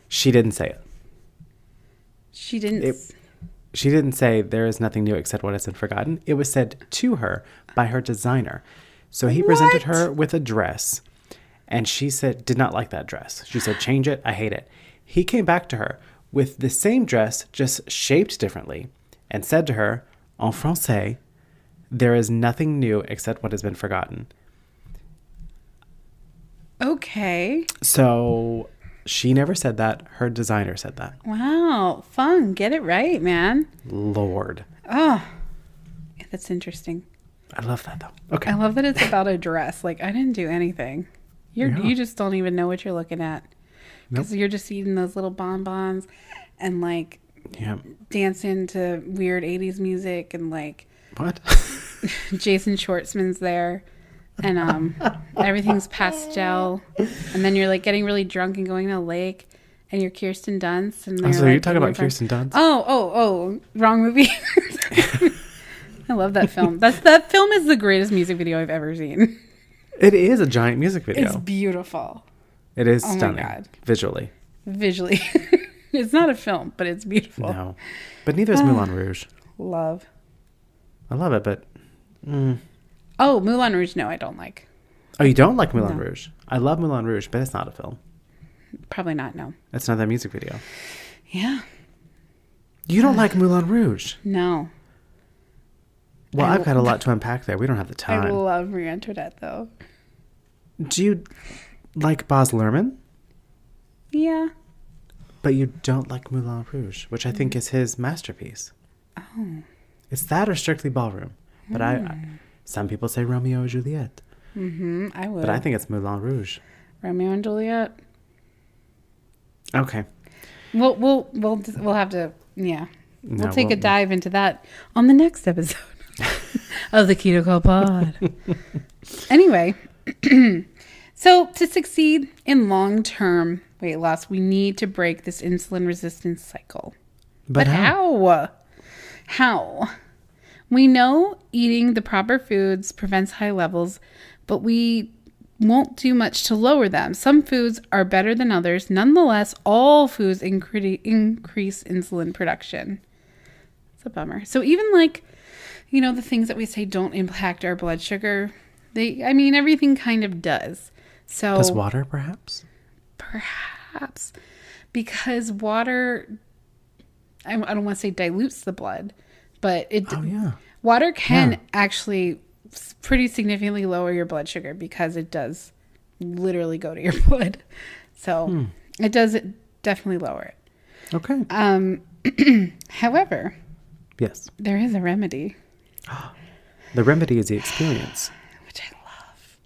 [SPEAKER 1] She didn't say it.
[SPEAKER 2] She didn't. s-
[SPEAKER 1] She didn't say there is nothing new except what has been forgotten. It was said to her by her designer. So he presented
[SPEAKER 2] What?
[SPEAKER 1] her with a dress and she said did not like that dress. She said change it. I hate it. He came back to her with the same dress just shaped differently and said to her en français there is nothing new except what has been forgotten.
[SPEAKER 2] okay.
[SPEAKER 1] So she never said that. Her designer said that.
[SPEAKER 2] Wow. Fun. Get it right, man.
[SPEAKER 1] Lord.
[SPEAKER 2] Yeah, that's interesting.
[SPEAKER 1] I love that though. Okay.
[SPEAKER 2] I love that it's about a dress. Like I didn't do anything. You are
[SPEAKER 1] Yeah.
[SPEAKER 2] you just don't even know what you're looking at because you're just eating those little bonbons and like
[SPEAKER 1] Yeah.
[SPEAKER 2] dancing to weird '80s music and like (laughs)
[SPEAKER 1] What? (laughs)
[SPEAKER 2] Jason Schwartzman's there. And
[SPEAKER 1] (laughs)
[SPEAKER 2] um, everything's pastel, and then you're like getting really drunk and going to the lake, and you're Kirsten Dunst. And
[SPEAKER 1] Oh, so
[SPEAKER 2] they're,
[SPEAKER 1] you're
[SPEAKER 2] like,
[SPEAKER 1] talking
[SPEAKER 2] in your
[SPEAKER 1] about
[SPEAKER 2] front-
[SPEAKER 1] Kirsten Dunst?
[SPEAKER 2] Oh, oh, oh, wrong movie. (laughs) I love that film. That's that film is the greatest music video I've ever seen.
[SPEAKER 1] It is a giant music
[SPEAKER 2] It's
[SPEAKER 1] video.
[SPEAKER 2] beautiful
[SPEAKER 1] It is
[SPEAKER 2] my
[SPEAKER 1] stunning
[SPEAKER 2] God.
[SPEAKER 1] visually.
[SPEAKER 2] visually. (laughs) it's not a film, but it's beautiful.
[SPEAKER 1] No, but neither
[SPEAKER 2] Ah.
[SPEAKER 1] is Moulin Rouge.
[SPEAKER 2] Love.
[SPEAKER 1] I love it, but
[SPEAKER 2] Oh, Moulin Rouge. No, I don't like.
[SPEAKER 1] oh, you don't like Moulin Rouge? I love Moulin Rouge, but it's not a film.
[SPEAKER 2] Probably not. No.
[SPEAKER 1] It's not that music video.
[SPEAKER 2] Yeah.
[SPEAKER 1] You don't like Moulin Rouge?
[SPEAKER 2] No.
[SPEAKER 1] Well,
[SPEAKER 2] I
[SPEAKER 1] I've got a lot to unpack there. We don't have the
[SPEAKER 2] I
[SPEAKER 1] time.
[SPEAKER 2] love Marie Antoinette though.
[SPEAKER 1] Do you like Boz Luhrmann?
[SPEAKER 2] Yeah.
[SPEAKER 1] But you don't like Moulin Rouge, which I
[SPEAKER 2] Mm.
[SPEAKER 1] think is his masterpiece.
[SPEAKER 2] Hmm.
[SPEAKER 1] Oh. It's that or Strictly Ballroom. But I, I, some people say Romeo and Juliet.
[SPEAKER 2] Mm-hmm. I would.
[SPEAKER 1] But I think it's Moulin Rouge.
[SPEAKER 2] Romeo and Juliet.
[SPEAKER 1] Okay.
[SPEAKER 2] We'll we'll we'll we'll have to yeah. We'll
[SPEAKER 1] No,
[SPEAKER 2] take a
[SPEAKER 1] we'll-
[SPEAKER 2] dive into that on the next episode of the Keto Call Pod. anyway, (clears throat) so to succeed in long-term weight loss, we need to break this insulin resistance cycle.
[SPEAKER 1] But,
[SPEAKER 2] But
[SPEAKER 1] how?
[SPEAKER 2] how? How? We know eating the proper foods prevents high levels, but we won't do much to lower them. Some foods are better than others. Nonetheless, all foods incre- increase insulin production. It's a bummer. So even like, you know, the things that we say don't impact our blood sugar, they I mean everything kind of does. So
[SPEAKER 1] Does water, perhaps?
[SPEAKER 2] perhaps because water I, I don't want to say dilutes the blood but it
[SPEAKER 1] Oh, yeah.
[SPEAKER 2] water can
[SPEAKER 1] Yeah.
[SPEAKER 2] actually s- pretty significantly lower your blood sugar because it does literally go to your (laughs) blood so
[SPEAKER 1] Hmm.
[SPEAKER 2] it does definitely lower it
[SPEAKER 1] Okay.
[SPEAKER 2] um (clears throat) however
[SPEAKER 1] yes.
[SPEAKER 2] there is a remedy
[SPEAKER 1] The remedy is the experience.
[SPEAKER 2] which I love.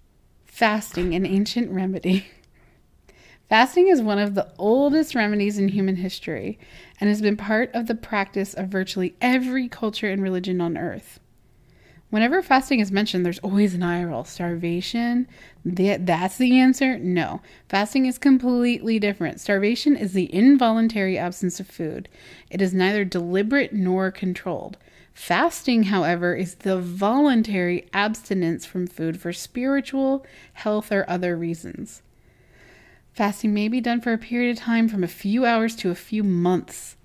[SPEAKER 2] Fasting, an ancient remedy. (laughs) Fasting is one of the oldest remedies in human history and has been part of the practice of virtually every culture and religion on earth. Whenever fasting is mentioned, there's always an eye roll. Starvation, Th- that's the answer? No. Fasting is completely different. Starvation is the involuntary absence of food, it is neither deliberate nor controlled. Fasting, however, is the voluntary abstinence from food for spiritual, health, or other reasons. Fasting may be done for a period of time from a few hours to a few months.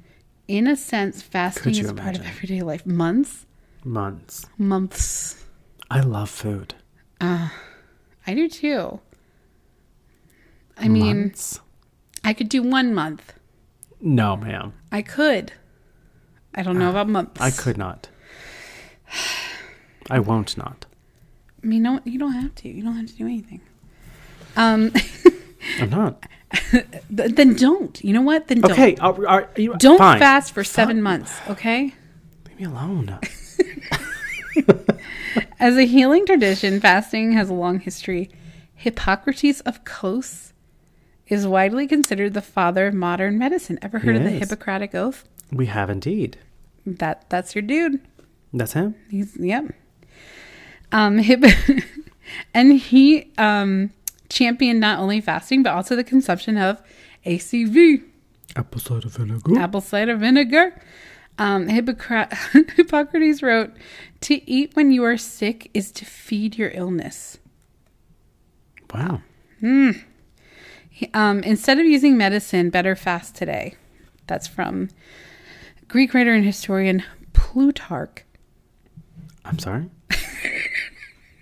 [SPEAKER 2] In a sense, fasting
[SPEAKER 1] you
[SPEAKER 2] is a part of
[SPEAKER 1] imagine?
[SPEAKER 2] everyday life. Months?
[SPEAKER 1] Months.
[SPEAKER 2] Months.
[SPEAKER 1] I love food.
[SPEAKER 2] I do too. I mean,
[SPEAKER 1] Months?
[SPEAKER 2] I could do one month.
[SPEAKER 1] No, ma'am.
[SPEAKER 2] I could. I don't know about months.
[SPEAKER 1] Ah,
[SPEAKER 2] (sighs)
[SPEAKER 1] I could not. I won't not.
[SPEAKER 2] I mean, no, you don't have to. You don't have to do anything. Um, (laughs)
[SPEAKER 1] I'm not.
[SPEAKER 2] th- then don't. You know what? Then don't.
[SPEAKER 1] Okay. Are, are, you,
[SPEAKER 2] Don't
[SPEAKER 1] fine.
[SPEAKER 2] fast for seven
[SPEAKER 1] Fine.
[SPEAKER 2] months, okay?
[SPEAKER 1] Leave me alone.
[SPEAKER 2] As a healing tradition, fasting has a long history. Hippocrates of Kos is widely considered the father of modern medicine. Ever heard of the
[SPEAKER 1] Yes.
[SPEAKER 2] Hippocratic Oath?
[SPEAKER 1] we have indeed.
[SPEAKER 2] That that's your dude.
[SPEAKER 1] That's him.
[SPEAKER 2] He's yep. Um, (laughs) hip, and he um championed not only fasting but also the consumption of ACV
[SPEAKER 1] Apple cider vinegar.
[SPEAKER 2] apple cider vinegar. Um, Hippocra- (laughs) Hippocrates wrote, "To eat when you are sick is to feed your illness."
[SPEAKER 1] wow.
[SPEAKER 2] He- Um, instead of using medicine, better fast today. That's from Greek writer and historian Plutarch.
[SPEAKER 1] I'm sorry. (laughs)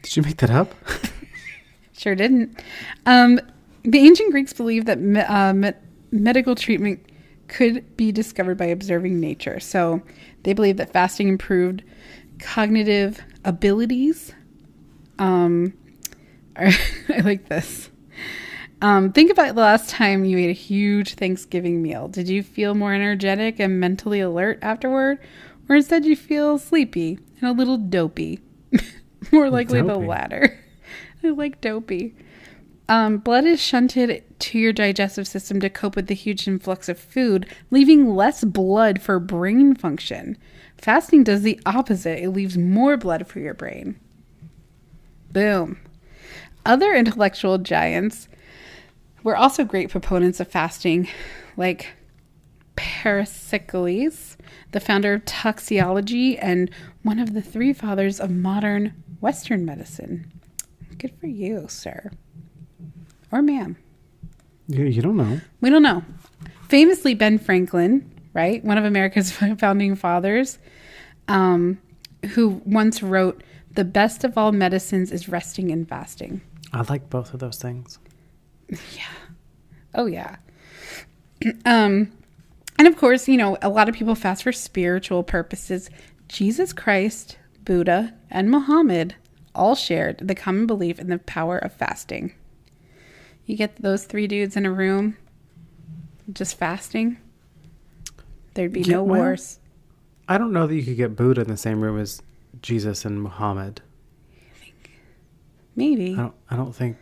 [SPEAKER 1] Did you make that up?
[SPEAKER 2] Sure didn't. Um, the ancient Greeks believed that me- uh, me- medical treatment could be discovered by observing nature. So they believed that fasting improved cognitive abilities. Um, (laughs) I like this. Um, think about the last time you ate a huge Thanksgiving meal. Did you feel more energetic and mentally alert afterward? Or instead, you feel sleepy and a little dopey? (laughs) more likely the
[SPEAKER 1] Dopey.
[SPEAKER 2] latter. (laughs) I like dopey. Um, blood is shunted to your digestive system to cope with the huge influx of food, leaving less blood for brain function. Fasting does the opposite, it leaves more blood for your brain. Boom. Other intellectual giants were also great proponents of fasting, like Paracelsus, the founder of toxicology and one of the three fathers of modern Western medicine. Good for you, sir. Or ma'am.
[SPEAKER 1] You, you don't know.
[SPEAKER 2] We don't know. Famously, Ben Franklin, right? One of America's (laughs) founding fathers, um, who once wrote, The best of all medicines is resting and fasting.
[SPEAKER 1] I like both of those things.
[SPEAKER 2] Oh yeah. (clears throat) um and of course, you know, a lot of people fast for spiritual purposes. Jesus Christ, Buddha, and Muhammad all shared the common belief in the power of fasting. You get those three dudes in a room just fasting, there'd be
[SPEAKER 1] Yeah,
[SPEAKER 2] no
[SPEAKER 1] well-
[SPEAKER 2] wars.
[SPEAKER 1] I don't know that you could get Buddha in the same room as Jesus and Muhammad.
[SPEAKER 3] Maybe.
[SPEAKER 1] I don't, I don't think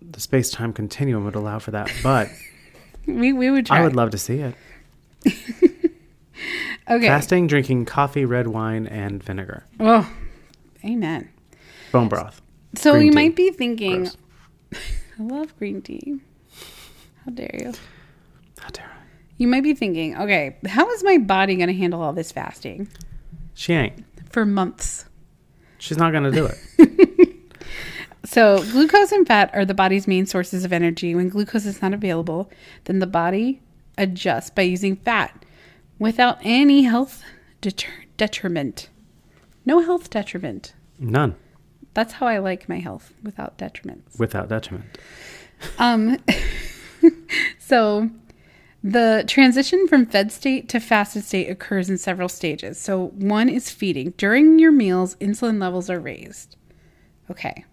[SPEAKER 1] the space time continuum would allow for (laughs) that, but
[SPEAKER 2] We, we would try.
[SPEAKER 1] I would love to see it.
[SPEAKER 2] okay.
[SPEAKER 1] Fasting, drinking coffee, red wine, and vinegar.
[SPEAKER 2] Oh, amen.
[SPEAKER 1] Bone broth.
[SPEAKER 2] So
[SPEAKER 1] Green
[SPEAKER 2] you
[SPEAKER 1] tea.
[SPEAKER 2] might be thinking,
[SPEAKER 1] Gross.
[SPEAKER 2] I love green tea. How dare you?
[SPEAKER 1] How dare I?
[SPEAKER 2] You might be thinking, okay, how is my body going to handle all this fasting
[SPEAKER 1] She ain't.
[SPEAKER 2] for months?
[SPEAKER 1] She's not going to (laughs) do it.
[SPEAKER 2] So, glucose and fat are the body's main sources of energy. When glucose is not available, then the body adjusts by using fat without any health deter- detriment. No health detriment.
[SPEAKER 1] None.
[SPEAKER 2] That's how I like my health without detriments.
[SPEAKER 1] Without detriment.
[SPEAKER 2] Um, (laughs) so the transition from fed state to fasted state occurs in several stages. So one is feeding. During your meals, insulin levels are raised. Okay,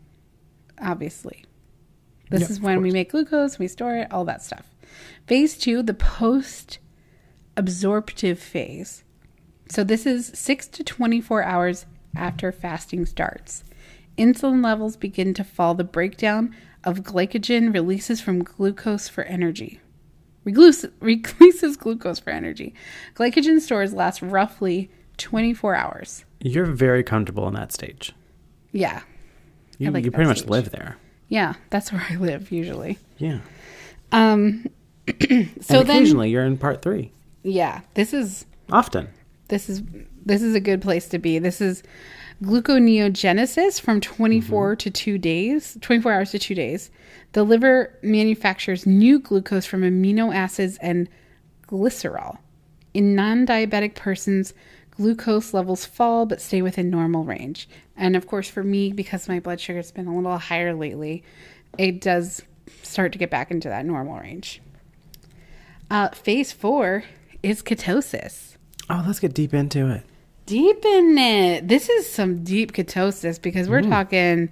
[SPEAKER 2] obviously. This
[SPEAKER 1] Yeah,
[SPEAKER 2] is
[SPEAKER 1] of
[SPEAKER 2] when we make glucose, we store it, all that stuff. Phase two, the post absorptive phase. So this is 6 to 24 hours after fasting starts. Insulin levels begin to fall. The breakdown of glycogen releases from glucose for energy. Regluce- Releases glucose for energy. Glycogen stores last roughly 24 hours.
[SPEAKER 1] You're very comfortable in that stage.
[SPEAKER 2] Yeah.
[SPEAKER 1] You,
[SPEAKER 2] like
[SPEAKER 1] you
[SPEAKER 2] that
[SPEAKER 1] pretty much
[SPEAKER 2] stage.
[SPEAKER 1] live there.
[SPEAKER 2] Yeah, that's (laughs) where I live usually.
[SPEAKER 1] Yeah.
[SPEAKER 2] Um (clears throat) so
[SPEAKER 1] So and
[SPEAKER 2] then
[SPEAKER 1] occasionally you're in part three.
[SPEAKER 2] yeah, this is
[SPEAKER 1] Often.
[SPEAKER 2] this is this is a good place to be. This is gluconeogenesis from 24 to 2 days, 24 hours to 2 days. The liver manufactures new glucose from amino acids and glycerol. In non-diabetic persons, glucose levels fall but stay within normal range. And of course for me because my blood sugar's been a little higher lately, it does start to get back into that normal range. Uh, phase 4 is ketosis
[SPEAKER 1] Oh, let's get deep into it.
[SPEAKER 2] deep in it. This is some deep ketosis because we're talking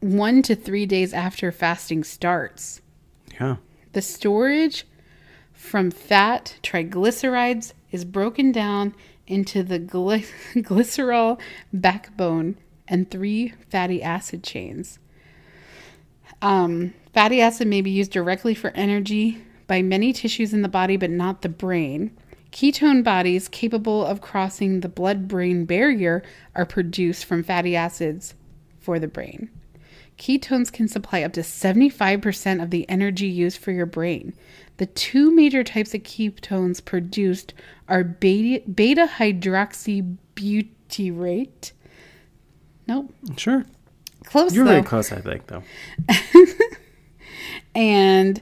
[SPEAKER 2] one to three days after fasting starts.
[SPEAKER 1] Yeah.
[SPEAKER 2] The storage from fat triglycerides is broken down into the gly- (laughs) glycerol backbone and three fatty acid chains. Um, fatty acid may be used directly for energy by many tissues in the body, but not the brain. Ketone bodies capable of crossing the blood brain barrier are produced from fatty acids for the brain. Ketones can supply up to 75% of the energy used for your brain. The two major types of ketones produced are beta, beta hydroxybutyrate. Nope.
[SPEAKER 1] Sure.
[SPEAKER 2] Close
[SPEAKER 1] You're
[SPEAKER 2] though.
[SPEAKER 1] very close, I think, though.
[SPEAKER 2] and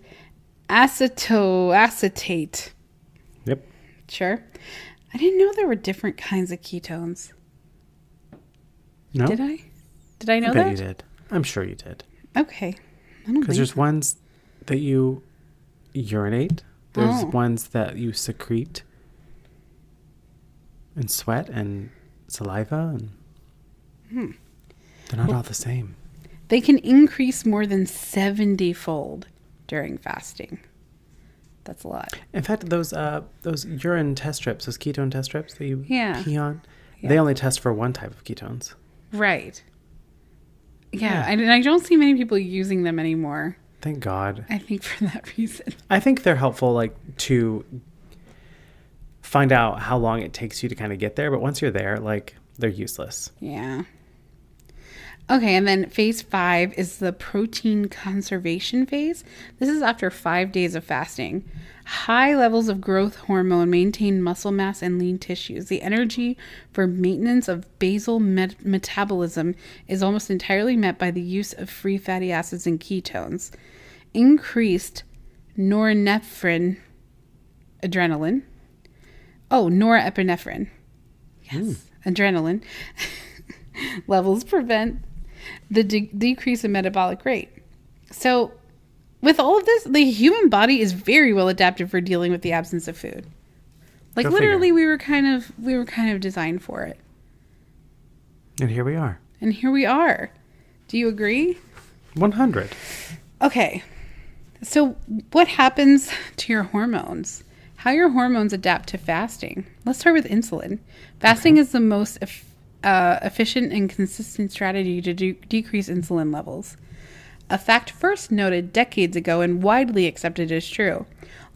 [SPEAKER 2] acetoacetate.
[SPEAKER 1] Yep.
[SPEAKER 2] Sure. I didn't know there were different kinds of ketones.
[SPEAKER 1] No?
[SPEAKER 2] Did I? Did I know
[SPEAKER 1] I bet you
[SPEAKER 2] that?
[SPEAKER 1] did. I'm sure you did.
[SPEAKER 2] Okay. I don't
[SPEAKER 1] Because
[SPEAKER 2] think.
[SPEAKER 1] there's ones that you urinate. There's
[SPEAKER 2] Oh.
[SPEAKER 1] ones that you secrete and sweat and saliva and
[SPEAKER 2] Hmm.
[SPEAKER 1] they're not all the same.
[SPEAKER 2] They can increase more than 70 fold during fasting. That's a lot.
[SPEAKER 1] In fact, those uh, those urine test strips, those ketone test strips that you
[SPEAKER 2] Yeah.
[SPEAKER 1] pee on, they only test for one type of ketones.
[SPEAKER 2] Right. Yeah, and I don't see many people using them anymore.
[SPEAKER 1] Thank God.
[SPEAKER 2] I think for that (laughs) reason.
[SPEAKER 1] I think they're helpful, like to find out how long it takes you to kind of get there. But once you're there, like they're useless.
[SPEAKER 2] Yeah. Okay, and then phase five is the protein conservation phase. This is after five days of fasting. High levels of growth hormone maintain muscle mass and lean tissues. The energy for maintenance of basal met- metabolism is almost entirely met by the use of free fatty acids and ketones. Increased norepinephrine, adrenaline. Oh, norepinephrine. Yes. Adrenaline (laughs) levels prevent the de- decrease in metabolic rate. So, with all of this, the human body is very well adapted for dealing with the absence of food. Like
[SPEAKER 1] Go
[SPEAKER 2] literally,
[SPEAKER 1] figure.
[SPEAKER 2] we were kind of we were kind of designed for it,
[SPEAKER 1] And here we are,
[SPEAKER 2] and here we are. Do you agree?
[SPEAKER 1] one hundred.
[SPEAKER 2] Okay. So, what happens to your hormones? How your hormones adapt to fasting? Let's start with insulin. Fasting is the most eff- uh, efficient and consistent strategy to de- decrease insulin levels. A fact first noted decades ago and widely accepted as true.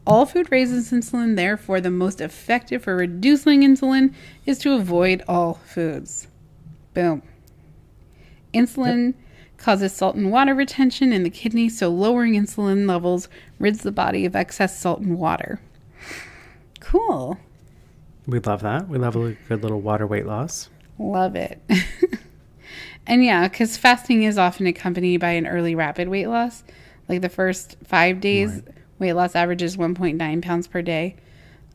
[SPEAKER 2] All food raises insulin, therefore, the most effective for reducing insulin is to avoid all foods. Boom. Insulin causes salt and water retention in the kidney, so lowering insulin levels rids the body of excess salt and water. Cool.
[SPEAKER 1] We love that. We love a good little water weight loss.
[SPEAKER 2] Love it. (laughs) and yeah, because fasting is often accompanied by an early rapid weight loss. Like the first five days, weight loss averages 1.9 pounds per day,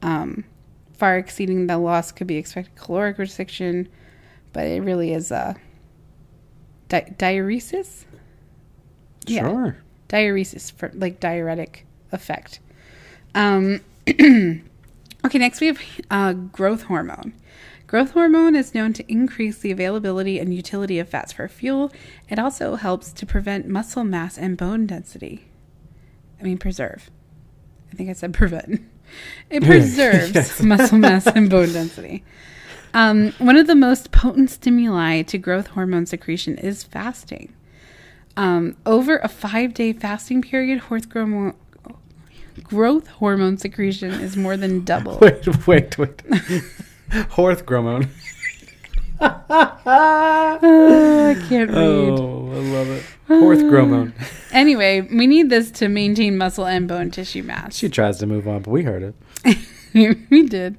[SPEAKER 2] um, far exceeding the loss could be expected caloric restriction, but it really is a di- diuresis? Yeah.
[SPEAKER 1] Sure.
[SPEAKER 2] diuresis for like diuretic effect. Um, (clears throat) okay, next we have uh, growth hormone. Growth hormone is known to increase the availability and utility of fats for fuel. It also helps to prevent muscle mass and bone density. I mean, preserve. I think I said prevent. It preserves muscle mass and bone density. Um, one of the most potent stimuli to growth hormone secretion is fasting. Um, over a five day fasting period, horse gromo- growth hormone secretion is more
[SPEAKER 1] (laughs)
[SPEAKER 2] than double.
[SPEAKER 1] (laughs) Wait, wait, wait. Horth gromone.
[SPEAKER 2] Ah, I can't read.
[SPEAKER 1] Oh, I love it. Horth gromone.
[SPEAKER 2] Anyway, we need this to maintain muscle and bone tissue mass.
[SPEAKER 1] She tries to move on, but we heard it.
[SPEAKER 2] (laughs) we did.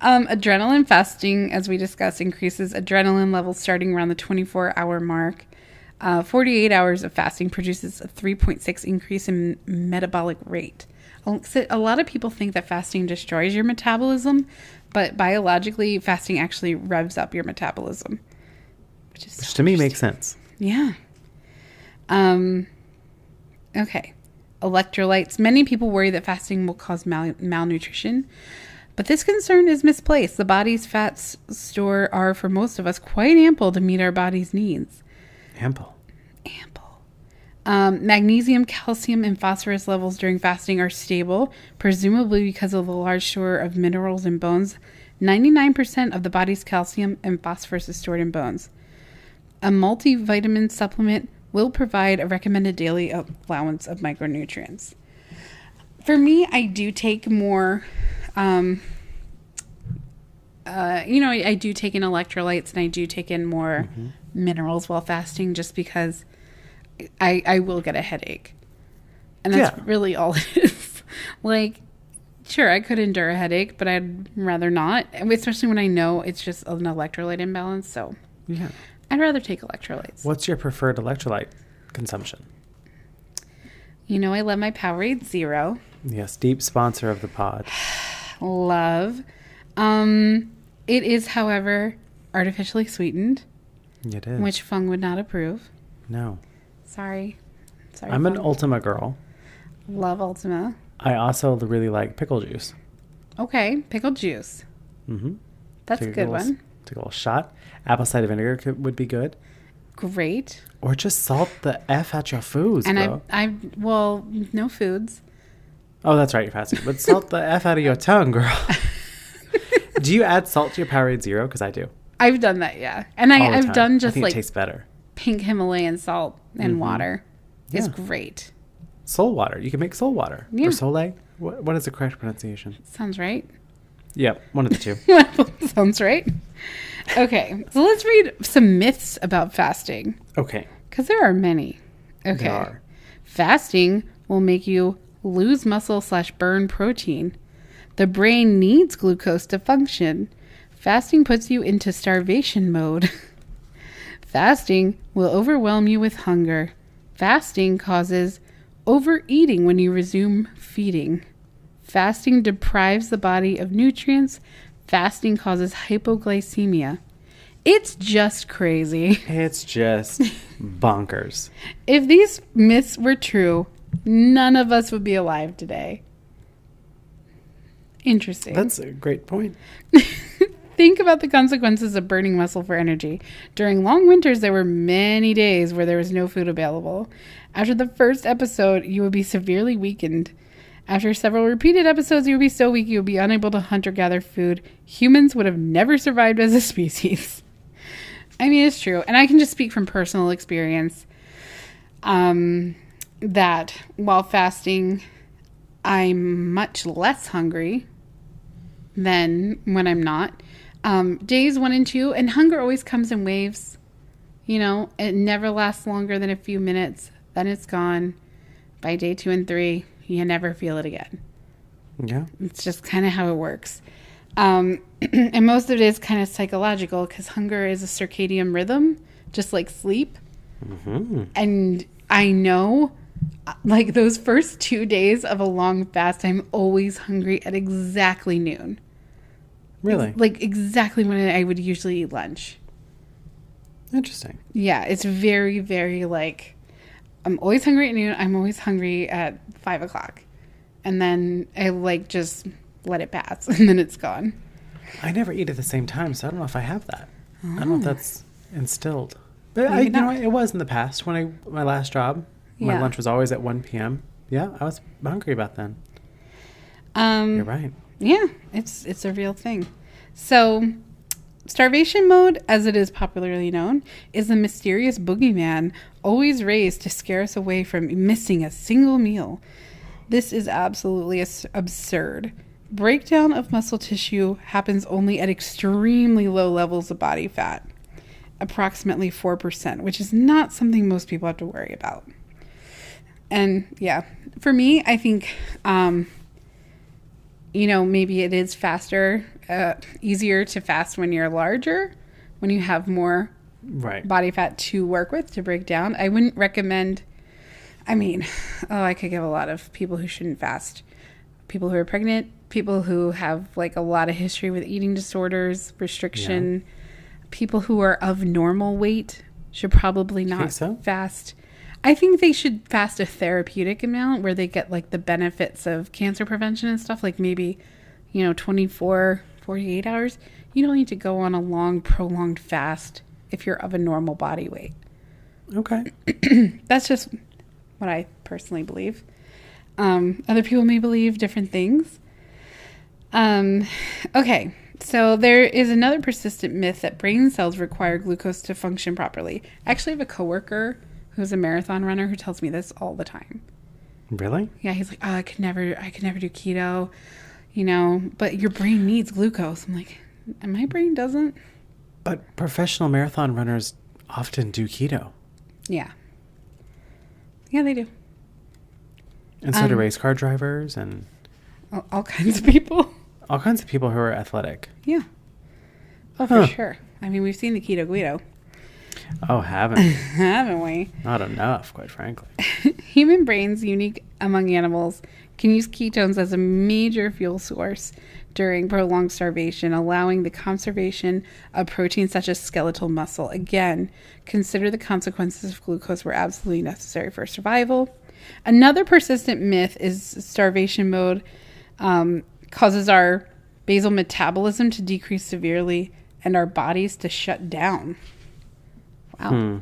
[SPEAKER 2] Um, adrenaline fasting, as we discussed, increases adrenaline levels starting around the 24 hour mark. Uh, 48 hours of fasting produces a 3.6 increase in metabolic rate. A- so A lot of people think that fasting destroys your metabolism, but biologically, fasting actually revs up your metabolism. Which is
[SPEAKER 1] Which to me makes sense.
[SPEAKER 2] yeah. Um, okay. Electrolytes. Many people worry that fasting will cause mal- malnutrition, but this concern is misplaced. The body's fats store are, for most of us, quite ample to meet our body's needs.
[SPEAKER 1] Ample.
[SPEAKER 2] Ample. Um, magnesium, calcium, and phosphorus levels during fasting are stable, presumably because of the large store of minerals in bones. 99% of the body's calcium and phosphorus is stored in bones. A multivitamin supplement will provide a recommended daily allowance of micronutrients. For me, I do take more, um, uh, you know, I, I do take in electrolytes and I do take in more minerals while fasting just because I, I will get a headache. And that's
[SPEAKER 1] Yeah.
[SPEAKER 2] really all (laughs) it is. like, sure, I could endure a headache, but I'd rather not, and especially when I know it's just an electrolyte imbalance. So
[SPEAKER 1] Yeah.
[SPEAKER 2] I'd rather take electrolytes.
[SPEAKER 1] What's your preferred electrolyte consumption?
[SPEAKER 2] You know, I love my Powerade Zero.
[SPEAKER 1] Yes, deep sponsor of the pod.
[SPEAKER 2] Love. Um, it is, however, artificially sweetened,
[SPEAKER 1] It is.
[SPEAKER 2] which Fung would not approve.
[SPEAKER 1] no.
[SPEAKER 2] Sorry. Sorry.
[SPEAKER 1] I'm an
[SPEAKER 2] Fung.
[SPEAKER 1] Ultima girl.
[SPEAKER 2] Love Ultima.
[SPEAKER 1] I also really like pickle juice.
[SPEAKER 2] Okay. Pickled juice.
[SPEAKER 1] Mm-hmm.
[SPEAKER 2] That's a good
[SPEAKER 1] little, s-
[SPEAKER 2] one.
[SPEAKER 1] Take a little shot. Apple cider vinegar could, would be good.
[SPEAKER 2] Great.
[SPEAKER 1] Or just salt the F out your foods,
[SPEAKER 2] And
[SPEAKER 1] bro.
[SPEAKER 2] I, I, well, no foods. (laughs)
[SPEAKER 1] Oh, that's right, you're fasting. But salt the F out of your tongue, girl. (laughs) do you add salt to your Powerade Zero? Because I do.
[SPEAKER 2] I've done that, yeah. And I,
[SPEAKER 1] all the
[SPEAKER 2] I've
[SPEAKER 1] time.
[SPEAKER 2] done
[SPEAKER 1] I
[SPEAKER 2] just
[SPEAKER 1] think
[SPEAKER 2] like
[SPEAKER 1] it tastes better.
[SPEAKER 2] pink Himalayan salt and water. It's
[SPEAKER 1] Yeah.
[SPEAKER 2] great.
[SPEAKER 1] Soul water. You can make soul water.
[SPEAKER 2] Yeah.
[SPEAKER 1] Or sole. What, what is the correct pronunciation?
[SPEAKER 2] Sounds right.
[SPEAKER 1] Yep, one of the
[SPEAKER 2] (laughs)
[SPEAKER 1] two.
[SPEAKER 2] Sounds right. Okay, so let's read some myths about fasting
[SPEAKER 1] okay.
[SPEAKER 2] because there are many. Okay,
[SPEAKER 1] are.
[SPEAKER 2] fasting will make you lose muscle slash burn protein. The brain needs glucose to function. Fasting puts you into starvation mode. (laughs) Fasting will overwhelm you with hunger. Fasting causes overeating when you resume feeding. Fasting deprives the body of nutrients. Fasting causes hypoglycemia. It's just crazy. (laughs)
[SPEAKER 1] It's just bonkers.
[SPEAKER 2] If these myths were true, none of us would be alive today. Interesting.
[SPEAKER 1] That's a great point.
[SPEAKER 2] (laughs) Think about the consequences of burning muscle for energy. During long winters, there were many days where there was no food available. After the first episode, you would be severely weakened. After several repeated episodes, you would be so weak you would be unable to hunt or gather food. Humans would have never survived as a (laughs) species. I mean, it's true. And I can just speak from personal experience um, that while fasting, I'm much less hungry than when I'm not. Um, days one and two, and hunger always comes in waves. You know, it never lasts longer than a few minutes, then it's gone. By day two and three, you never feel it again.
[SPEAKER 1] Yeah.
[SPEAKER 2] It's just kind of how it works. Um, (clears throat) and most of it is kind of psychological because hunger is a circadian rhythm, just like sleep. And I know, uh, like, those first two days of a long fast, I'm always hungry at exactly noon.
[SPEAKER 1] Really?
[SPEAKER 2] Like, exactly when I would usually eat lunch. Mm-hmm.
[SPEAKER 1] Interesting.
[SPEAKER 2] Yeah, it's very, very like, I'm always hungry at noon. I'm always hungry at five o'clock. And then I, like, just let it pass (laughs) and then it's gone.
[SPEAKER 1] I never eat at the same time, so I don't know if I have that. I don't know if that's instilled. But I,
[SPEAKER 2] Ah. Maybe
[SPEAKER 1] you know,
[SPEAKER 2] not.
[SPEAKER 1] what, it was in the past when I my last job. My
[SPEAKER 2] Yeah.
[SPEAKER 1] lunch was always at 1 p.m. Yeah, I was hungry about then.
[SPEAKER 2] Um,
[SPEAKER 1] You're right.
[SPEAKER 2] Yeah, it's it's a real thing. So, starvation mode, as it is popularly known, is a mysterious boogeyman always raised to scare us away from missing a single meal. This is absolutely as- absurd. Breakdown of muscle tissue happens only at extremely low levels of body fat, approximately 4%, which is not something most people have to worry about. And yeah, for me, I think um, you know, maybe it is faster, uh, easier to fast when you're larger, when you have more
[SPEAKER 1] Right.
[SPEAKER 2] body fat to work with to break down. I wouldn't recommend, I mean, oh, I could give a lot of people who shouldn't fast people who are pregnant, people who have like a lot of history with eating disorders, restriction, people who are of normal weight should probably not
[SPEAKER 1] so?
[SPEAKER 2] fast. I think they should fast a therapeutic amount where they get like the benefits of cancer prevention and stuff, like maybe, you know, 24, 48 hours. You don't need to go on a long, prolonged fast if you're of a normal body weight.
[SPEAKER 1] Okay.
[SPEAKER 2] That's just what I personally believe. Um, other people may believe different things. Um, okay, so there is another persistent myth that brain cells require glucose to function properly. I actually have a coworker who's a marathon runner who tells me this all the time.
[SPEAKER 1] Really?
[SPEAKER 2] Yeah, he's like, oh, I could never, I could never do keto, you know. But your brain needs glucose. I'm like, and my brain doesn't.
[SPEAKER 1] But professional marathon runners often do keto,
[SPEAKER 2] Yeah. Yeah, they do.
[SPEAKER 1] and so do
[SPEAKER 2] Um,
[SPEAKER 1] race car drivers and
[SPEAKER 2] All, all kinds of people.
[SPEAKER 1] all kinds of people who are athletic.
[SPEAKER 2] Yeah. Oh, for
[SPEAKER 1] Huh.
[SPEAKER 2] sure. I mean, we've seen the Keto Guido, (laughs)
[SPEAKER 1] Oh, haven't
[SPEAKER 2] haven't we?
[SPEAKER 1] not enough, quite frankly.
[SPEAKER 2] Human brains, unique among animals, can use ketones as a major fuel source during prolonged starvation, allowing the conservation of protein such as skeletal muscle. Again, consider the consequences if glucose were absolutely necessary for survival. Another persistent myth is starvation mode um, causes our basal metabolism to decrease severely and our bodies to shut down. Wow.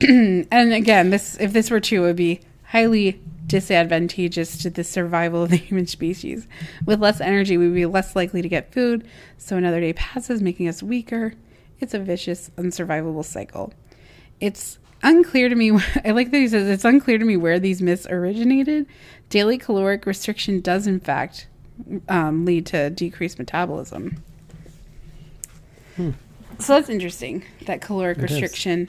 [SPEAKER 2] and again, this if this were true, it would be highly disadvantageous to the survival of the (laughs) human species. With less energy, we'd be less likely to get food, so another day passes, making us weaker. It's a vicious, unsurvivable cycle. It's unclear to me. (laughs) I like that he says it's unclear to me where these myths originated. Daily caloric restriction does, in fact, um, lead to decreased metabolism. So that's interesting. That caloric
[SPEAKER 1] is.
[SPEAKER 2] restriction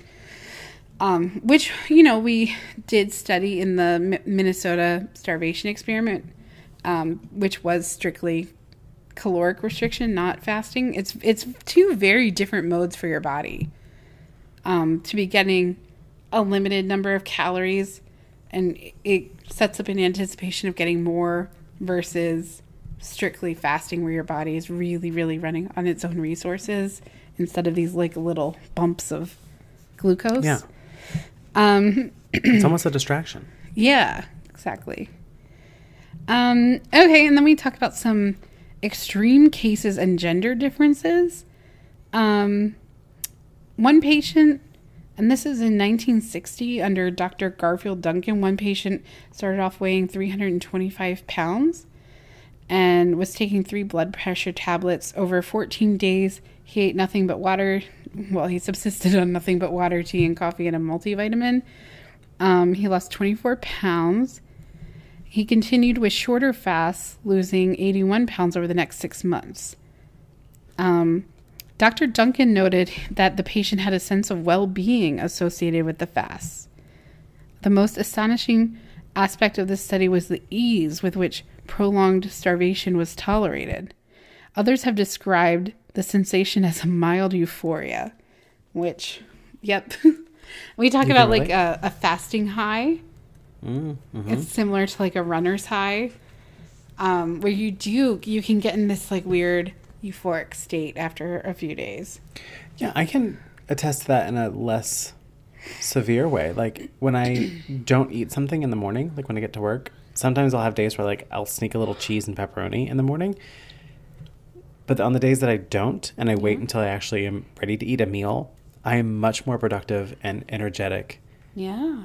[SPEAKER 2] um, which you know we did study in the Mi- Minnesota starvation experiment, um, which was strictly caloric restriction, not fasting. It's it's two very different modes for your body. Um, to be getting a limited number of calories, and it sets up an anticipation of getting more versus strictly fasting, where your body is really really running on its own resources instead of these like little bumps of glucose.
[SPEAKER 1] Yeah,
[SPEAKER 2] Um,
[SPEAKER 1] it's almost a distraction.
[SPEAKER 2] yeah, exactly. Um, okay, and then we talk about some extreme cases and gender differences. Um, one patient, and this is in 1960 under Dr. Garfield Duncan, one patient started off weighing 325 pounds and was taking three blood pressure tablets over 14 days. He ate nothing but water, well, he subsisted on nothing but water, tea, and coffee and a multivitamin. Um, he lost 24 pounds. He continued with shorter fasts, losing 81 pounds over the next six months. Um, Dr. Duncan noted that the patient had a sense of well being associated with the fasts. The most astonishing aspect of this study was the ease with which prolonged starvation was tolerated. Others have described the sensation as a mild euphoria, which, yep. (laughs) we talk about like
[SPEAKER 1] relate?
[SPEAKER 2] a, a fasting high. It's similar to like a runner's high, um, where you do, you can get in this like weird euphoric state after a few days.
[SPEAKER 1] Yeah, I can attest to that in a less severe way. Like when I don't eat something in the morning, like when I get to work, sometimes I'll have days where like I'll sneak a little cheese and pepperoni in the morning. But on the days that I don't and I wait until I actually am ready to eat a meal, I am much more productive and energetic
[SPEAKER 2] Yeah.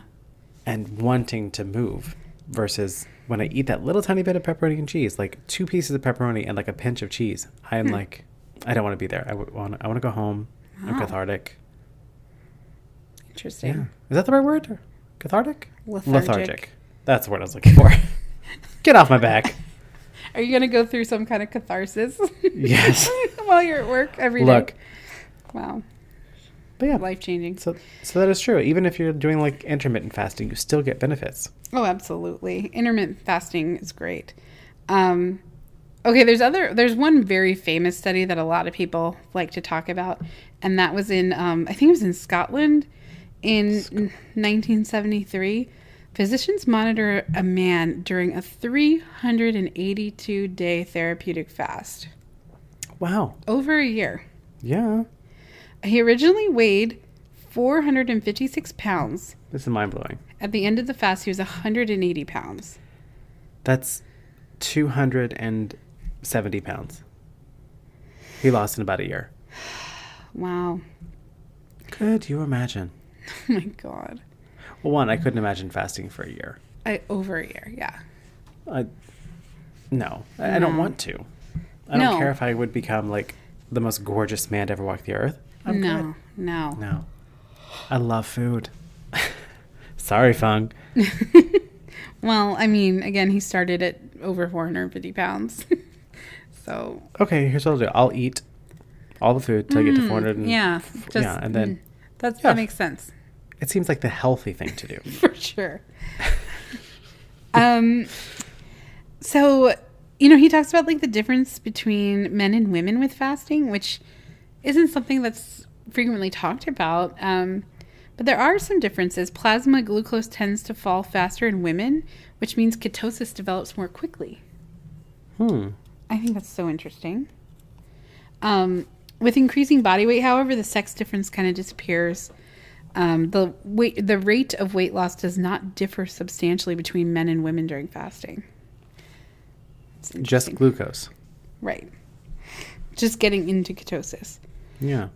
[SPEAKER 1] and wanting to move versus when I eat that little tiny bit of pepperoni and cheese, like two pieces of pepperoni and like a pinch of cheese, I am like, I don't want to be there. I want I want to go home. I'm
[SPEAKER 2] Wow.
[SPEAKER 1] cathartic.
[SPEAKER 2] Interesting.
[SPEAKER 1] Is that the right word? Cathartic?
[SPEAKER 2] Lethargic.
[SPEAKER 1] That's the word I was looking for. (laughs) Get off my back.
[SPEAKER 2] Are you going to go through some kind of catharsis
[SPEAKER 1] (laughs)
[SPEAKER 2] (laughs)
[SPEAKER 1] Yes.
[SPEAKER 2] while you're at work every day?
[SPEAKER 1] Look.
[SPEAKER 2] Wow.
[SPEAKER 1] But yeah.
[SPEAKER 2] Life changing.
[SPEAKER 1] So so that is true. Even if you're doing like intermittent fasting, you still get benefits.
[SPEAKER 2] Oh, absolutely. Intermittent fasting is great. Um, okay, there's other there's one very famous study that a lot of people like to talk about, and that was in um, I think it was in Scotland in 1973. Physicians monitor a man during a 382 day therapeutic fast
[SPEAKER 1] Wow.
[SPEAKER 2] over a year.
[SPEAKER 1] Yeah.
[SPEAKER 2] He originally weighed 456 pounds.
[SPEAKER 1] This is mind blowing.
[SPEAKER 2] At the end of the fast, he was 180 pounds.
[SPEAKER 1] That's two hundred and seventy pounds. He lost in about a year.
[SPEAKER 2] Wow. (laughs)
[SPEAKER 1] Could you imagine?
[SPEAKER 2] Oh my god.
[SPEAKER 1] Well, one, I couldn't imagine fasting for a year.
[SPEAKER 2] I over a year, yeah.
[SPEAKER 1] I, no, I, I don't
[SPEAKER 2] No.
[SPEAKER 1] want to. I don't
[SPEAKER 2] No.
[SPEAKER 1] care if I would become like the most gorgeous man to ever walk the earth. I'm
[SPEAKER 2] no,
[SPEAKER 1] good.
[SPEAKER 2] no,
[SPEAKER 1] No. I love food. (laughs) Sorry, Fung.
[SPEAKER 2] Well, I mean, again, he started at over 450 pounds. (laughs) so,
[SPEAKER 1] Okay, here's what I'll do. I'll eat all the food till I get to 400. And,
[SPEAKER 2] Mm, yeah, just
[SPEAKER 1] Mm.
[SPEAKER 2] mm.
[SPEAKER 1] yeah, and then
[SPEAKER 2] that's,
[SPEAKER 1] yeah.
[SPEAKER 2] that makes sense
[SPEAKER 1] it seems like the healthy thing to do.
[SPEAKER 2] (laughs) for sure. um, so, you know, he talks about like the difference between men and women with fasting, which isn't something that's frequently talked about. Um, but there are some differences. Plasma glucose tends to fall faster in women, which means ketosis develops more quickly.
[SPEAKER 1] Hmm.
[SPEAKER 2] I think that's so interesting. Um, with increasing body weight, however, the sex difference kind of disappears. Um, the weight, the rate of weight loss does not differ substantially between men and women during fasting. It's
[SPEAKER 1] Just
[SPEAKER 2] interesting.
[SPEAKER 1] glucose.
[SPEAKER 2] right. Just getting into ketosis.
[SPEAKER 1] Yeah.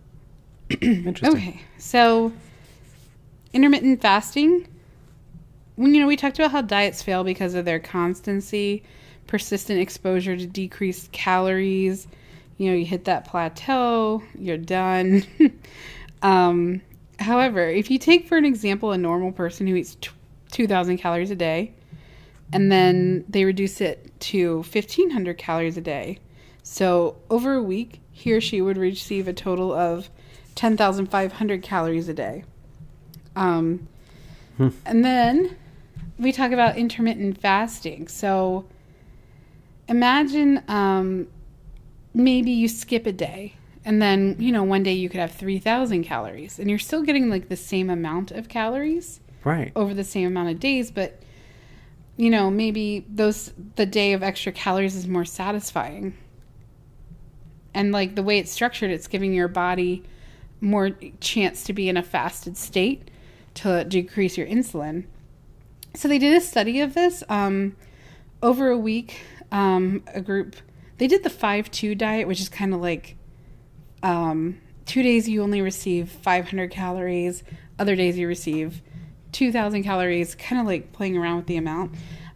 [SPEAKER 2] (clears throat)
[SPEAKER 1] Interesting.
[SPEAKER 2] Okay, so intermittent fasting. well, You know, we talked about how diets fail because of their constancy, persistent exposure to decreased calories. You know, you hit that plateau, you're done. (laughs) um, however, if you take, for an example, a normal person who eats t- 2,000 calories a day and then they reduce it to 1,500 calories a day, so over a week, he or she would receive a total of 10,500 calories a day. Um, And then we talk about intermittent fasting. So imagine um, maybe you skip a day and then, you know, one day you could have 3,000 calories and you're still getting like the same amount of calories
[SPEAKER 1] Right.
[SPEAKER 2] over the same amount of days, but you know, maybe those the day of extra calories is more satisfying. And like the way it's structured, it's giving your body more chance to be in a fasted state to decrease your insulin. So they did a study of this um, over a week. Um, a group they did the five two diet, which is kind of like um, two days you only receive 500 calories, other days you receive 2,000 calories, kind of like playing around with the amount.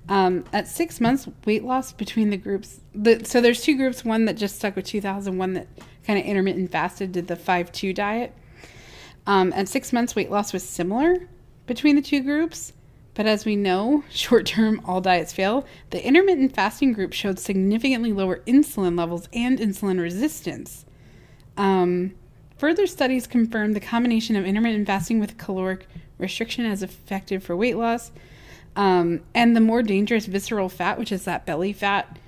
[SPEAKER 2] Um, at six months, weight loss between the groups. The, so there's two groups, one that just stuck with 2,000, one that kind of intermittent fasted, did the 5 2 diet. Um, at six months, weight loss was similar between the two groups, but as we know, (laughs) short term all diets fail. The intermittent fasting group showed significantly lower insulin levels and insulin resistance. Um, further studies confirmed the combination of intermittent fasting with caloric restriction as effective for weight loss. Um, and the more dangerous visceral fat, which is that belly fat,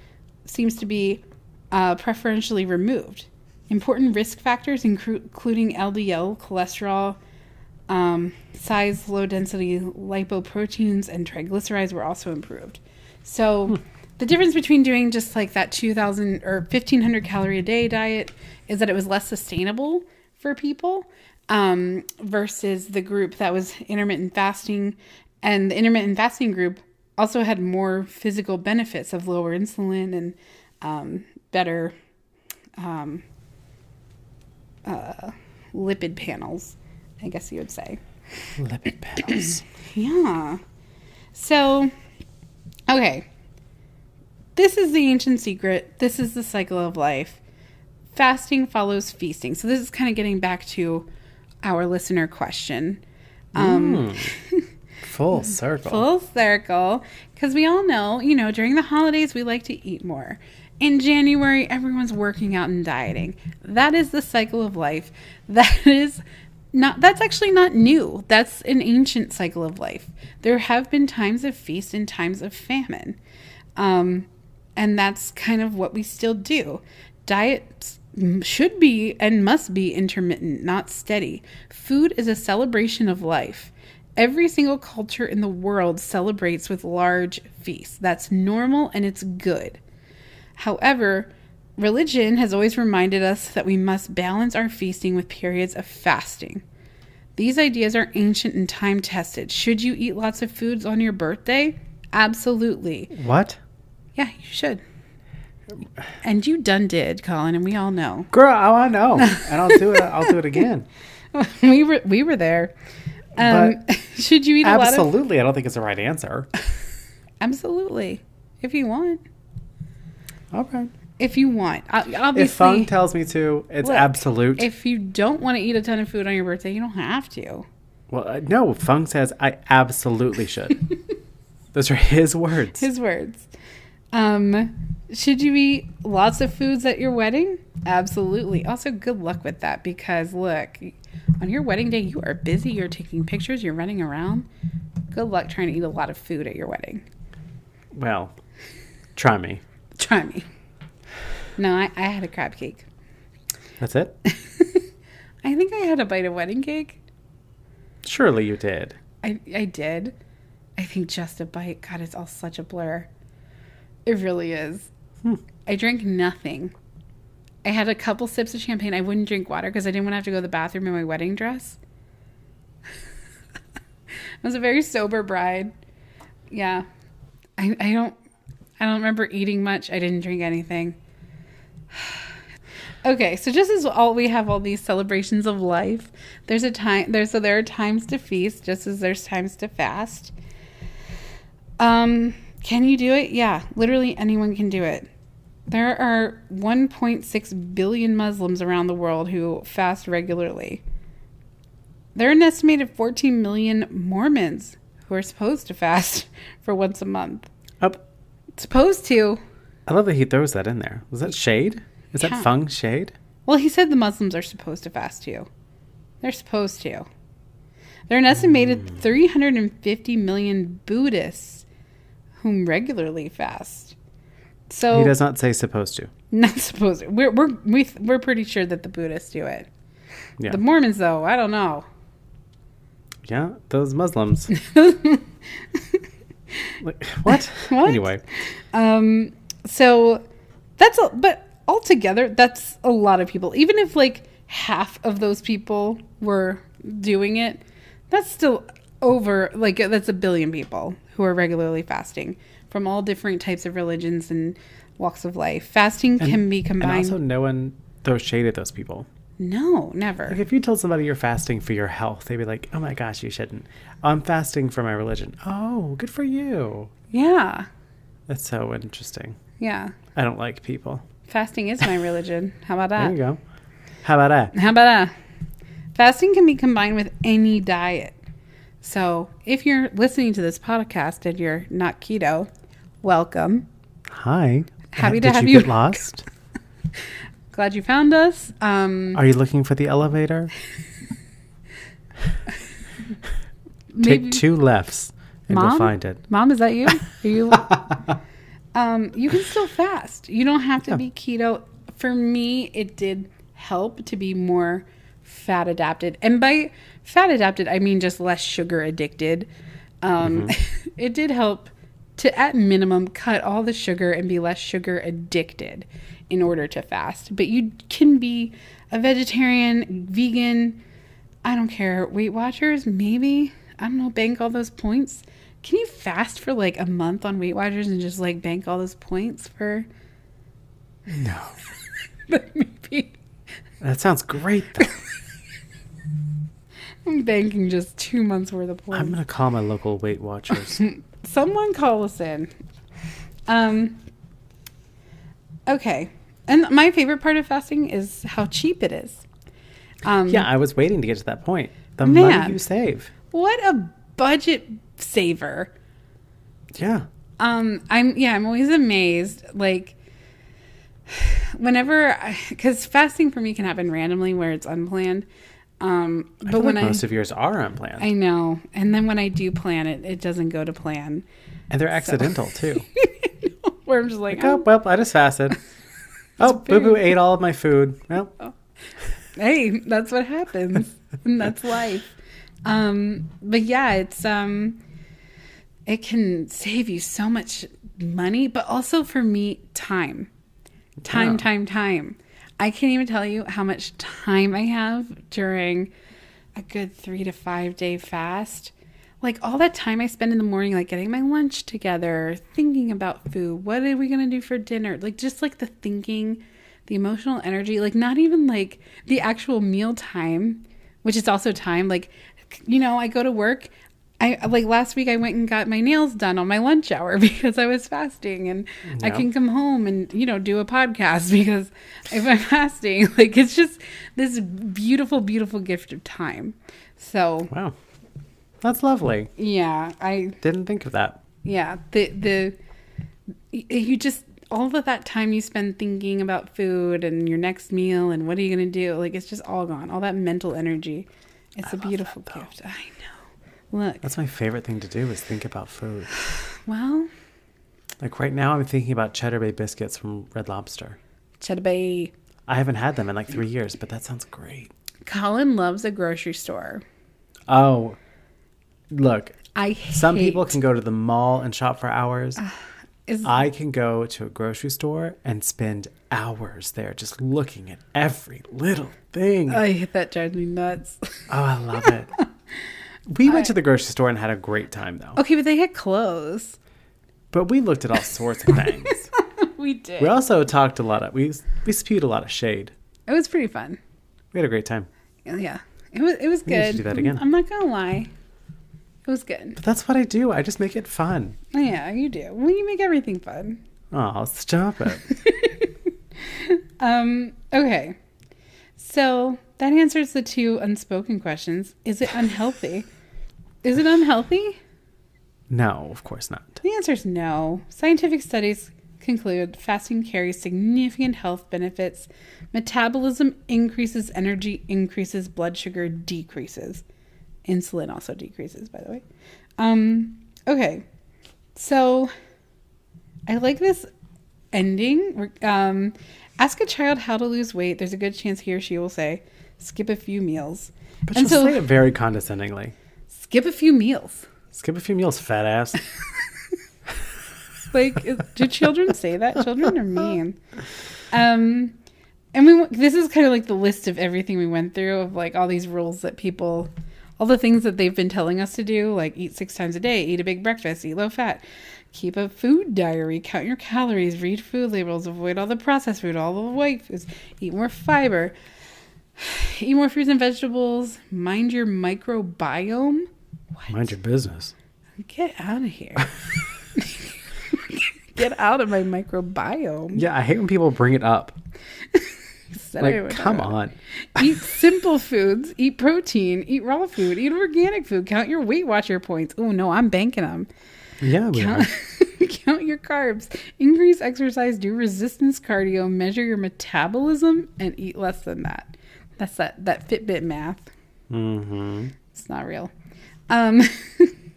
[SPEAKER 2] seems to be uh, preferentially removed. Important risk factors, inclu- including LDL, cholesterol, um, size, low density lipoproteins, and triglycerides, were also improved. So, the difference between doing just like that 2,000 or 1,500 calorie a day diet is that it was less sustainable for people um, versus the group that was intermittent fasting. And the intermittent fasting group also had more physical benefits of lower insulin and um, better um, uh, lipid panels, I guess you would say.
[SPEAKER 1] Lipid panels.
[SPEAKER 2] Yeah. So, okay. This is the ancient secret. This is the cycle of life. Fasting follows feasting. So, this is kind of getting back to our listener question. Mm.
[SPEAKER 1] Full circle.
[SPEAKER 2] Full circle. Because we all know, you know, during the holidays, we like to eat more. In January, everyone's working out and dieting. That is the cycle of life. (laughs) That is not, that's actually not new. That's an ancient cycle of life. There have been times of feast and times of famine. Um, and that's kind of what we still do. Diets m- should be and must be intermittent, not steady. Food is a celebration of life. Every single culture in the world celebrates with large feasts. That's normal and it's good. However, religion has always reminded us that we must balance our feasting with periods of fasting. These ideas are ancient and time tested. Should you eat lots of foods on your birthday? Absolutely.
[SPEAKER 1] What?
[SPEAKER 2] Yeah, you should. And you done did, Colin, and we all know.
[SPEAKER 1] Girl, oh, I know. And I'll do it. I'll do it again.
[SPEAKER 2] (laughs) we were we were there. Um, (laughs) should (laughs) you eat a lot of
[SPEAKER 1] Absolutely. I don't think it's the right answer.
[SPEAKER 2] absolutely if you want
[SPEAKER 1] All right.
[SPEAKER 2] if you want O-
[SPEAKER 1] If
[SPEAKER 2] obviously
[SPEAKER 1] Fung
[SPEAKER 2] if,
[SPEAKER 1] tells me to, it's
[SPEAKER 2] Look,
[SPEAKER 1] absolute.
[SPEAKER 2] you don't want to eat a ton of food on your birthday, you don't have to.
[SPEAKER 1] well, uh, no, Fung says I absolutely should.
[SPEAKER 2] (laughs)
[SPEAKER 1] Those are his words.
[SPEAKER 2] His words. Um, should you eat lots of foods at your wedding? Absolutely. Also, good luck with that because look, on your wedding day, you are busy. You're taking pictures. You're running around. Good luck trying to eat a lot of food at your wedding. (laughs)
[SPEAKER 1] well, try me.
[SPEAKER 2] Try me. No, I, I had a crab cake.
[SPEAKER 1] That's
[SPEAKER 2] (laughs)
[SPEAKER 1] it.
[SPEAKER 2] I think I had a bite of wedding cake.
[SPEAKER 1] Surely you did.
[SPEAKER 2] I, I did. I think just a bite. God, it's all such a blur. It really is. I drank nothing. I had a couple sips of champagne. I wouldn't drink water because I didn't want to have to go to the bathroom in my wedding dress. (laughs) I was a very sober bride. Yeah. I, I don't I don't remember eating much. I didn't drink anything. Okay, so just as all we have all these celebrations of life, there's a time there's so there are times to feast, just as there's times to fast. Um, can you do it? Yeah, literally anyone can do it. There are 1.6 billion Muslims around the world who fast regularly. There are an estimated 14 million Mormons who are supposed to fast (laughs) for once a month.
[SPEAKER 1] Up.
[SPEAKER 2] Supposed
[SPEAKER 1] Oh,
[SPEAKER 2] to.
[SPEAKER 1] I love that he throws that in there. Was that shade? Is
[SPEAKER 2] Yeah.
[SPEAKER 1] that Fung shade?
[SPEAKER 2] Well, he said the Muslims are supposed to fast too. They're supposed to. There are an estimated
[SPEAKER 1] Hmm.
[SPEAKER 2] 350 million Buddhists whom regularly fast. So
[SPEAKER 1] He does not say supposed to.
[SPEAKER 2] (laughs) Not supposed. We're we're we, th- we're pretty sure that the Buddhists do it.
[SPEAKER 1] Yeah.
[SPEAKER 2] The Mormons, though, I don't know.
[SPEAKER 1] Yeah, those
[SPEAKER 2] (laughs)
[SPEAKER 1] Muslims. Like, what?
[SPEAKER 2] What?
[SPEAKER 1] Anyway,
[SPEAKER 2] Um, so that's a, but altogether, that's a lot of people. Even if like half of those people were doing it, that's still over. Like that's a billion people who are regularly fasting from all different types of religions and walks of life. Fasting can be
[SPEAKER 1] and
[SPEAKER 2] combined.
[SPEAKER 1] also no one throws shade at those people.
[SPEAKER 2] no, never.
[SPEAKER 1] Like if you told somebody you're fasting for your health, they'd be like, "Oh my gosh, you shouldn't." I'm fasting for my religion. Oh, good for you.
[SPEAKER 2] Yeah,
[SPEAKER 1] That's so interesting.
[SPEAKER 2] yeah.
[SPEAKER 1] I don't like people.
[SPEAKER 2] Fasting is my religion. How about that?
[SPEAKER 1] There you go. How about that?
[SPEAKER 2] How about that? uh, Fasting can be combined with any diet. So if you're listening to this podcast and you're not keto, welcome.
[SPEAKER 1] Hi.
[SPEAKER 2] Happy
[SPEAKER 1] Uh,
[SPEAKER 2] to
[SPEAKER 1] Did
[SPEAKER 2] have
[SPEAKER 1] you,
[SPEAKER 2] you.
[SPEAKER 1] get lost?
[SPEAKER 2] Glad you found us. Um,
[SPEAKER 1] Are you looking for the
[SPEAKER 2] (laughs)
[SPEAKER 1] elevator?
[SPEAKER 2] maybe-
[SPEAKER 1] Take two lefts and
[SPEAKER 2] Mom?
[SPEAKER 1] you'll find it.
[SPEAKER 2] Mom, is that
[SPEAKER 1] (laughs)
[SPEAKER 2] you? Are you? um, you can still fast. You don't have to be keto. For me, it did help to be more fat adapted, and by fat adapted, I mean just less sugar addicted. Um,
[SPEAKER 1] Mm-hmm.
[SPEAKER 2] (laughs) It did help to, at minimum, cut all the sugar and be less sugar addicted in order to fast. But you can be a vegetarian, vegan. I don't care. Weight Watchers, maybe. I don't know, bank all those points. Can you fast for like a month on Weight Watchers and just like bank all those points for (laughs)
[SPEAKER 1] No.
[SPEAKER 2] maybe
[SPEAKER 1] That sounds great.
[SPEAKER 2] (laughs)
[SPEAKER 1] Though.
[SPEAKER 2] I'm banking just two months worth of points.
[SPEAKER 1] I'm going to call my local Weight Watchers.
[SPEAKER 2] (laughs) Someone call us in. Um Okay. And my favorite part of fasting is how cheap it is. Um
[SPEAKER 1] yeah, I was waiting to get to that point. The
[SPEAKER 2] Man.
[SPEAKER 1] money you save.
[SPEAKER 2] what a budget saver.
[SPEAKER 1] Yeah.
[SPEAKER 2] Um, I'm yeah, I'm always amazed. Like whenever, because fasting for me can happen randomly where it's unplanned. Um,
[SPEAKER 1] I
[SPEAKER 2] but
[SPEAKER 1] feel
[SPEAKER 2] when
[SPEAKER 1] like
[SPEAKER 2] I
[SPEAKER 1] most of yours are unplanned.
[SPEAKER 2] I know, and then when I do plan it, it doesn't go to plan. (laughs)
[SPEAKER 1] and they're accidental, (laughs) too.
[SPEAKER 2] where I'm just like,
[SPEAKER 1] oh,
[SPEAKER 2] oh,
[SPEAKER 1] well, I just (laughs) fasted. oh, Boo Boo ate all of my food. Well,
[SPEAKER 2] hey, that's
[SPEAKER 1] (laughs)
[SPEAKER 2] what happens, and that's life. Um, but yeah, it's um, it can save you so much money, but also for me, time. Time,
[SPEAKER 1] Yeah.
[SPEAKER 2] time, time. I can't even tell you how much time I have during a good three to five day fast. Like all that time I spend in the morning, like getting my lunch together, thinking about food. What are we going to do for dinner? Like just like the thinking, the emotional energy, like not even like the actual meal time, which is also time. Like, you know, I go to work, I like last week I went and got my nails done on my lunch hour (laughs) because I was fasting and I
[SPEAKER 1] Yeah.
[SPEAKER 2] can come home and you know do a podcast (laughs) because if I'm fasting (laughs) like it's just this beautiful beautiful gift of time. So,
[SPEAKER 1] wow. That's lovely.
[SPEAKER 2] yeah, I
[SPEAKER 1] Didn't think of that.
[SPEAKER 2] yeah, the the y- you just all of that time you spend thinking about food and your next meal and what are you going to do? Like it's just all gone. All that mental energy. It's a beautiful gift. I know. Look.
[SPEAKER 1] That's my favorite thing to do is think about food.
[SPEAKER 2] Well,
[SPEAKER 1] Like right now, I'm thinking about Cheddar Bay biscuits from Red Lobster.
[SPEAKER 2] Cheddar Bay
[SPEAKER 1] I haven't had them in like three years, but that sounds great.
[SPEAKER 2] Colin loves a grocery store.
[SPEAKER 1] Oh, look,
[SPEAKER 2] I
[SPEAKER 1] some
[SPEAKER 2] hate-
[SPEAKER 1] people can go to the mall and shop for hours.
[SPEAKER 2] is
[SPEAKER 1] I can go to a grocery store and spend hours there just looking at every little thing.
[SPEAKER 2] (laughs) I hate that drives me nuts. (laughs)
[SPEAKER 1] oh, I love it. (laughs) We went to the grocery store and had a great time though.
[SPEAKER 2] okay, but they had clothes.
[SPEAKER 1] But we looked at all sorts of things.
[SPEAKER 2] (laughs) We did.
[SPEAKER 1] we also talked a lot of we we spewed a lot of shade.
[SPEAKER 2] it was pretty fun.
[SPEAKER 1] We had a great time.
[SPEAKER 2] Yeah, it was. It was
[SPEAKER 1] We need to
[SPEAKER 2] good.
[SPEAKER 1] do that again.
[SPEAKER 2] I'm not gonna lie. It was good. Oh,
[SPEAKER 1] But that's what I do. I just make it fun.
[SPEAKER 2] Yeah, you do. Well, you make everything fun.
[SPEAKER 1] Oh, stop
[SPEAKER 2] (laughs)
[SPEAKER 1] it.
[SPEAKER 2] Um. Okay. So that answers the two unspoken questions. Is it unhealthy? is it unhealthy?
[SPEAKER 1] No, of course not.
[SPEAKER 2] The answer is no. Scientific studies conclude fasting carries significant health benefits. Metabolism increases, energy increases, blood sugar decreases. Insulin also decreases, by the way. Um, okay. So I like this ending. We're- Um, ask a child how to lose weight. There's a good chance he or she will say, skip a few meals.
[SPEAKER 1] But
[SPEAKER 2] and
[SPEAKER 1] she'll
[SPEAKER 2] so,
[SPEAKER 1] say it very condescendingly.
[SPEAKER 2] skip a few meals.
[SPEAKER 1] Skip a few meals, fat ass.
[SPEAKER 2] (laughs) like is- do children say that children are mean um and we this is kind of like the list of everything we went through of like all these rules that people all the things that they've been telling us to do like eat six times a day eat a big breakfast eat low fat keep a food diary count your calories read food labels avoid all the processed food all the white foods eat more fiber (sighs) eat more fruits and vegetables mind your microbiome
[SPEAKER 1] Mind your business.
[SPEAKER 2] Get out of here. Get out of my microbiome.
[SPEAKER 1] Yeah, I hate when people bring it up.
[SPEAKER 2] said I
[SPEAKER 1] Like,
[SPEAKER 2] would.
[SPEAKER 1] come on.
[SPEAKER 2] Eat simple foods. Eat protein. Eat raw food. Eat organic food. Count your Weight Watcher points. Oh no, I'm banking them.
[SPEAKER 1] Yeah, we are.
[SPEAKER 2] Count, (laughs) count your carbs. Increase exercise. Do resistance cardio. Measure your metabolism and eat less than that. That's that that Fitbit math.
[SPEAKER 1] Mm-hmm.
[SPEAKER 2] It's not real. Um,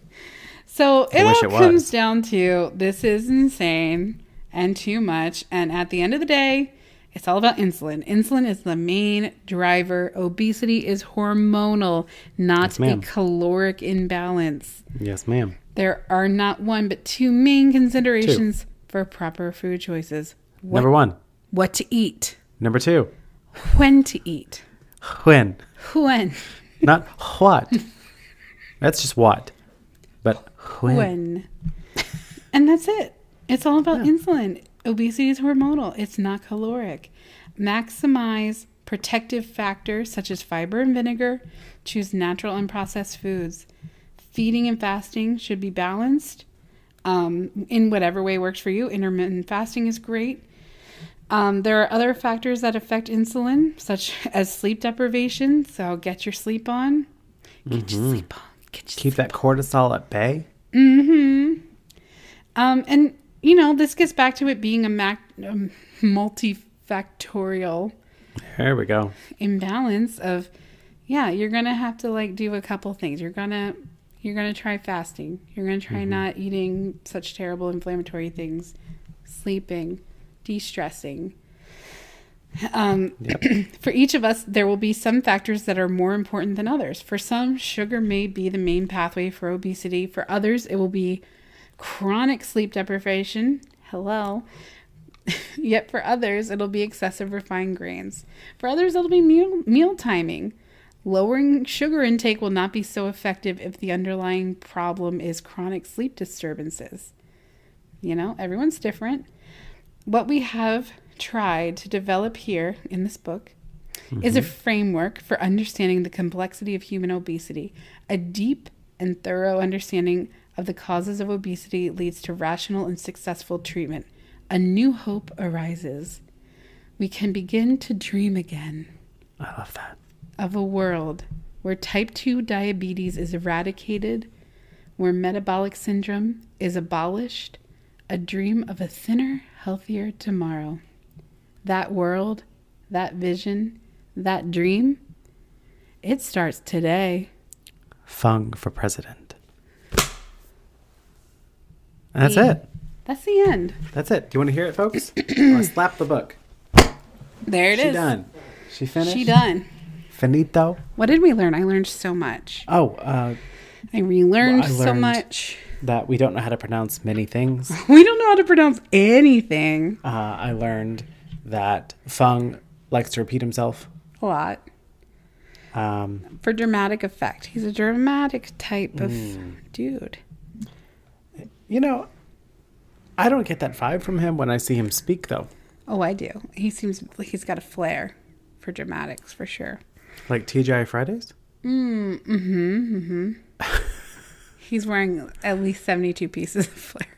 [SPEAKER 2] (laughs) so it
[SPEAKER 1] wish
[SPEAKER 2] all
[SPEAKER 1] it was.
[SPEAKER 2] comes down to this is insane and too much. And at the end of the day, it's all about insulin. Insulin is the main driver. Obesity is hormonal, not a
[SPEAKER 1] ma'am.
[SPEAKER 2] caloric imbalance.
[SPEAKER 1] Yes, ma'am.
[SPEAKER 2] There are not one but two main considerations for proper food choices. What,
[SPEAKER 1] Number one.
[SPEAKER 2] what to eat,
[SPEAKER 1] Number two.
[SPEAKER 2] when to eat,
[SPEAKER 1] When.
[SPEAKER 2] when,
[SPEAKER 1] Not what. That's just what. But when.
[SPEAKER 2] when. and that's it. It's all about insulin. Obesity is hormonal, it's not caloric. Maximize protective factors such as fiber and vinegar. Choose natural and processed foods. Feeding and fasting should be balanced um, in whatever way works for you. Intermittent fasting is great. Um, there are other factors that affect insulin, such as sleep deprivation. So get your sleep on. Get your sleep on. Get your
[SPEAKER 1] Keep that cortisol at bay.
[SPEAKER 2] Um, and you know, this gets back to it being a mac- um, multifactorial
[SPEAKER 1] There we go.
[SPEAKER 2] imbalance of, yeah, you're gonna have to like do a couple things. You're gonna you're gonna try fasting. You're gonna try not eating such terrible inflammatory things, sleeping, de-stressing. Um, (clears throat) for each of us, there will be some factors that are more important than others. For some, sugar may be the main pathway for obesity. For others, it will be chronic sleep deprivation. Hello. (laughs) Yet for others, it'll be excessive refined grains. For others, it'll be meal, meal timing. Lowering sugar intake will not be so effective if the underlying problem is chronic sleep disturbances. You know, everyone's different. What we have tried to develop here in this book is a framework for understanding the complexity of human obesity. A deep and thorough understanding of the causes of obesity leads to rational and successful treatment. A new hope arises. We can begin to dream again
[SPEAKER 1] I love that.
[SPEAKER 2] of a world where type 2 diabetes is eradicated, where metabolic syndrome is abolished, a dream of a thinner, healthier tomorrow. That world, that vision, that dream, it starts today.
[SPEAKER 1] Fung for president. And that's
[SPEAKER 2] Yeah.
[SPEAKER 1] it.
[SPEAKER 2] That's the end.
[SPEAKER 1] That's it. Do you want to hear it, (clears throat) folks? I want to slap the book.
[SPEAKER 2] There it is.
[SPEAKER 1] she done. She finished.
[SPEAKER 2] She done.
[SPEAKER 1] Finito.
[SPEAKER 2] What did we learn? I learned so much.
[SPEAKER 1] Oh, uh,
[SPEAKER 2] I relearned
[SPEAKER 1] Well, I
[SPEAKER 2] so
[SPEAKER 1] learned-
[SPEAKER 2] much.
[SPEAKER 1] that we don't know how to pronounce many (laughs) things.
[SPEAKER 2] We don't know how to pronounce anything.
[SPEAKER 1] Uh, I learned that Fung likes to repeat himself.
[SPEAKER 2] A lot.
[SPEAKER 1] Um,
[SPEAKER 2] for dramatic effect. He's a dramatic type of dude.
[SPEAKER 1] you know, I don't get that vibe from him when I see him speak, though.
[SPEAKER 2] Oh, I do. He seems like he's got a flair for dramatics for sure.
[SPEAKER 1] Like TGI Fridays?
[SPEAKER 2] He's wearing at least 72 pieces of flair.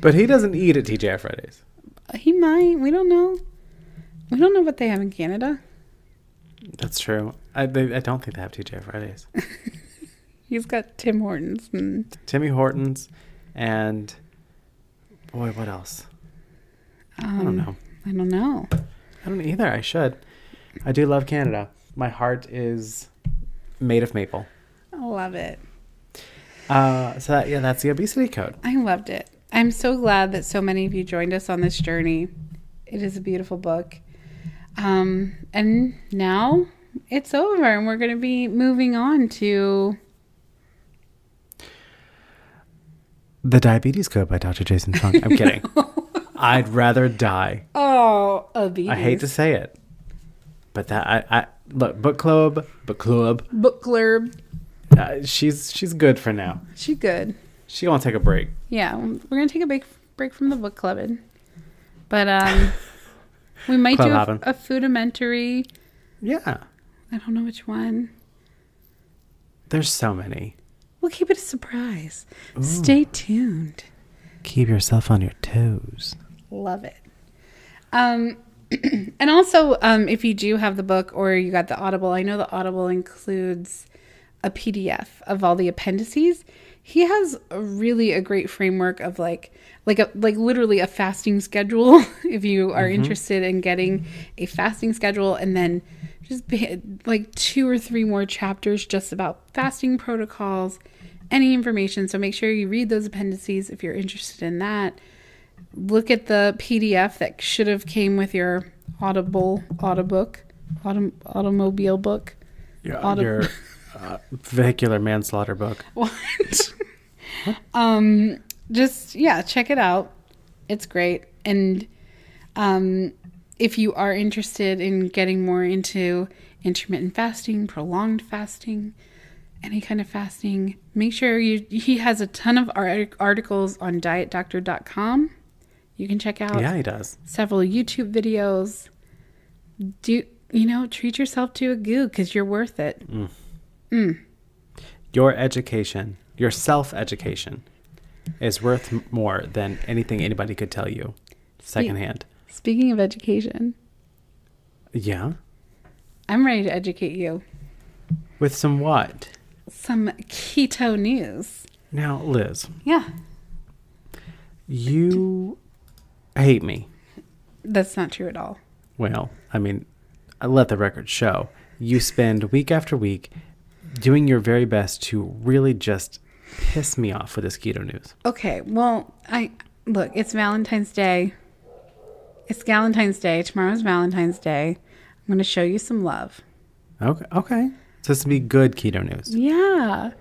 [SPEAKER 1] But he doesn't eat at TGI Fridays.
[SPEAKER 2] He might. We don't know. We don't know what they have in Canada.
[SPEAKER 1] That's true. I, they, I don't think they have TGI (laughs) Fridays.
[SPEAKER 2] He's got Tim Hortons and
[SPEAKER 1] Timmy Hortons and boy, what else? I don't know.
[SPEAKER 2] um, I don't know.
[SPEAKER 1] I don't either. I should. I do love Canada. My heart is made of maple.
[SPEAKER 2] I love it.
[SPEAKER 1] Uh, so that, yeah, that's the obesity code.
[SPEAKER 2] I loved it. I'm so glad that so many of you joined us on this journey. It is a beautiful book. Um, and now it's over, and we're going to be moving on to.
[SPEAKER 1] The diabetes code by Dr. Jason Fung. I'm kidding. (laughs) I'd rather die.
[SPEAKER 2] Oh, obedience.
[SPEAKER 1] I hate to say it, but that I, I look book club, book club.
[SPEAKER 2] Book blurb.
[SPEAKER 1] Uh, she's she's good for now.
[SPEAKER 2] She good.
[SPEAKER 1] She gonna take a break.
[SPEAKER 2] Yeah, we're going to take a break, break from the book clubbing. But um, we might
[SPEAKER 1] Club
[SPEAKER 2] do a,
[SPEAKER 1] hopping.
[SPEAKER 2] a foodimentary.
[SPEAKER 1] Yeah,
[SPEAKER 2] I don't know which one.
[SPEAKER 1] there's so many.
[SPEAKER 2] We'll keep it a surprise. Stay tuned.
[SPEAKER 1] Keep yourself on your toes.
[SPEAKER 2] Love it. Um, (clears throat) and also, um, if you do have the book or you got the Audible, I know the Audible includes a PDF of all the appendices. He has a really a great framework of like like a like literally a fasting schedule (laughs) if you are interested in getting a fasting schedule and then just be, like two or three more chapters just about fasting protocols, any information. So make sure you read those appendices if you're interested in that look at the PDF that should have came with your Audible audiobook, autom- automobile book.
[SPEAKER 1] Your,
[SPEAKER 2] Auto-
[SPEAKER 1] your uh, vehicular manslaughter book.
[SPEAKER 2] What? (laughs) um, just yeah, check it out. It's great, and um, if you are interested in getting more into intermittent fasting, prolonged fasting, any kind of fasting, make sure you. He has a ton of art- articles on DietDoctor.com. You can check out.
[SPEAKER 1] Yeah, he does.
[SPEAKER 2] several YouTube videos. Do you know? Treat yourself to a goo because you're worth it.
[SPEAKER 1] Your education, your self education, is worth m- more than anything anybody could tell you secondhand.
[SPEAKER 2] Speaking of education,
[SPEAKER 1] Yeah.
[SPEAKER 2] I'm ready to educate you.
[SPEAKER 1] With some what?
[SPEAKER 2] Some keto news.
[SPEAKER 1] Now, Liz,
[SPEAKER 2] Yeah,
[SPEAKER 1] you hate me.
[SPEAKER 2] that's not true at all.
[SPEAKER 1] Well, I mean, I let the record show. You spend week after week doing your very best to really just piss me off with this keto news.
[SPEAKER 2] Okay, well, I look. It's Valentine's Day. It's Valentine's Day. Tomorrow's Valentine's Day. I'm going to show you some love.
[SPEAKER 1] Okay. Okay. So this would be good keto news.
[SPEAKER 2] Yeah.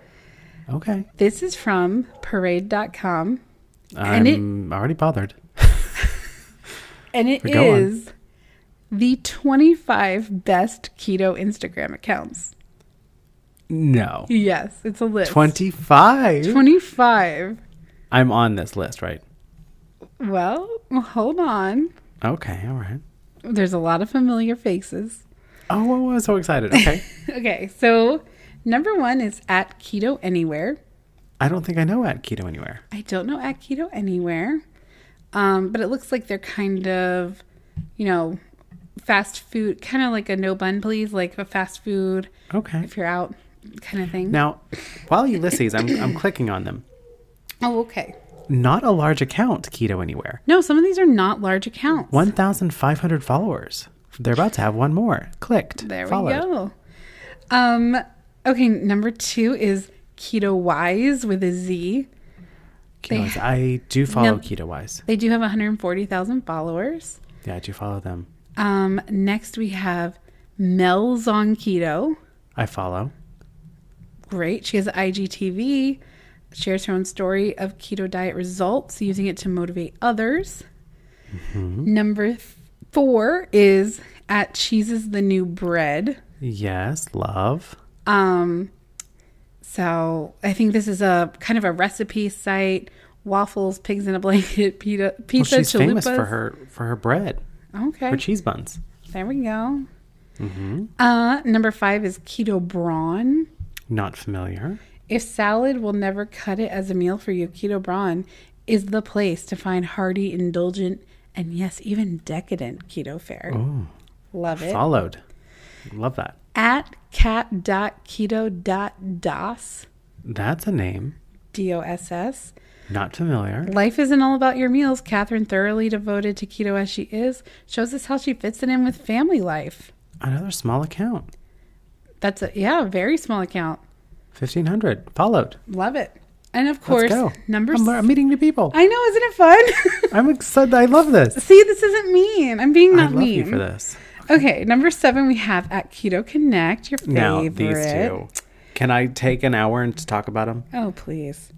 [SPEAKER 1] Okay.
[SPEAKER 2] This is from parade.com. And it-
[SPEAKER 1] I'm already bothered.
[SPEAKER 2] And it
[SPEAKER 1] But go on.
[SPEAKER 2] is the 25 best keto Instagram accounts.
[SPEAKER 1] No.
[SPEAKER 2] Yes, it's a list.
[SPEAKER 1] 25.
[SPEAKER 2] 25.
[SPEAKER 1] I'm on this list, right?
[SPEAKER 2] Well, hold on.
[SPEAKER 1] Okay. All right.
[SPEAKER 2] There's a lot of familiar faces.
[SPEAKER 1] Oh, I was so excited. (laughs) Okay.
[SPEAKER 2] Okay, so number one is at Keto Anywhere.
[SPEAKER 1] I don't think I know at keto anywhere.
[SPEAKER 2] I don't know at Keto Anywhere, um, but it looks like they're kind of, you know, fast food, kind of like a no bun, please, like a fast food
[SPEAKER 1] Okay.
[SPEAKER 2] if you're out kind of thing.
[SPEAKER 1] Now, while Ulysses, I'm, I'm clicking on them.
[SPEAKER 2] Oh, okay.
[SPEAKER 1] Not a large account, keto anywhere.
[SPEAKER 2] No, some of these are not large accounts.
[SPEAKER 1] 1,500 followers. They're about to have one more. Clicked.
[SPEAKER 2] There
[SPEAKER 1] followed.
[SPEAKER 2] we go. Um, okay, number two is Keto Wise with a Z.
[SPEAKER 1] Keto Wise. I do follow
[SPEAKER 2] No.
[SPEAKER 1] Keto Wise.
[SPEAKER 2] They do have 140,000 followers.
[SPEAKER 1] Yeah, I do follow them.
[SPEAKER 2] Um, next we have Mel's on Keto.
[SPEAKER 1] I follow.
[SPEAKER 2] Great. She has IGTV, shares her own story of keto diet results, using it to motivate others. Number th- four is at Cheese is the New Bread.
[SPEAKER 1] Yes, love.
[SPEAKER 2] Um, so I think this is a kind of a recipe site: waffles, pigs in a blanket, (laughs) pita,
[SPEAKER 1] Well,
[SPEAKER 2] pizza,
[SPEAKER 1] she's famous
[SPEAKER 2] chalupas.
[SPEAKER 1] for her for her bread,
[SPEAKER 2] Okay,
[SPEAKER 1] her cheese buns.
[SPEAKER 2] there we go.
[SPEAKER 1] Mm-hmm.
[SPEAKER 2] Uh, number five is keto brawn.
[SPEAKER 1] Not familiar.
[SPEAKER 2] If salad will never cut it as a meal for you, keto brawn is the place to find hearty, indulgent, and yes, even decadent keto fare.
[SPEAKER 1] Oh,
[SPEAKER 2] Love it.
[SPEAKER 1] Followed. Love that.
[SPEAKER 2] At cat.keto.dos,
[SPEAKER 1] That's a name.
[SPEAKER 2] D-O-S-S.
[SPEAKER 1] Not familiar.
[SPEAKER 2] Life isn't all about your meals. Catherine, thoroughly devoted to keto as she is, shows us how she fits it in with family life.
[SPEAKER 1] Another small account.
[SPEAKER 2] That's a yeah, very small account.
[SPEAKER 1] 1,500. Followed.
[SPEAKER 2] Love it. And of
[SPEAKER 1] Let's
[SPEAKER 2] course,
[SPEAKER 1] go.
[SPEAKER 2] number
[SPEAKER 1] I'm,
[SPEAKER 2] s-
[SPEAKER 1] I'm meeting new people.
[SPEAKER 2] I know, isn't it fun? (laughs)
[SPEAKER 1] I'm excited. I love this.
[SPEAKER 2] See, this isn't mean. I'm being
[SPEAKER 1] I
[SPEAKER 2] not
[SPEAKER 1] love
[SPEAKER 2] mean.
[SPEAKER 1] you for this.
[SPEAKER 2] Okay, number seven we have at Keto Connect, your favorite.
[SPEAKER 1] Now, these two. Can I take an hour and talk about them?
[SPEAKER 2] Oh please.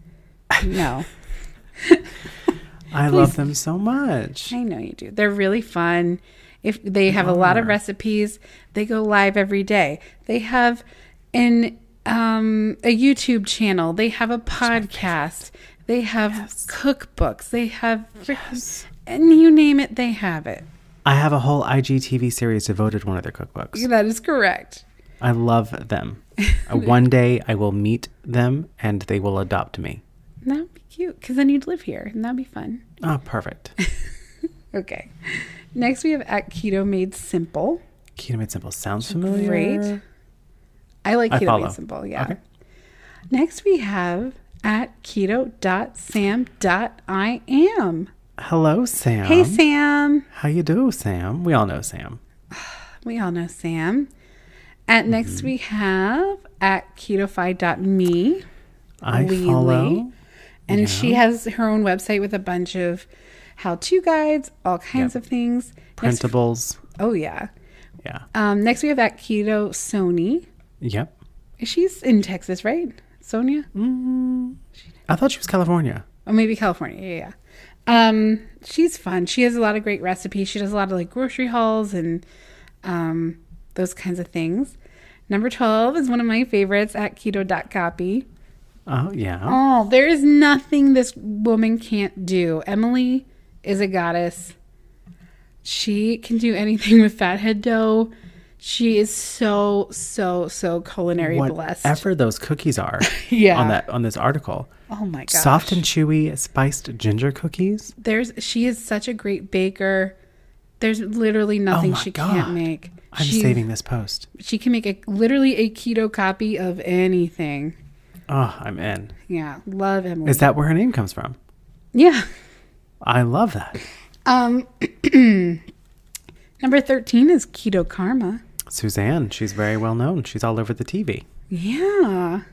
[SPEAKER 2] No.
[SPEAKER 1] I love them so much.
[SPEAKER 2] I know you do. They're really fun. If they have a lot of recipes, they go live every day. They have an um, a YouTube channel. They have a podcast. They have cookbooks. They have freaking- and you name it, they have it.
[SPEAKER 1] I have a whole IGTV series devoted to one of their cookbooks.
[SPEAKER 2] That is correct.
[SPEAKER 1] I love
[SPEAKER 2] (laughs)
[SPEAKER 1] them. Uh, one day I will meet them and they will adopt me.
[SPEAKER 2] Ah. That'd be cute because then you'd live here and that'd be fun.
[SPEAKER 1] Oh, perfect.
[SPEAKER 2] Okay. Next, we have at Keto Made Simple.
[SPEAKER 1] Keto made simple sounds familiar.
[SPEAKER 3] Great.
[SPEAKER 2] I like
[SPEAKER 1] I
[SPEAKER 2] Keto
[SPEAKER 1] follow.
[SPEAKER 2] Made Simple. Yeah.
[SPEAKER 1] Okay.
[SPEAKER 2] Next, we have at keto.sam.iam.
[SPEAKER 1] Hello, Sam.
[SPEAKER 2] Hey, Sam.
[SPEAKER 1] How you do, Sam? We all know Sam.
[SPEAKER 2] We all know Sam. At
[SPEAKER 1] Mm-hmm.
[SPEAKER 2] next, we have at ketofy.me.
[SPEAKER 1] I
[SPEAKER 2] Lily.
[SPEAKER 1] follow.
[SPEAKER 2] And she has her own website with a bunch of how to guides, all kinds of things. Next,
[SPEAKER 1] Printables.
[SPEAKER 2] oh, yeah.
[SPEAKER 1] Yeah.
[SPEAKER 2] Um, next, we have at Keto Sony.
[SPEAKER 1] Yep.
[SPEAKER 2] She's in Texas, right? Sonia?
[SPEAKER 1] I thought she was California.
[SPEAKER 2] Oh, maybe California. Yeah, yeah. Um, she's fun. She has a lot of great recipes. She does a lot of like grocery hauls and um, those kinds of things. Number 12 is one of my favorites at keto.copy.
[SPEAKER 1] Oh yeah.
[SPEAKER 2] Oh, there is nothing this woman can't do. Emily is a goddess. She can do anything (laughs) with fathead dough. She is so, so, so culinary blessed.
[SPEAKER 1] Whatever those cookies are.
[SPEAKER 2] (laughs) Yeah.
[SPEAKER 1] On that on this article.
[SPEAKER 2] Oh my gosh.
[SPEAKER 1] Soft and chewy spiced ginger cookies.
[SPEAKER 2] there's she is such a great baker. There's literally nothing
[SPEAKER 1] Oh my
[SPEAKER 2] she
[SPEAKER 1] God.
[SPEAKER 2] can't make.
[SPEAKER 1] I'm
[SPEAKER 2] she,
[SPEAKER 1] saving this post.
[SPEAKER 2] She can make a literally a keto copy of anything.
[SPEAKER 1] Oh, I'm in.
[SPEAKER 2] Yeah, love Emily.
[SPEAKER 1] Is that where her name comes from?
[SPEAKER 2] yeah.
[SPEAKER 1] I love that.
[SPEAKER 2] Um, (clears throat) number thirteen is keto karma.
[SPEAKER 1] Suzanne, she's very well known. She's all over the TV.
[SPEAKER 2] Yeah.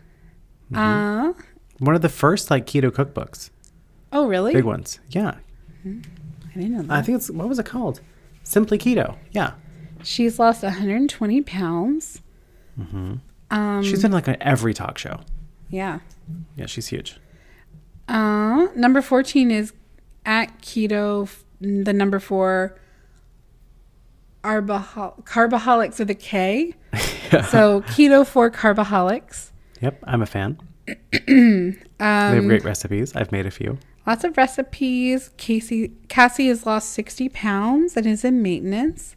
[SPEAKER 1] Mm-hmm.
[SPEAKER 2] Uh
[SPEAKER 1] One of the first like keto cookbooks.
[SPEAKER 2] oh, really?
[SPEAKER 1] Big ones. Yeah.
[SPEAKER 2] I didn't know that.
[SPEAKER 1] I think it's what was it called? Simply Keto. Yeah.
[SPEAKER 2] She's lost 120 pounds. Um,
[SPEAKER 1] She's been like on every talk show.
[SPEAKER 2] yeah.
[SPEAKER 1] Yeah, she's huge.
[SPEAKER 2] Uh, number 14 is at keto, f- the number four, arbohol- carboholics with
[SPEAKER 1] (laughs)
[SPEAKER 2] a K. So keto for carboholics.
[SPEAKER 1] Yep, I'm a
[SPEAKER 2] (clears throat)
[SPEAKER 1] fan. they
[SPEAKER 2] Um,
[SPEAKER 1] have great recipes. I've made a few.
[SPEAKER 2] Lots of recipes. Casey Cassie has lost 60 pounds and is in maintenance.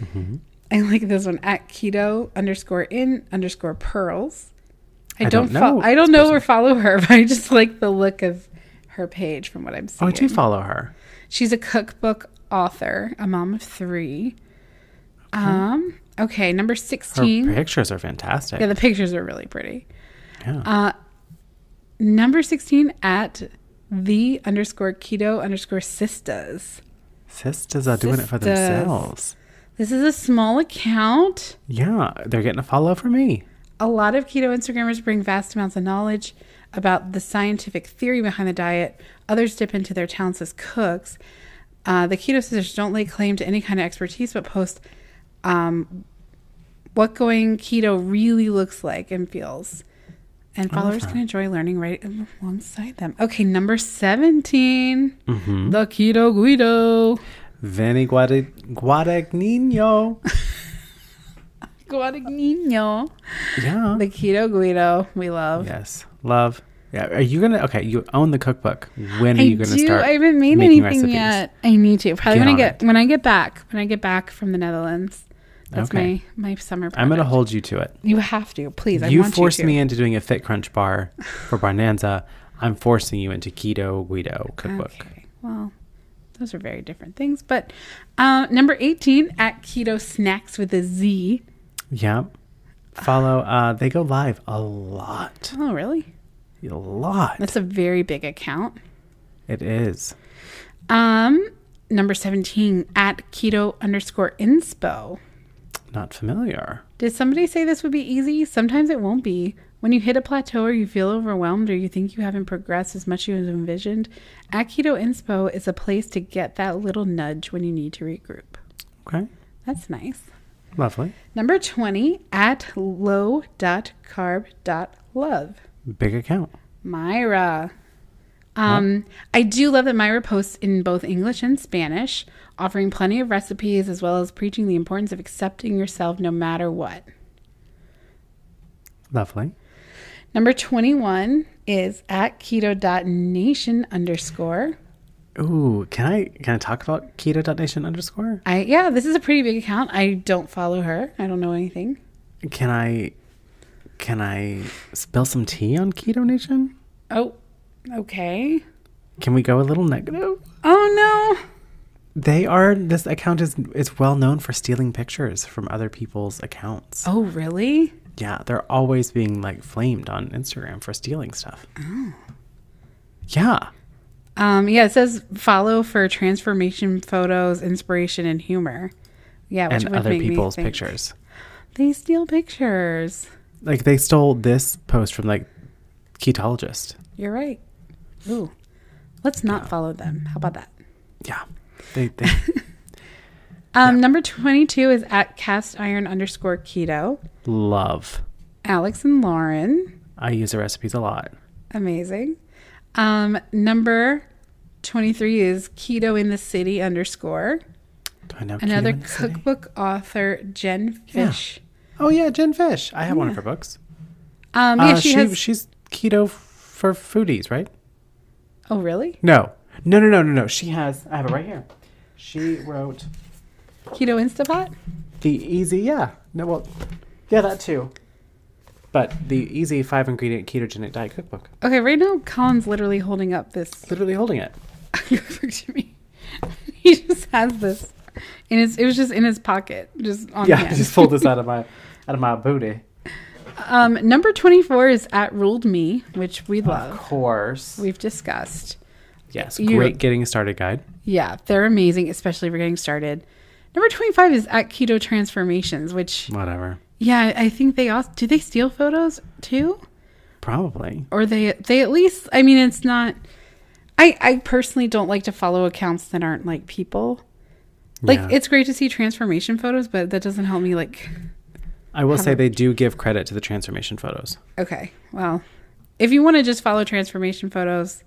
[SPEAKER 1] Mm-hmm.
[SPEAKER 2] I like this one at keto underscore in underscore pearls. I,
[SPEAKER 1] I
[SPEAKER 2] don't,
[SPEAKER 1] don't
[SPEAKER 2] fo-
[SPEAKER 1] know
[SPEAKER 2] I
[SPEAKER 1] this
[SPEAKER 2] don't know or follow her, (laughs) but I just like the look of her page from what I'm
[SPEAKER 1] Oh,
[SPEAKER 2] seeing.
[SPEAKER 1] I do follow her.
[SPEAKER 2] She's a cookbook author, a mom of three. Um, okay, number
[SPEAKER 1] Her
[SPEAKER 2] 16.
[SPEAKER 1] pictures are fantastic.
[SPEAKER 2] yeah, the um, pictures are really pretty.
[SPEAKER 1] Yeah.
[SPEAKER 2] Number 16 at the underscore keto underscore sistas.
[SPEAKER 1] Sisters are doing it for
[SPEAKER 2] sisters.
[SPEAKER 1] themselves.
[SPEAKER 2] This is a small account.
[SPEAKER 1] Yeah, they're getting a follow from me.
[SPEAKER 2] A lot of keto Instagrammers bring vast amounts of knowledge about the scientific theory behind the diet. Others dip into their talents as cooks. Uh, the keto sisters don't lay claim to any kind of expertise, but post um, what going keto really looks like and feels. And followers can enjoy learning right alongside them. Okay, number 17, the Keto Guido.
[SPEAKER 1] Vinny Guada-
[SPEAKER 2] (laughs)
[SPEAKER 1] Guadagnino.
[SPEAKER 2] Guadagnino.
[SPEAKER 1] Yeah.
[SPEAKER 2] The Keto Guido, we love.
[SPEAKER 1] yes. Love. Yeah. Are you gonna okay, you own the cookbook. When are you gonna start?
[SPEAKER 2] I haven't made
[SPEAKER 1] making
[SPEAKER 2] anything
[SPEAKER 1] recipes?
[SPEAKER 2] yet. I need to. Probably
[SPEAKER 1] Get
[SPEAKER 2] when I
[SPEAKER 1] on
[SPEAKER 2] get when I get back. When I get back from the Netherlands. That's
[SPEAKER 1] Okay.
[SPEAKER 2] my my summer. Project.
[SPEAKER 1] I'm gonna hold you to it.
[SPEAKER 2] You have to, please. I
[SPEAKER 1] you
[SPEAKER 2] want
[SPEAKER 1] forced
[SPEAKER 2] you to.
[SPEAKER 1] me into doing a fit crunch
[SPEAKER 2] (laughs)
[SPEAKER 1] bar for Barnanza. I'm forcing you into keto guido cookbook.
[SPEAKER 2] Okay. Well, those are very different things. But uh, number eighteen at Keto Snacks with a Z.
[SPEAKER 1] Yeah. Follow uh they go live a lot.
[SPEAKER 2] Oh, really?
[SPEAKER 1] A lot.
[SPEAKER 2] That's a very big account.
[SPEAKER 1] It is.
[SPEAKER 2] Um, number seventeen at Keto underscore Inspo.
[SPEAKER 1] Not familiar.
[SPEAKER 2] Did somebody say this would be easy? Sometimes it won't be. When you hit a plateau or you feel overwhelmed or you think you haven't progressed as much as you envisioned, Aikido Inspo is a place to get that little nudge when you need to regroup.
[SPEAKER 1] Okay.
[SPEAKER 2] That's nice.
[SPEAKER 1] Lovely.
[SPEAKER 2] Number 20 at low.carb.love.
[SPEAKER 1] Big account.
[SPEAKER 2] Myra. Um, I do love that Myra posts in both English and Spanish, offering plenty of recipes as well as preaching the importance of accepting yourself no matter what.
[SPEAKER 1] Lovely.
[SPEAKER 2] Number 21 is at keto.nation underscore.
[SPEAKER 1] Ooh, can I can I talk about keto.nation underscore?
[SPEAKER 2] I yeah, this is a pretty big account. I don't follow her. I don't know anything.
[SPEAKER 1] Can I can I spill some tea on Keto Nation?
[SPEAKER 2] Oh, okay.
[SPEAKER 1] Can we go a little negative?
[SPEAKER 2] Oh
[SPEAKER 1] They are. This account is is well known for stealing pictures from other people's accounts.
[SPEAKER 3] Oh, really?
[SPEAKER 1] Yeah, they're always being like flamed on Instagram for stealing stuff. Yeah.
[SPEAKER 2] Um, yeah, it says follow for transformation photos, inspiration, and humor. Yeah, which
[SPEAKER 1] and
[SPEAKER 2] would
[SPEAKER 1] other
[SPEAKER 2] make me
[SPEAKER 1] people's
[SPEAKER 2] think
[SPEAKER 1] pictures.
[SPEAKER 2] They steal pictures.
[SPEAKER 1] Like they stole this post from like ketologist.
[SPEAKER 2] You're right. Ooh, let's not follow them. How about that?
[SPEAKER 1] Yeah. They, they
[SPEAKER 2] Um, Number 22 is at cast iron underscore keto.
[SPEAKER 1] love.
[SPEAKER 2] Alex and Lauren.
[SPEAKER 1] I use the recipes a lot.
[SPEAKER 2] Amazing. Um, number 23 is keto in the city underscore.
[SPEAKER 1] Do I know keto
[SPEAKER 2] Another
[SPEAKER 1] in the city?
[SPEAKER 2] cookbook author, Jen Fish.
[SPEAKER 1] Oh yeah, Jen Fish. I have one of her books.
[SPEAKER 2] Um, yeah,
[SPEAKER 1] Uh,
[SPEAKER 2] she,
[SPEAKER 1] she
[SPEAKER 2] has.
[SPEAKER 1] she's keto for foodies, right?
[SPEAKER 2] oh, really?
[SPEAKER 1] No. No, no, no, no, no. She has I have it right here. She wrote
[SPEAKER 2] Keto Instapot?
[SPEAKER 1] The easy, yeah. No, well, yeah, that too. But the easy five ingredient ketogenic diet cookbook.
[SPEAKER 2] Okay, right now Colin's literally holding up this (laughs)
[SPEAKER 1] Literally holding it.
[SPEAKER 2] cookbook to me. (laughs) he just has this, and it's it was just in his pocket, just on
[SPEAKER 1] Yeah, I (laughs)
[SPEAKER 2] hand.
[SPEAKER 1] just pulled this
[SPEAKER 2] (laughs)
[SPEAKER 1] out of my out of my booty.
[SPEAKER 2] Um, number twenty four is at ruled me, which we
[SPEAKER 1] Of
[SPEAKER 2] love.
[SPEAKER 1] course.
[SPEAKER 2] We've discussed.
[SPEAKER 1] yes,
[SPEAKER 2] you-
[SPEAKER 1] great getting started guide.
[SPEAKER 2] Yeah, they're amazing, especially if we're getting started. Number twenty five is at keto transformations, which
[SPEAKER 1] Whatever.
[SPEAKER 2] yeah, I think they also do they steal photos too.
[SPEAKER 1] Probably.
[SPEAKER 2] or they they at least i mean it's not i i personally don't like to follow accounts that aren't like people like
[SPEAKER 1] Yeah.
[SPEAKER 2] it's great to see transformation photos but that doesn't help me like
[SPEAKER 1] I will say they do give credit to the transformation photos.
[SPEAKER 2] okay well if you want to just follow transformation photos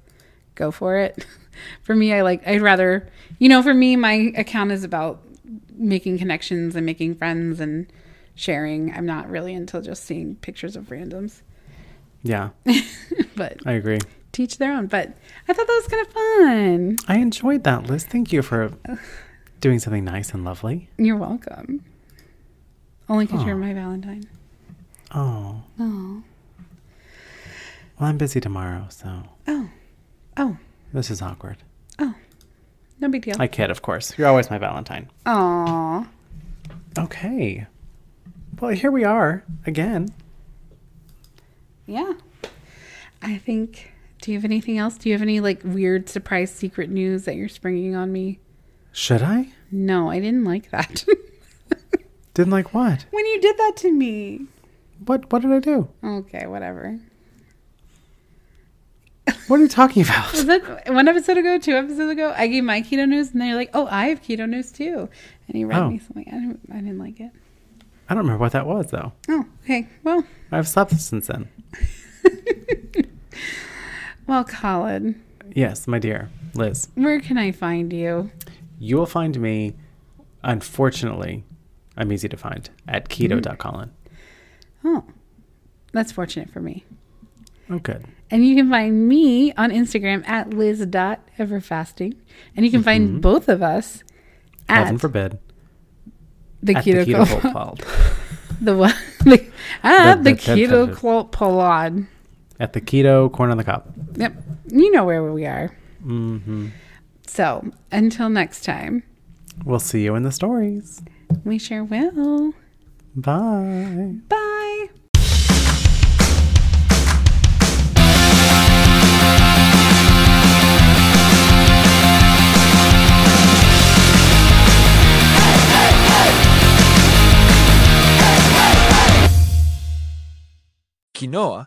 [SPEAKER 2] go for it (laughs) for me i like i'd rather you know for me my account is about making connections and making friends and sharing i'm not really into just seeing pictures of randoms (laughs)
[SPEAKER 1] Yeah,
[SPEAKER 2] but
[SPEAKER 1] I agree.
[SPEAKER 2] teach their own but i thought that was kind of fun
[SPEAKER 1] I enjoyed that, Liz. Thank you for doing something nice and lovely.
[SPEAKER 2] You're welcome. Only because you're
[SPEAKER 1] Aw.
[SPEAKER 2] my Valentine.
[SPEAKER 1] Oh,
[SPEAKER 2] Oh.
[SPEAKER 1] well, I'm busy tomorrow, so
[SPEAKER 2] Oh. Oh.
[SPEAKER 1] this is awkward.
[SPEAKER 2] No big deal.
[SPEAKER 1] I kid, of course. You're always my Valentine.
[SPEAKER 2] Aw.
[SPEAKER 1] Okay. Well, here we are again.
[SPEAKER 2] Yeah. I think. Do you have anything else? Do you have any like weird surprise secret news that you're springing on me?
[SPEAKER 1] Should I?
[SPEAKER 2] No, I didn't like that. (laughs)
[SPEAKER 1] Didn't like what?
[SPEAKER 2] when you did that to me.
[SPEAKER 1] What what did I do?
[SPEAKER 2] Okay, whatever.
[SPEAKER 1] What are you talking about? (laughs)
[SPEAKER 2] Was that one episode ago, two episodes ago? I gave my keto news and they're like, oh, I have keto news too. And he read
[SPEAKER 1] Oh.
[SPEAKER 2] me something. I didn't, I didn't like it.
[SPEAKER 1] I don't remember what that was though.
[SPEAKER 2] Oh, okay. Well,
[SPEAKER 1] I've slept since then.
[SPEAKER 2] well, Colin,
[SPEAKER 1] Yes, my dear Liz.
[SPEAKER 2] where can I find you?
[SPEAKER 1] You will find me unfortunately I'm easy to find at
[SPEAKER 2] Mm-hmm.
[SPEAKER 1] keto.colin.
[SPEAKER 2] Oh, that's fortunate for me.
[SPEAKER 1] Oh good.
[SPEAKER 2] And you can find me on Instagram at liz.everfasting. And you can find
[SPEAKER 1] Mm-hmm.
[SPEAKER 2] both of us at
[SPEAKER 1] Heaven forbid.
[SPEAKER 2] the
[SPEAKER 1] At
[SPEAKER 2] Keto
[SPEAKER 1] the keto
[SPEAKER 2] (laughs) Club.
[SPEAKER 1] cult.
[SPEAKER 2] The what? (laughs) The, at the
[SPEAKER 1] The- the- the-
[SPEAKER 2] Keto
[SPEAKER 1] the-
[SPEAKER 2] Club Pod.
[SPEAKER 1] At the keto corn on the cob.
[SPEAKER 2] Yep. You know where we are.
[SPEAKER 1] hmm
[SPEAKER 2] So until next time,
[SPEAKER 1] We'll see you in the stories.
[SPEAKER 2] we sure will.
[SPEAKER 1] Bye.
[SPEAKER 2] Bye.
[SPEAKER 4] Quinoa